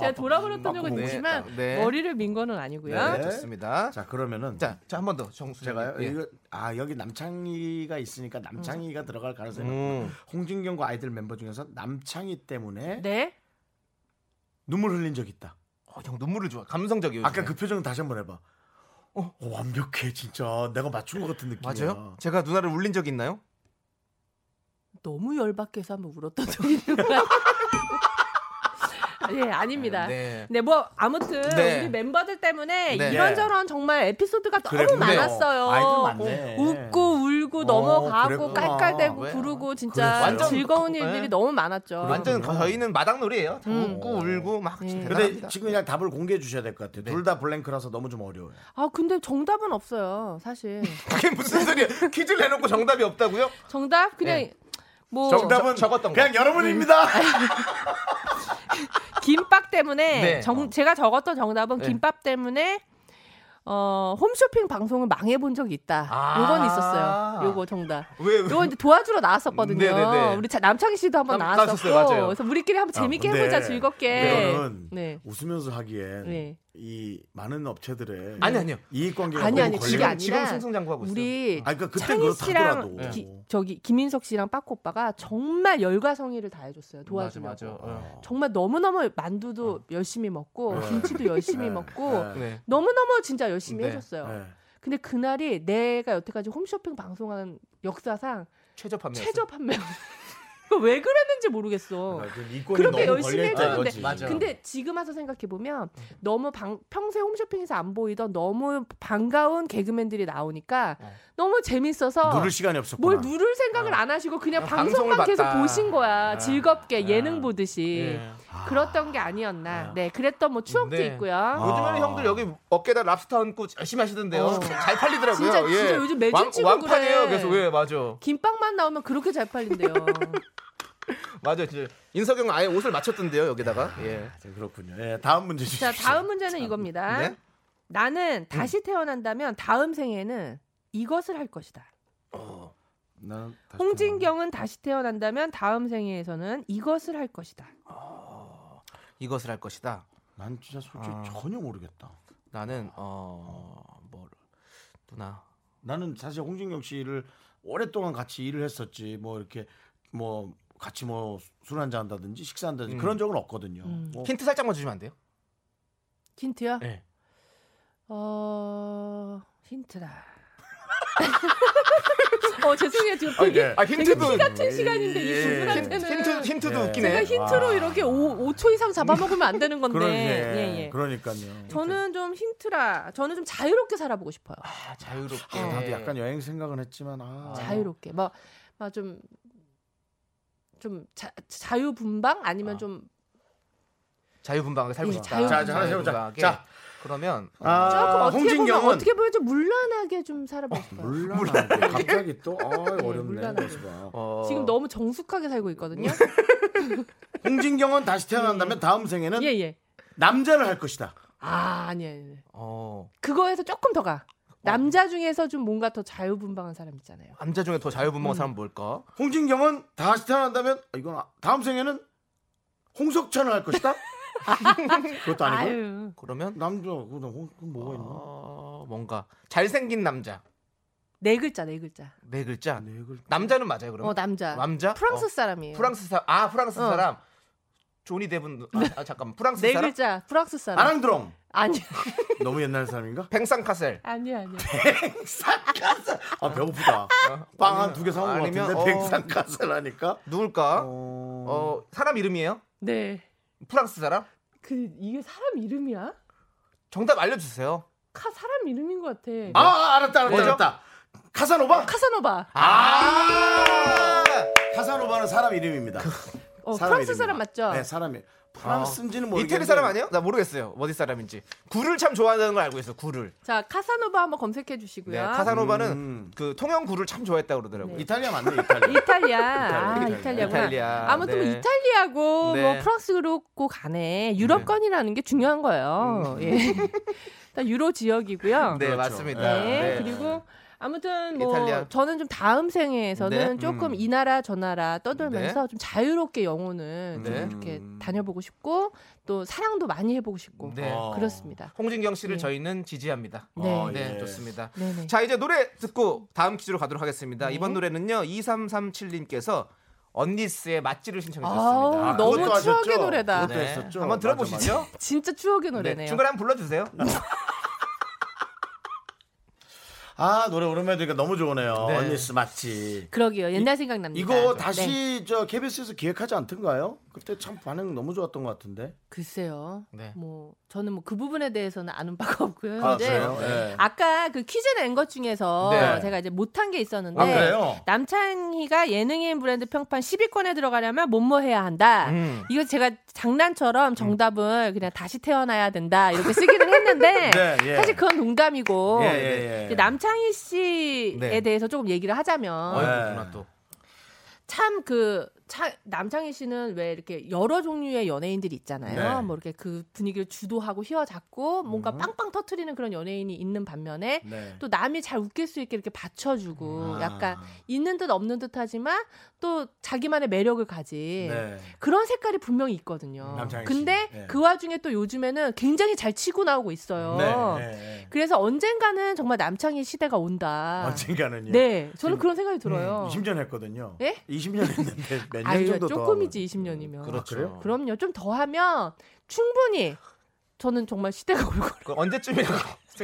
Speaker 9: 제가 돌아버렸던 적은
Speaker 2: 네,
Speaker 9: 있지만
Speaker 2: 네.
Speaker 9: 머리를 민 거는 아니고요.
Speaker 1: 네.
Speaker 2: 좋습니다. 자,
Speaker 1: 자 그러면은
Speaker 2: 자, 한 번 더 정수
Speaker 1: 제가요.
Speaker 2: 예.
Speaker 1: 이거, 아 여기 남창희가 있으니까 남창희가 들어갈 가능성이
Speaker 2: 음.
Speaker 1: 높고 홍진경과 아이들 멤버 중에서 남창희 때문에
Speaker 9: 네.
Speaker 1: 눈물 흘린 적 있다.
Speaker 2: 어, 형 눈물을 좋아. 감성적이에요.
Speaker 1: 아까
Speaker 2: 요즘에.
Speaker 1: 그 표정 다시 한번 해봐. 어, 완벽해 진짜. 내가 맞춘 것 같은
Speaker 2: 그
Speaker 1: 느낌이야.
Speaker 2: 맞아요? 제가 누나를 울린 적 있나요?
Speaker 9: 너무 열받게서 한번 울었던 적이 있는 거야. [LAUGHS] 예, 아닙니다. 네.
Speaker 2: 네.
Speaker 9: 뭐 아무튼
Speaker 2: 네.
Speaker 9: 우리 멤버들 때문에
Speaker 2: 네.
Speaker 9: 이런저런 정말 에피소드가
Speaker 1: 그래,
Speaker 9: 너무
Speaker 1: 그래요.
Speaker 9: 많았어요.
Speaker 1: 아이들 많네.
Speaker 9: 웃고 울고
Speaker 1: 어,
Speaker 9: 넘어가고
Speaker 1: 그랬구나.
Speaker 9: 깔깔대고
Speaker 2: 왜?
Speaker 9: 부르고 진짜
Speaker 1: 그랬어요. 예. 완전
Speaker 9: 즐거운
Speaker 2: 그-
Speaker 9: 일들이
Speaker 2: 네.
Speaker 9: 너무 많았죠.
Speaker 2: 완전 저희는 마당놀이에요. 다
Speaker 9: 음.
Speaker 2: 웃고 울고 막 진짜
Speaker 1: 근데
Speaker 2: 대단합니다.
Speaker 1: 지금 그냥 답을 공개해 주셔야 될 것 같아요.
Speaker 2: 네.
Speaker 1: 둘 다 블랭크라서 너무 좀 어려워요.
Speaker 9: 아 근데 정답은 없어요,
Speaker 1: [LAUGHS]
Speaker 9: 사실.
Speaker 2: [LAUGHS] 그게 무슨 소리야? 퀴즈를 해놓고 정답이 없다고요?
Speaker 9: 정답 그냥
Speaker 1: 예.
Speaker 2: 네.
Speaker 9: 뭐
Speaker 1: 정답은
Speaker 2: 저- 적었던 거.
Speaker 1: 그냥 여러분입니다. [LAUGHS]
Speaker 9: 김밥 때문에
Speaker 2: [LAUGHS] 네.
Speaker 9: 정- 제가 적었던 정답은
Speaker 2: 네.
Speaker 9: 김밥 때문에 어, 홈쇼핑 방송을 망해본 적이 있다.
Speaker 2: 아.
Speaker 9: 요건 있었어요. 요거 정답.
Speaker 2: 왜? 왜?
Speaker 9: 요건 이제 도와주러 나왔었거든요.
Speaker 2: 네네네.
Speaker 9: 우리 자- 남창희 씨도 한번
Speaker 2: 남-
Speaker 9: 나왔었고,
Speaker 2: 나왔었어요. 맞아요. 네.
Speaker 9: 그래서 우리끼리 한번 재밌게
Speaker 1: 근데
Speaker 9: 해보자 즐겁게.
Speaker 1: 이거는
Speaker 9: 네.
Speaker 1: 웃으면서 하기엔
Speaker 9: 네.
Speaker 1: 이 많은 업체들의
Speaker 2: 아니 아니요.
Speaker 1: 이익 관계가
Speaker 9: 아니
Speaker 1: 너무
Speaker 9: 아니 그게
Speaker 1: 걸려.
Speaker 9: 아니라
Speaker 2: 지금 승승장구하고 있어요. 아, 네.
Speaker 9: 우리
Speaker 1: 아, 그러니까 그땐
Speaker 9: 창희 씨랑
Speaker 1: 그렇다더라도. 네.
Speaker 9: 기- 저기 김인석 씨랑 빠꾸 오빠가 정말 열과 성의를 다해줬어요. 도와주려고.
Speaker 2: 어.
Speaker 9: 정말 너무너무 만두도 열심히 먹고
Speaker 1: 네.
Speaker 9: 김치도
Speaker 2: [LAUGHS]
Speaker 9: 열심히 먹고
Speaker 1: 네.
Speaker 2: 네.
Speaker 9: 너무너무 진짜 열심히
Speaker 2: 네.
Speaker 9: 해줬어요.
Speaker 1: 네.
Speaker 9: 근데 그날이 내가 여태까지 홈쇼핑 방송하는 역사상
Speaker 2: 최저 판매.
Speaker 9: 최저 판매. [LAUGHS] 왜 그랬는지 모르겠어.
Speaker 1: 그러니까 그 이권이
Speaker 9: 그렇게
Speaker 1: 너무
Speaker 9: 열심히
Speaker 1: 걸려있다
Speaker 9: 해줬는데
Speaker 1: 이거지.
Speaker 2: 맞아.
Speaker 9: 근데 지금 와서 생각해 보면 너무 방- 평소에 홈쇼핑에서 안 보이던 너무 반가운 개그맨들이 나오니까
Speaker 2: 어.
Speaker 9: 너무 재밌어서
Speaker 1: 누를 시간이 없었구나.
Speaker 9: 뭘 누를 생각을 안 하시고 그냥
Speaker 2: 아, 방송을
Speaker 9: 방송만 계속
Speaker 2: 봤다.
Speaker 9: 보신 거야.
Speaker 2: 아.
Speaker 9: 즐겁게
Speaker 2: 아.
Speaker 9: 예능 보듯이.
Speaker 2: 예.
Speaker 9: 그랬던 게 아니었나. 네, 그랬던 뭐 추억도
Speaker 2: 네.
Speaker 9: 있고요.
Speaker 2: 요즘에는 형들 여기 어깨다 랍스터 얹고 열심히 하시던데요.
Speaker 9: 어.
Speaker 2: [LAUGHS] 잘 팔리더라고요.
Speaker 9: 진짜-
Speaker 2: 예.
Speaker 9: 진짜 요즘 매주
Speaker 2: 왕,
Speaker 9: 치고
Speaker 2: 왕판이에요. 예.
Speaker 9: 그래.
Speaker 2: 그래서 왜 맞아.
Speaker 9: 김밥만 나오면 그렇게 잘
Speaker 2: [LAUGHS]
Speaker 9: 팔린대요.
Speaker 2: 맞아. 진짜 인석형 아예 옷을 맞췄던데요. 여기다가. 예.
Speaker 1: 아, 그렇군요. 예, 다음 문제 주시죠.
Speaker 9: 자, 다음 문제는 이겁니다.
Speaker 2: 네? 음.
Speaker 9: 나는 다시 태어난다면 다음 생에는 이것을 할 것이다.
Speaker 1: 어, 나는 다시
Speaker 2: 그렇죠.
Speaker 9: 홍진경은 다시 태어난다면 다음 생에서는 이것을 할 것이다.
Speaker 2: 이것을 할 것이다.
Speaker 1: 또- 난 진짜 솔직히
Speaker 2: 아.
Speaker 1: 전혀 모르겠다.
Speaker 2: 나는 어뭐 누나
Speaker 1: 나는 사실 홍진경 씨를 오랫동안 같이 일을 했었지 뭐 이렇게 뭐 같이 뭐 술 한잔 한다든지 식사한다든지
Speaker 2: 음.
Speaker 1: 그런 적은 없거든요.
Speaker 9: 음.
Speaker 1: 뭐
Speaker 2: 힌트 살짝만 주시면 안 돼요?
Speaker 9: 힌트요?
Speaker 2: 네.
Speaker 9: 어, 힌트라. [LAUGHS] 어, 죄송해요. 지금 되게
Speaker 1: 예.
Speaker 2: 아
Speaker 9: 되게 피
Speaker 2: 힌트도
Speaker 9: 같은 시간인데 이
Speaker 1: 예.
Speaker 9: 분들한테는
Speaker 2: 힌트 힌트도
Speaker 1: 예.
Speaker 2: 웃기네. 아.
Speaker 9: 제가 힌트로 이렇게 5, 초 이상 잡아먹으면 안 되는 건데.
Speaker 1: 그런
Speaker 9: 예, 예.
Speaker 1: 그러니까요.
Speaker 9: 저는 좀 힌트라. 저는 좀 자유롭게 살아보고 싶어요.
Speaker 2: 아, 자유롭게.
Speaker 1: 아, 나도 약간 여행 생각은 했지만 아,
Speaker 9: 자유롭게 뭐, 막막좀좀 자, 자유분방 아니면
Speaker 2: 아.
Speaker 9: 좀
Speaker 2: 자유분방하게 살고
Speaker 9: 예,
Speaker 2: 싶다.
Speaker 9: 자유분방.
Speaker 1: 자, 자, 하나 해보자.
Speaker 2: 자유분방하게.
Speaker 1: 자.
Speaker 2: 그러면
Speaker 1: 아,
Speaker 9: 조금 어떻게
Speaker 1: 홍진경은
Speaker 9: 보면 어떻게 보면 좀 물란하게 좀 살아보고 싶어요.
Speaker 1: 물란하게 갑자기 또 아, 어렵네.
Speaker 9: 물란하게.
Speaker 1: 모습아.
Speaker 2: 어,
Speaker 9: 지금 너무 정숙하게 살고 있거든요.
Speaker 1: 홍진경은 다시 태어난다면 다음 생에는
Speaker 9: 예 예.
Speaker 1: 남자를 할 것이다.
Speaker 9: 아 아니 아니.
Speaker 2: 어,
Speaker 9: 그거에서 조금 더 가.
Speaker 1: 어.
Speaker 9: 남자 중에서 좀 뭔가 더 자유분방한 사람 있잖아요.
Speaker 2: 남자 중에 더
Speaker 9: 음.
Speaker 2: 자유분방한 사람 은 뭘까?
Speaker 1: 홍진경은 다시 태어난다면 아, 이건 아- 다음 생에는 홍석천을 할 것이다. 그것도 아니고
Speaker 9: 아유.
Speaker 2: 그러면
Speaker 1: 남자 그건 홍- 그건 뭐가 있나?
Speaker 2: 어, 뭔가 잘생긴 남자
Speaker 9: 네 글자 네 글자.
Speaker 2: 네 글자.
Speaker 1: 네 글자.
Speaker 2: 남자는 맞아요 그러면?
Speaker 9: 어 남자.
Speaker 2: 남자?
Speaker 9: 프랑스
Speaker 2: 어,
Speaker 9: 사람이에요.
Speaker 2: 프랑스 사람. 아 프랑스
Speaker 9: 어.
Speaker 2: 사람. 조니 데분. 아, 아, 잠깐만. 프랑스
Speaker 9: 네
Speaker 2: 사람.
Speaker 9: 글자 프랑스 사람.
Speaker 1: 아랑드롱
Speaker 9: 아니
Speaker 1: 너무 옛날 사람인가?
Speaker 2: 뱅상카셀.
Speaker 9: 아니 아니.
Speaker 1: 백산가스 아 배고프다 빵 한 두 개 사온 것
Speaker 2: 아니면,
Speaker 1: 같은데
Speaker 2: 어.
Speaker 1: 백산가스라니까
Speaker 2: 누굴까? 어...
Speaker 1: 어...
Speaker 2: 사람 이름이에요?
Speaker 9: 네.
Speaker 2: 프랑스 사람?
Speaker 9: 그 이게 사람 이름이야?
Speaker 2: 정답 알려주세요.
Speaker 9: 카 사람 이름인 것 같아.
Speaker 1: 아 알았다 알았다
Speaker 2: 뭐죠?
Speaker 1: 알았다 카사노바
Speaker 9: 카사노바.
Speaker 1: 아 카사노바는 사람 이름입니다
Speaker 2: 그,
Speaker 9: 어,
Speaker 1: 사람
Speaker 9: 프랑스
Speaker 1: 이름이야.
Speaker 9: 사람 맞죠?
Speaker 1: 네 사람이 프랑스인지는 모르겠는데
Speaker 2: 아, 이태리 사람 아니에요? 나 모르겠어요. 어디 사람인지. 굴을 참 좋아하는 걸 알고 있어. 굴을.
Speaker 9: 자 카사노바 한번 검색해 주시고요.
Speaker 2: 네, 카사노바는
Speaker 1: 음.
Speaker 2: 그 통영 굴을 참 좋아했다 고 그러더라고요.
Speaker 9: 네.
Speaker 1: 이탈리아 맞네 이탈리아
Speaker 9: 이탈리아. 아, 이탈리아. 구나
Speaker 2: 이탈리아.
Speaker 9: 아무튼 뭐
Speaker 2: 네.
Speaker 9: 이탈리아고
Speaker 2: 네.
Speaker 9: 뭐 프랑스로 간에 유럽권이라는 게 중요한 거예요. 예. [LAUGHS] 일단 유로 지역이고요.
Speaker 2: 네,
Speaker 1: 그렇죠.
Speaker 2: 맞습니다.
Speaker 9: 네,
Speaker 2: 네.
Speaker 9: 그리고 아무튼 뭐
Speaker 2: 이탈리아.
Speaker 9: 저는 좀 다음 생에서는
Speaker 2: 네.
Speaker 9: 조금
Speaker 1: 음.
Speaker 9: 이 나라 저 나라 떠돌면서 좀 자유롭게 영혼을 좀
Speaker 2: 네.
Speaker 9: 이렇게 다녀보고 싶고 또 사랑도 많이 해보고 싶고
Speaker 2: 네.
Speaker 1: 어.
Speaker 9: 그렇습니다.
Speaker 2: 홍진경 씨를
Speaker 9: 네.
Speaker 2: 저희는 지지합니다.
Speaker 9: 네.
Speaker 1: 어,
Speaker 2: 네,
Speaker 1: 예.
Speaker 2: 좋습니다.
Speaker 9: 네네.
Speaker 2: 자, 이제 노래 듣고 다음 퀴즈로 가도록 하겠습니다.
Speaker 9: 네.
Speaker 2: 이번 노래는요. 2337님께서 언니스의 맛집을 신청해 주셨습니다. 네.
Speaker 9: 아우
Speaker 1: 아,
Speaker 9: 너무
Speaker 1: 그것도
Speaker 9: 추억의
Speaker 1: 하셨죠?
Speaker 9: 노래다.
Speaker 1: 그것도 했었죠.
Speaker 2: 한번
Speaker 1: 맞아,
Speaker 2: 들어보시죠.
Speaker 9: 진짜 추억의
Speaker 2: 네,
Speaker 9: 노래네요.
Speaker 2: 중간에 한번 불러주세요.
Speaker 1: 아 노래 오랜만에 들으니까 너무 좋으네요.
Speaker 2: 네.
Speaker 1: 언니스 맞지.
Speaker 9: 그러게요. 옛날 생각납니다.
Speaker 1: 이거
Speaker 9: 네.
Speaker 1: 다시 저 KBS에서 기획하지 않던가요? 그때 참 반응 너무 좋았던 것 같은데.
Speaker 9: 글쎄요.
Speaker 2: 네.
Speaker 9: 뭐 저는 뭐 그 부분에 대해서는 아는 바가 없고요.
Speaker 1: 아
Speaker 9: 근데
Speaker 1: 그래요? 예.
Speaker 9: 아까 그 퀴즈 낸 것 중에서
Speaker 1: 네.
Speaker 9: 제가 이제 못한 게 있었는데
Speaker 1: 아 그래요?
Speaker 9: 남창희가 예능인 브랜드 평판 10위권에 들어가려면 뭐뭐 해야 한다.
Speaker 2: 음.
Speaker 9: 이거 제가
Speaker 1: 음.
Speaker 9: 장난처럼 정답을 그냥 다시 태어나야 된다 이렇게 쓰기는 했는데
Speaker 1: [LAUGHS] 네, 예.
Speaker 9: 사실 그건 농담이고
Speaker 1: 예, 예, 예.
Speaker 9: 이제 남창희 씨에
Speaker 2: 네.
Speaker 9: 대해서 조금 얘기를 하자면
Speaker 2: 어이구,
Speaker 1: 네.
Speaker 2: 누나 또.
Speaker 9: 참 그 남창희 씨는 왜 이렇게 여러 종류의 연예인들이 있잖아요.
Speaker 1: 네. 음.
Speaker 9: 뭐 이렇게 그 분위기를 주도하고 휘어잡고 뭔가 빵빵 터트리는 그런 연예인이 있는 반면에
Speaker 1: 네.
Speaker 9: 또 남이 잘 웃길 수 있게 이렇게 받쳐주고
Speaker 1: 아.
Speaker 9: 약간 있는 듯 없는 듯 하지만 또 자기만의 매력을 가진
Speaker 1: 네.
Speaker 9: 그런 색깔이 분명히 있거든요.
Speaker 1: 남창희 씨.
Speaker 9: 근데
Speaker 1: 네.
Speaker 9: 그 와중에 또 요즘에는 굉장히 잘 치고 나오고 있어요.
Speaker 1: 네. 네.
Speaker 9: 그래서 언젠가는 정말 남창희 시대가 온다.
Speaker 1: 언젠가는요.
Speaker 9: 아.
Speaker 1: 음,
Speaker 9: 네, 저는 그런 생각이 들어요.
Speaker 1: 20년 했거든요.
Speaker 9: 예?
Speaker 1: 20년 했는데 몇 년
Speaker 9: 아유,
Speaker 1: 정도 더.
Speaker 9: 조금이지 20년이면.
Speaker 1: 그렇죠. 그래요?
Speaker 9: 그럼요. 좀 더 하면 충분히 저는 정말 시대가 올고
Speaker 2: 그 언제쯤이라고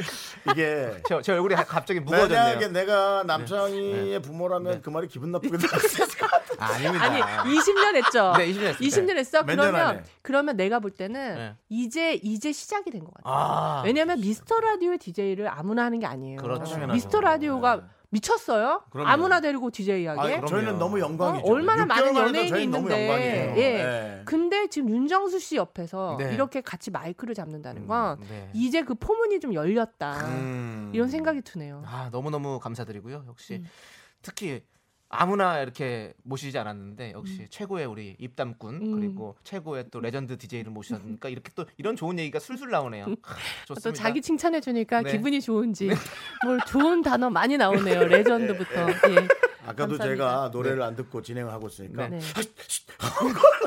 Speaker 1: [LAUGHS] 이게
Speaker 2: 제, 제 얼굴이 갑자기
Speaker 1: 만약에
Speaker 2: 무거워졌네요.
Speaker 1: 내가 남창희의 부모라면 그 말이 기분 나쁘게 들었을 것 같아.
Speaker 2: 아닙니다.
Speaker 9: 아니 20년 했죠.
Speaker 2: 네, 20년 했어요.
Speaker 9: 20년 했어.
Speaker 1: 몇년
Speaker 9: 그러면
Speaker 1: 안에?
Speaker 9: 그러면 내가 볼 때는
Speaker 2: 네.
Speaker 9: 이제 이제 시작이 된 것 같아요.
Speaker 2: 아.
Speaker 9: 왜냐하면 미스터 라디오의 DJ를 아무나 하는 게 아니에요.
Speaker 2: 그렇죠. 당연하죠. 네.
Speaker 9: 미스터 라디오가 미쳤어요.
Speaker 1: 그럼요.
Speaker 9: 아무나 데리고 DJ 하게.
Speaker 1: 아, 저희는 너무 영광이죠.
Speaker 9: 예? 어, 얼마나 많은
Speaker 1: 6개월만 해도
Speaker 9: 연예인이
Speaker 1: 저희는 너무
Speaker 9: 있는데.
Speaker 1: 영광이에요.
Speaker 9: 예.
Speaker 1: 예.
Speaker 9: 근데 지금 윤정수 씨 옆에서
Speaker 2: 네.
Speaker 9: 이렇게 같이 마이크를 잡는다는 건
Speaker 2: 네.
Speaker 9: 이제 그 포문이 좀 열렸다.
Speaker 2: 음.
Speaker 9: 이런 생각이 드네요.
Speaker 2: 아 너무 너무 감사드리고요. 역시
Speaker 9: 음.
Speaker 2: 특히 아무나 이렇게 모시지 않았는데 역시 최고의 우리 입담꾼
Speaker 9: 음.
Speaker 2: 그리고 최고의 또 레전드 DJ를 모셨으니까 이렇게 또 이런 좋은 얘기가 술술 나오네요. 아, 좋습니다.
Speaker 9: 음. 또 자기 칭찬해 주니까
Speaker 2: 네.
Speaker 9: 기분이 좋은지 뭘 좋은 단어 많이 나오네요. 레전드부터. 예.
Speaker 1: 아까도
Speaker 9: 감사합니다.
Speaker 1: 제가 노래를 안 듣고 진행을 하고 있으니까 아,
Speaker 9: 네.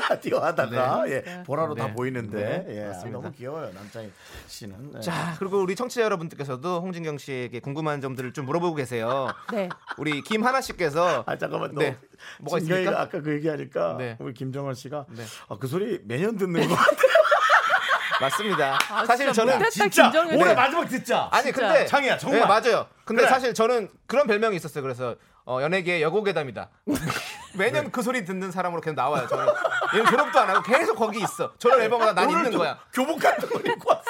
Speaker 1: 라디오 하다가 예, 보라로 다
Speaker 2: 네.
Speaker 1: 보이는데
Speaker 2: 네,
Speaker 1: 예,
Speaker 2: 맞습니다.
Speaker 1: 너무 귀여워요 남창희 씨는. 네.
Speaker 2: 자 그리고 우리 청취자 여러분들께서도 홍진경 씨에게 궁금한 점들을 좀 물어보고 계세요.
Speaker 9: 네.
Speaker 2: 우리 김하나 씨께서
Speaker 1: 아 잠깐만
Speaker 2: 네.
Speaker 1: 네. 뭐가
Speaker 2: 뭐가 있습니까?
Speaker 1: 있습니까? 아까 그 얘기하니까
Speaker 2: 네.
Speaker 1: 우리 김정환 씨가
Speaker 2: 네.
Speaker 1: 아, 그 소리 매년 듣는 거 같아.
Speaker 2: 맞습니다.
Speaker 9: 아,
Speaker 2: 사실 저는
Speaker 9: 못했다, 김정은.
Speaker 1: 올해
Speaker 2: 네.
Speaker 1: 마지막 듣자.
Speaker 2: 아니
Speaker 9: 진짜.
Speaker 2: 근데
Speaker 1: 창이야, 정말.
Speaker 2: 네, 맞아요. 근데
Speaker 1: 그래.
Speaker 2: 사실 저는 그런 별명이 있었어요. 그래서 어, 연예계 여고괴담이다. [LAUGHS]
Speaker 1: 네.
Speaker 2: 매년 그 소리 듣는 사람으로 계속 나와요. 저는 얘는 졸업도 안 하고 계속 거기 있어. 저런 앨범마다 난 있는
Speaker 1: 오늘도
Speaker 2: 거야.
Speaker 1: 교복 같은 거 입고 왔어.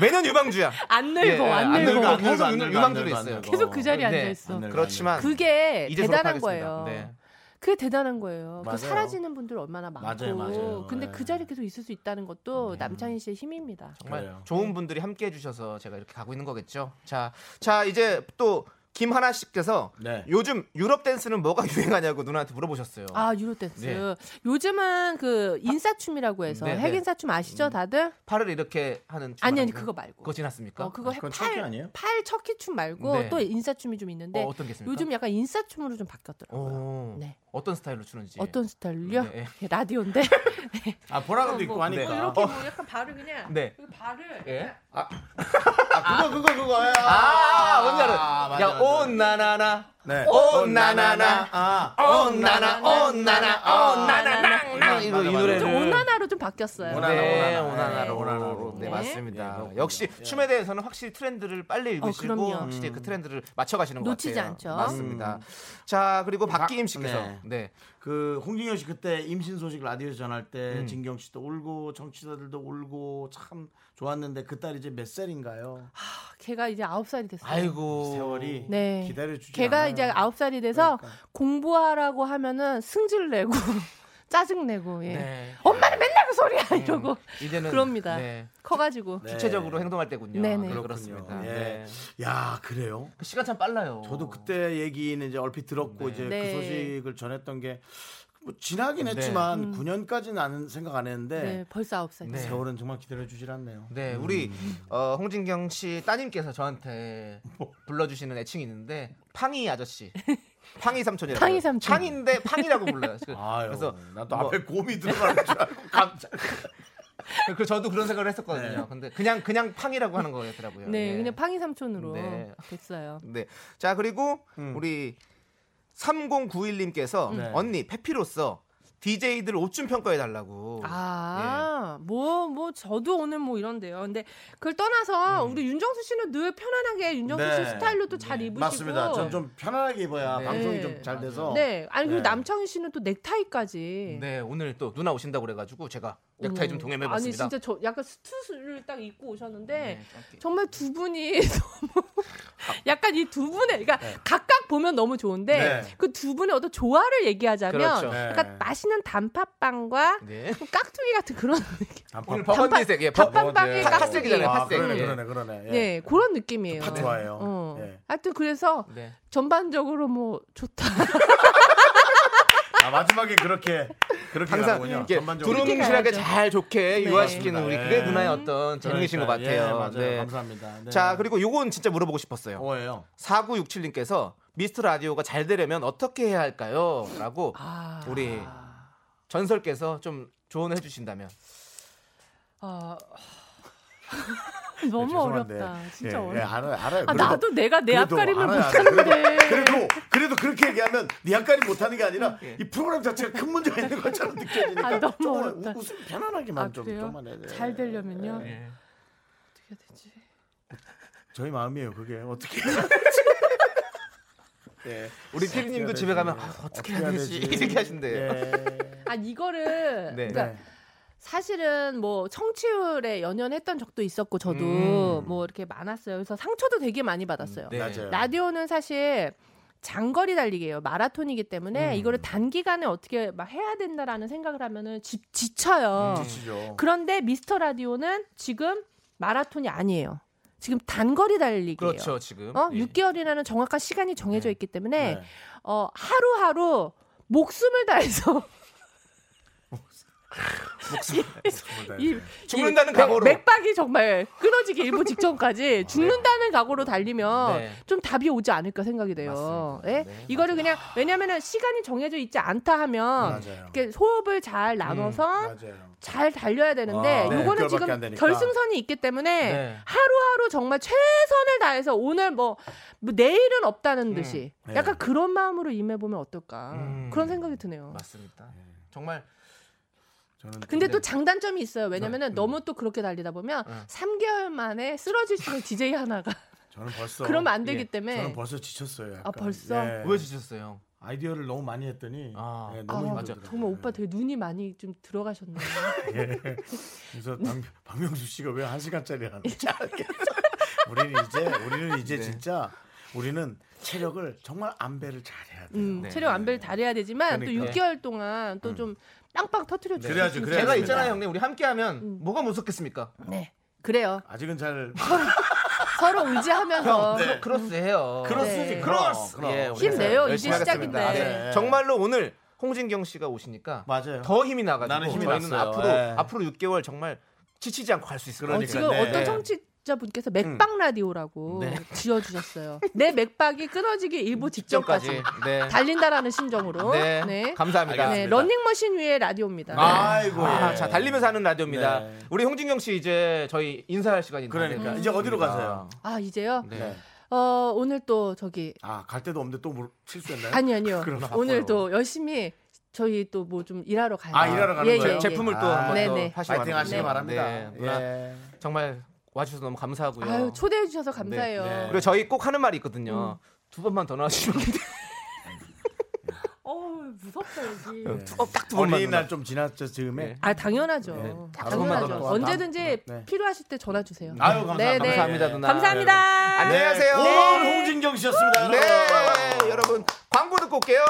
Speaker 2: 매년 유방주야.
Speaker 9: 안
Speaker 2: 예,
Speaker 9: 늙어,
Speaker 2: 예,
Speaker 9: 안
Speaker 2: 안
Speaker 9: 늙어.
Speaker 2: 늙어, 안
Speaker 1: 계속
Speaker 2: 계속
Speaker 1: 안 늙어,
Speaker 2: 유방주도
Speaker 1: 안 늙어,
Speaker 2: 있어요.
Speaker 1: 안 늙어.
Speaker 9: 계속 그 자리에
Speaker 2: 네.
Speaker 9: 앉아 있어.
Speaker 1: 안 늙어.
Speaker 2: 그렇지만
Speaker 9: 그게
Speaker 2: 이제
Speaker 9: 대단한
Speaker 2: 졸업하겠습니다.
Speaker 9: 거예요.
Speaker 2: 네.
Speaker 9: 그게 대단한 거예요. 그
Speaker 1: 맞아요.
Speaker 9: 사라지는 분들 얼마나 많고.
Speaker 1: 맞아요, 맞아요.
Speaker 9: 근데
Speaker 1: 네.
Speaker 9: 그 자리에 계속 있을 수 있다는 것도 남창희 씨의 힘입니다.
Speaker 2: 네. 정말
Speaker 1: 그래요.
Speaker 2: 좋은 분들이 함께 해주셔서 제가 이렇게 가고 있는 거겠죠. 자, 자 이제 또 김하나 씨께서
Speaker 1: 네.
Speaker 2: 요즘 유럽 댄스는 뭐가 [LAUGHS] 유행하냐고 누나한테 물어보셨어요.
Speaker 9: 아, 유로댄스.
Speaker 2: 네.
Speaker 9: 요즘은 그 인사춤이라고 해서
Speaker 2: 네, 네.
Speaker 9: 핵인사춤 아시죠, 다들?
Speaker 2: 팔을 이렇게 하는 춤
Speaker 9: 아니, 아니,
Speaker 2: 말고.
Speaker 9: 그거 말고.
Speaker 2: 그거 지났습니까?
Speaker 9: 어, 그거 핵-
Speaker 1: 그건 척이
Speaker 9: 팔,
Speaker 1: 아니에요?
Speaker 9: 팔 척키춤 말고
Speaker 2: 네.
Speaker 9: 또 인사춤이 좀 있는데
Speaker 2: 어, 어떤 게 있습니까?
Speaker 9: 요즘 약간 인사춤으로 좀 바뀌었더라고요.
Speaker 2: 오,
Speaker 9: 네.
Speaker 2: 어떤 스타일로 추는지.
Speaker 9: 어떤 스타일로요?
Speaker 2: 예. 네.
Speaker 9: 이게 라디오인데
Speaker 2: [LAUGHS]
Speaker 1: 아 보라도 입고
Speaker 9: 뭐,
Speaker 1: 하니까.
Speaker 9: 뭐 이렇게 뭐 약간 발을 그냥
Speaker 2: 네.
Speaker 9: 그 발을
Speaker 2: 예? 아,
Speaker 1: 아, 그거 그거 그거야.
Speaker 2: 아, 뭔지 알아.
Speaker 1: 맞아,
Speaker 2: 야,
Speaker 1: 맞아.
Speaker 2: 온나나나.
Speaker 1: 네.
Speaker 2: 온나나나.
Speaker 1: 아.
Speaker 2: 온나나, 온나나, 온나나나. 아, 이
Speaker 1: 맞아, 맞아.
Speaker 2: 노래를.
Speaker 9: 좀 오나나로 좀 바뀌었어요.
Speaker 1: 오나나,
Speaker 2: 네,
Speaker 1: 오나나.
Speaker 2: 오나나로,
Speaker 1: 네,
Speaker 2: 오나나로. 네,
Speaker 9: 네.
Speaker 1: 예,
Speaker 2: 맞습니다.
Speaker 1: 그렇군요.
Speaker 2: 역시 춤에 대해서는 확실히 트렌드를 빨리 읽으시고
Speaker 9: 어, 그럼요. 음.
Speaker 2: 확실히 그 트렌드를 맞춰가시는 것
Speaker 9: 놓치지
Speaker 2: 같아요.
Speaker 9: 않죠.
Speaker 2: 맞습니다. 자, 그리고 박기임 씨께서
Speaker 1: 네.
Speaker 2: 네.
Speaker 1: 그 홍진영 씨 그때 임신 소식 라디오에서 전할 때
Speaker 2: 음.
Speaker 1: 진경 씨도 울고 정치자들도 울고 참 좋았는데 그 딸 이제 몇 살인가요?
Speaker 2: 아,
Speaker 9: 걔가 이제 아홉 살이 됐어요.
Speaker 2: 아이고.
Speaker 1: 세월이
Speaker 9: 네.
Speaker 1: 기다려주지
Speaker 9: 걔가
Speaker 1: 않아요.
Speaker 9: 이제 아홉 살이 돼서
Speaker 1: 그러니까.
Speaker 9: 공부하라고 하면은 승질 내고 [LAUGHS] 짜증 내고 예.
Speaker 2: 네.
Speaker 9: 엄마는 맨날 그 소리야 이러고
Speaker 2: 이제는
Speaker 9: 그럽니다.
Speaker 2: 네.
Speaker 9: 커가지고
Speaker 1: 네.
Speaker 2: 주체적으로 행동할 때군요.
Speaker 9: 네네.
Speaker 2: 네,
Speaker 9: 그렇군요.
Speaker 2: 그렇습니다.
Speaker 1: 예.
Speaker 2: 네.
Speaker 1: 야 그래요?
Speaker 2: 그 시간 참 빨라요.
Speaker 1: 저도 그때 얘기는 이제 얼핏 들었고 이제
Speaker 9: 네.
Speaker 1: 그 소식을 전했던 게 뭐
Speaker 2: 네.
Speaker 1: 지나긴 했지만 9년까지는 안 생각 안 했는데
Speaker 9: 음. 네, 벌써 아홉 살.
Speaker 2: 네.
Speaker 1: 세월은 정말 기다려 주질 않네요.
Speaker 2: 네, 우리 어, 홍진경 씨 따님께서 저한테 불러주시는 애칭이 있는데 팡이 아저씨, 팡이 삼촌이라고. 그래요.
Speaker 9: 팡이 삼촌.
Speaker 2: 팡인데 팡이라고 불러요. 그-
Speaker 1: [LAUGHS] 아유,
Speaker 2: 그래서
Speaker 1: 나도
Speaker 2: 뭐-
Speaker 1: 앞에 곰이 들어가는 줄
Speaker 9: [LAUGHS]
Speaker 1: 알고
Speaker 9: 아,
Speaker 1: 깜짝.
Speaker 2: [LAUGHS] 그 저도 그런 생각을 했었거든요. 근데 그냥 그냥 팡이라고 하는 거였더라고요.
Speaker 9: 네,
Speaker 2: 예.
Speaker 9: 그냥 팡이 삼촌으로
Speaker 2: 네.
Speaker 9: 됐어요.
Speaker 2: 네. 자, 그리고 우리 3091님께서
Speaker 1: 음. 네.
Speaker 2: 언니 페피로서 DJ들 옷 좀 평가해 달라고.
Speaker 9: 아, 뭐 뭐 저도 오늘 뭐 이런데요. 근데 그걸 떠나서 우리 윤정수 씨는 늘 편안하게 윤정수
Speaker 1: 네.
Speaker 9: 씨 스타일로 또 잘 입으시고
Speaker 1: 맞습니다. 전 좀 편안하게 입어야
Speaker 2: 네.
Speaker 1: 방송이
Speaker 9: 네.
Speaker 1: 좀 잘 돼서.
Speaker 9: 네, 아니 그리고
Speaker 1: 네.
Speaker 9: 남창희 씨는 또 넥타이까지.
Speaker 2: 네, 오늘 또 누나 오신다고 그래 가지고 제가 넥타이 좀
Speaker 9: 음.
Speaker 2: 동염해 봤습니다.
Speaker 9: 아니 진짜 저 약간 스투를 딱 입고 오셨는데
Speaker 7: 네.
Speaker 9: 정말 두 분이 [LAUGHS] 너무
Speaker 1: 아.
Speaker 9: 약간 이 두 분의 그러니까 각각 보면 너무 좋은데
Speaker 1: 네.
Speaker 9: 그 두 분의 어떤 조화를 얘기하자면
Speaker 2: 그렇죠.
Speaker 1: 네.
Speaker 9: 약간 맛있는 단팥빵과
Speaker 2: 네.
Speaker 9: 좀 깍두기 같은 그런 느낌.
Speaker 1: 단팥-
Speaker 2: 오늘 버건디색 예, 버-
Speaker 9: 단팥빵에
Speaker 2: 팥-
Speaker 9: 깍두기.
Speaker 2: 팥색이잖아요.
Speaker 1: 아,
Speaker 2: 팥색.
Speaker 1: 그러네,
Speaker 2: 예.
Speaker 1: 그러네, 그러네.
Speaker 9: 예,
Speaker 1: 예.
Speaker 9: 그런 느낌이에요.
Speaker 1: 팥 좋아해요.
Speaker 9: 어.
Speaker 1: 예.
Speaker 9: 하여튼 그래서
Speaker 2: 네.
Speaker 9: 전반적으로 뭐 좋다.
Speaker 1: 아, 마지막에 그렇게 그렇게
Speaker 2: 항상
Speaker 1: 가군요.
Speaker 2: 이렇게
Speaker 1: 전반적으로.
Speaker 2: 두루뭉실하게
Speaker 9: 가야죠.
Speaker 2: 잘 좋게
Speaker 9: 네.
Speaker 2: 유화시키는 우리 그게
Speaker 1: 네.
Speaker 2: 누나의 어떤 재능이신 것
Speaker 1: 그러니까,
Speaker 2: 같아요.
Speaker 1: 예, 맞아요.
Speaker 2: 네.
Speaker 1: 감사합니다. 네.
Speaker 2: 자, 그리고 요건 진짜 물어보고 싶었어요.
Speaker 1: 오예요.
Speaker 2: 4967님께서 미스터 라디오가 잘 되려면 어떻게 해야 할까요? 라고
Speaker 9: 아.
Speaker 2: 우리 전설께서 좀 조언을 해주신다면
Speaker 1: [LAUGHS]
Speaker 9: 아. 너무 어렵다. 진짜
Speaker 1: 네, 예, 예,
Speaker 9: 어렵다.
Speaker 1: 알아요. 알아요.
Speaker 9: 아, 나도 내가 내
Speaker 1: 그래도
Speaker 9: 앞가림을
Speaker 1: 알아야 돼.
Speaker 9: 못하는데.
Speaker 1: 그래도 그래도 그렇게 얘기하면 네 앞가림 못하는 게 아니라 이 프로그램 자체가 큰 문제가 있는 것처럼 느껴지니까
Speaker 9: 예. 아, 너무
Speaker 1: 좀
Speaker 9: 어렵다.
Speaker 1: 웃- 웃음 편안하게만
Speaker 9: 아,
Speaker 1: 좀
Speaker 9: 그래요?
Speaker 1: 좀만 네. 해야 예. 돼.
Speaker 9: 잘 되려면요. 어떻게 해야 되지?
Speaker 1: 저희 마음이에요. 그게 어떻게. 예.
Speaker 2: 우리 피디님도 집에 가면 아, 어떻게 해야 되지 이렇게 하신대요.
Speaker 1: 예.
Speaker 9: 아
Speaker 2: [LAUGHS]
Speaker 9: 이거를
Speaker 2: 네.
Speaker 9: 그러니까 사실은 뭐 청취율에 연연했던 적도 있었고 저도
Speaker 2: 음.
Speaker 9: 뭐 이렇게 많았어요. 그래서 상처도 되게 많이 받았어요.
Speaker 2: 네.
Speaker 1: 맞아요.
Speaker 9: 라디오는 사실 장거리 달리기예요. 마라톤이기
Speaker 2: 음.
Speaker 9: 때문에 이거를 단기간에 어떻게 막 해야 된다라는 생각을 하면은 지, 지쳐요.
Speaker 2: 음.
Speaker 1: 지치죠.
Speaker 9: 그런데 미스터 라디오는 지금 마라톤이 아니에요. 지금 단거리 달리기예요.
Speaker 2: 그렇죠 지금.
Speaker 9: 어,
Speaker 2: 예.
Speaker 9: 6개월이라는 정확한 시간이 정해져
Speaker 2: 네.
Speaker 9: 있기 때문에
Speaker 1: 네.
Speaker 9: 어, 하루하루 목숨을 다해서 [LAUGHS] 이,
Speaker 2: 죽는다는
Speaker 9: 이
Speaker 2: 각오로.
Speaker 9: 맥, 박이 정말 끊어지기 일부 직전까지 죽는다는 각오로 달리면
Speaker 2: 네.
Speaker 9: 좀 답이 오지 않을까 생각이 돼요.
Speaker 2: 맞습니다.
Speaker 9: 예?
Speaker 2: 네,
Speaker 9: 이거를 그냥 왜냐면은 시간이 정해져 있지 않다 하면
Speaker 1: 맞아요.
Speaker 9: 이렇게 호흡을 잘
Speaker 2: 음,
Speaker 9: 나눠서
Speaker 1: 맞아요.
Speaker 9: 잘 달려야 되는데
Speaker 1: 아, 네.
Speaker 9: 요거는
Speaker 1: 그거밖에 안
Speaker 9: 지금
Speaker 1: 되니까.
Speaker 9: 결승선이 있기 때문에
Speaker 2: 네.
Speaker 9: 하루하루 정말 최선을 다해서 오늘 뭐, 뭐 내일은 없다는 듯이
Speaker 1: 네.
Speaker 9: 약간 그런 마음으로 임해보면 어떨까
Speaker 2: 음.
Speaker 9: 그런 생각이 드네요.
Speaker 2: 맞습니다. 정말
Speaker 1: 저는
Speaker 9: 근데
Speaker 2: 네.
Speaker 9: 또 장단점이 있어요. 왜냐면은
Speaker 1: 네.
Speaker 9: 너무 또 그렇게 달리다 보면 3개월 만에 쓰러질 수 있는 DJ 하나가
Speaker 1: 저는 벌써
Speaker 9: 그러면 안 되기
Speaker 2: 예,
Speaker 9: 때문에
Speaker 1: 저는 벌써 지쳤어요. 약간.
Speaker 9: 아, 벌써?
Speaker 1: 예.
Speaker 2: 왜 지셨어요?
Speaker 1: 아이디어를 너무 많이 했더니
Speaker 2: 아.
Speaker 1: 예,
Speaker 9: 아,
Speaker 1: [LAUGHS] 너무
Speaker 2: 맞아.
Speaker 1: 힘들더라고요.
Speaker 9: 정말 오빠 되게 눈이 많이 좀
Speaker 1: [LAUGHS]
Speaker 9: 들어가셨네요.
Speaker 1: 그래서 박, 박명수 씨가 왜 한 시간짜리
Speaker 9: [LAUGHS]
Speaker 1: 하는지 알겠어. 우리는 이제 우리는 이제
Speaker 2: 네.
Speaker 1: 진짜 우리는 체력을 정말 안배를 잘해야 돼요.
Speaker 9: 음,
Speaker 2: 네.
Speaker 9: 체력 안배를 잘해야 되지만
Speaker 1: 그러니까.
Speaker 9: 또 6개월 동안 또 좀 빵빵 터트려 주세요.
Speaker 1: 음. 그래야죠, 그래야죠.
Speaker 2: 제가
Speaker 1: 그렇습니다.
Speaker 2: 있잖아요 형님 우리 함께하면 뭐가 무섭겠습니까?
Speaker 9: 네. 그래요.
Speaker 1: 아직은
Speaker 2: [LAUGHS]
Speaker 1: 잘 [LAUGHS]
Speaker 9: 서로 의지하면서
Speaker 1: 네.
Speaker 2: 크로스 해요.
Speaker 1: 크로스지
Speaker 9: 네.
Speaker 1: 크로스. 그럼.
Speaker 2: 예, 우리
Speaker 9: 힘내요. 이제
Speaker 2: 열심히 하겠습니다. 아,
Speaker 9: 시작인데.
Speaker 1: 네.
Speaker 2: 정말로 오늘 홍진경 씨가 오시니까
Speaker 1: 맞아요.
Speaker 2: 더 힘이 나가지고
Speaker 1: 나는 힘이
Speaker 2: 저희는
Speaker 1: 났어요.
Speaker 2: 앞으로
Speaker 1: 예.
Speaker 2: 앞으로 6개월 정말 지치지 않고 할 수 있을
Speaker 9: 어,
Speaker 2: 거니까.
Speaker 9: 지금 어떤 청취자분께서 맥박 라디오라고 지어주셨어요. 내 맥박이 끊어지기 일부 직전까지
Speaker 2: 네.
Speaker 9: 달린다라는 심정으로.
Speaker 2: 네. 감사합니다.
Speaker 9: 네, 런닝머신 위의 라디오입니다.
Speaker 1: 아이고.
Speaker 2: 아,
Speaker 1: 예.
Speaker 2: 자 달리면서 하는 라디오입니다.
Speaker 1: 네.
Speaker 2: 우리 홍진경 씨 이제 저희 인사할 시간이
Speaker 1: 그러니까 이제 어디로 가세요?
Speaker 9: 아 이제요.
Speaker 2: 네.
Speaker 1: 네.
Speaker 9: 어 오늘 또 저기
Speaker 1: 아, 갈 때도 없는데 또 물- 실수했나요?
Speaker 9: 아니 아니요.
Speaker 1: 그럼 바빠요.
Speaker 9: 오늘 또 열심히 저희 또 뭐 좀 일하러 가요.
Speaker 1: 아, 일하러 가는
Speaker 9: 예,
Speaker 1: 거예요?
Speaker 9: 예, 예.
Speaker 2: 제품을 또
Speaker 1: 아,
Speaker 2: 한번
Speaker 9: 네,
Speaker 2: 더
Speaker 9: 네.
Speaker 2: 하시기
Speaker 1: 파이팅 하시기
Speaker 9: 네.
Speaker 1: 바랍니다.
Speaker 2: 네, 누나
Speaker 1: 예.
Speaker 2: 정말 와주셔서 너무 감사하고요.
Speaker 9: 아유 초대해 주셔서 감사해요.
Speaker 1: 네, 네.
Speaker 2: 그리고 저희 꼭 하는 말이 있거든요. 두 번만 더 나와주시면 [LAUGHS] 돼요.
Speaker 9: 어우 무섭다 여기.
Speaker 2: 딱두 번만.
Speaker 1: 어린이날 좀 지났죠, 지금에.
Speaker 2: 네.
Speaker 9: 아 당연하죠.
Speaker 1: 다음 번만
Speaker 9: 당연하죠.
Speaker 1: 더
Speaker 9: 언제든지
Speaker 1: 네.
Speaker 9: 필요하실 때 전화 주세요.
Speaker 1: 아유, 감사합니다.
Speaker 9: 네, 네.
Speaker 2: 감사합니다 누나.
Speaker 9: 감사합니다.
Speaker 2: 네. 안녕하세요.
Speaker 1: 고마운 홍진경 씨였습니다.
Speaker 2: 네,
Speaker 1: 여러분.
Speaker 2: 여러분 광고 듣고 올게요.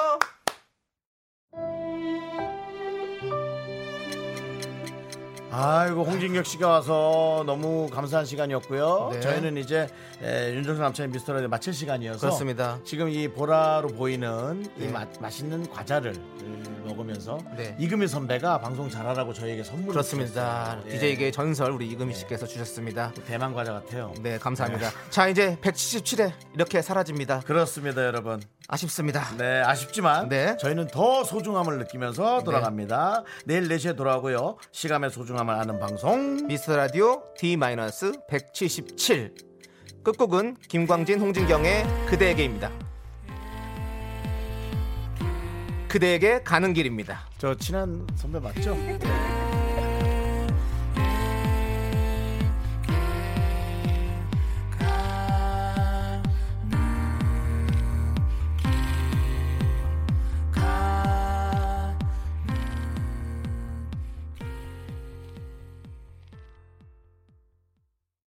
Speaker 1: 아이고 홍진경 씨가 와서 너무 감사한 시간이었고요.
Speaker 2: 네.
Speaker 1: 저희는 이제 에, 윤정수 남창의 미스터라디오 마칠 시간이어서
Speaker 2: 그렇습니다.
Speaker 1: 지금 이 보라로 보이는 이 마- 맛있는 과자를 음, 먹으면서
Speaker 2: 네.
Speaker 1: 이금희 선배가 방송 잘하라고 저희에게 선물을
Speaker 2: 그렇습니다.
Speaker 1: 주셨어요. 예.
Speaker 2: DJ계 전설 우리
Speaker 1: 네.
Speaker 2: 이금희 씨께서 주셨습니다.
Speaker 1: 대만 과자 같아요.
Speaker 2: 네, 감사합니다. 자, 이제 177회 이렇게 사라집니다.
Speaker 1: 그렇습니다, 여러분.
Speaker 2: 아쉽습니다.
Speaker 1: 네, 아쉽지만
Speaker 2: 네.
Speaker 1: 저희는 더 소중함을 느끼면서 돌아갑니다. 내일 4시에 돌아오고요. 시간의 소중함을 아는 방송.
Speaker 2: 미스터 라디오 D-177 끝곡은 김광진, 홍진경의 그대에게입니다. 그대에게 가는 길입니다.
Speaker 1: 저 친한 선배 맞죠?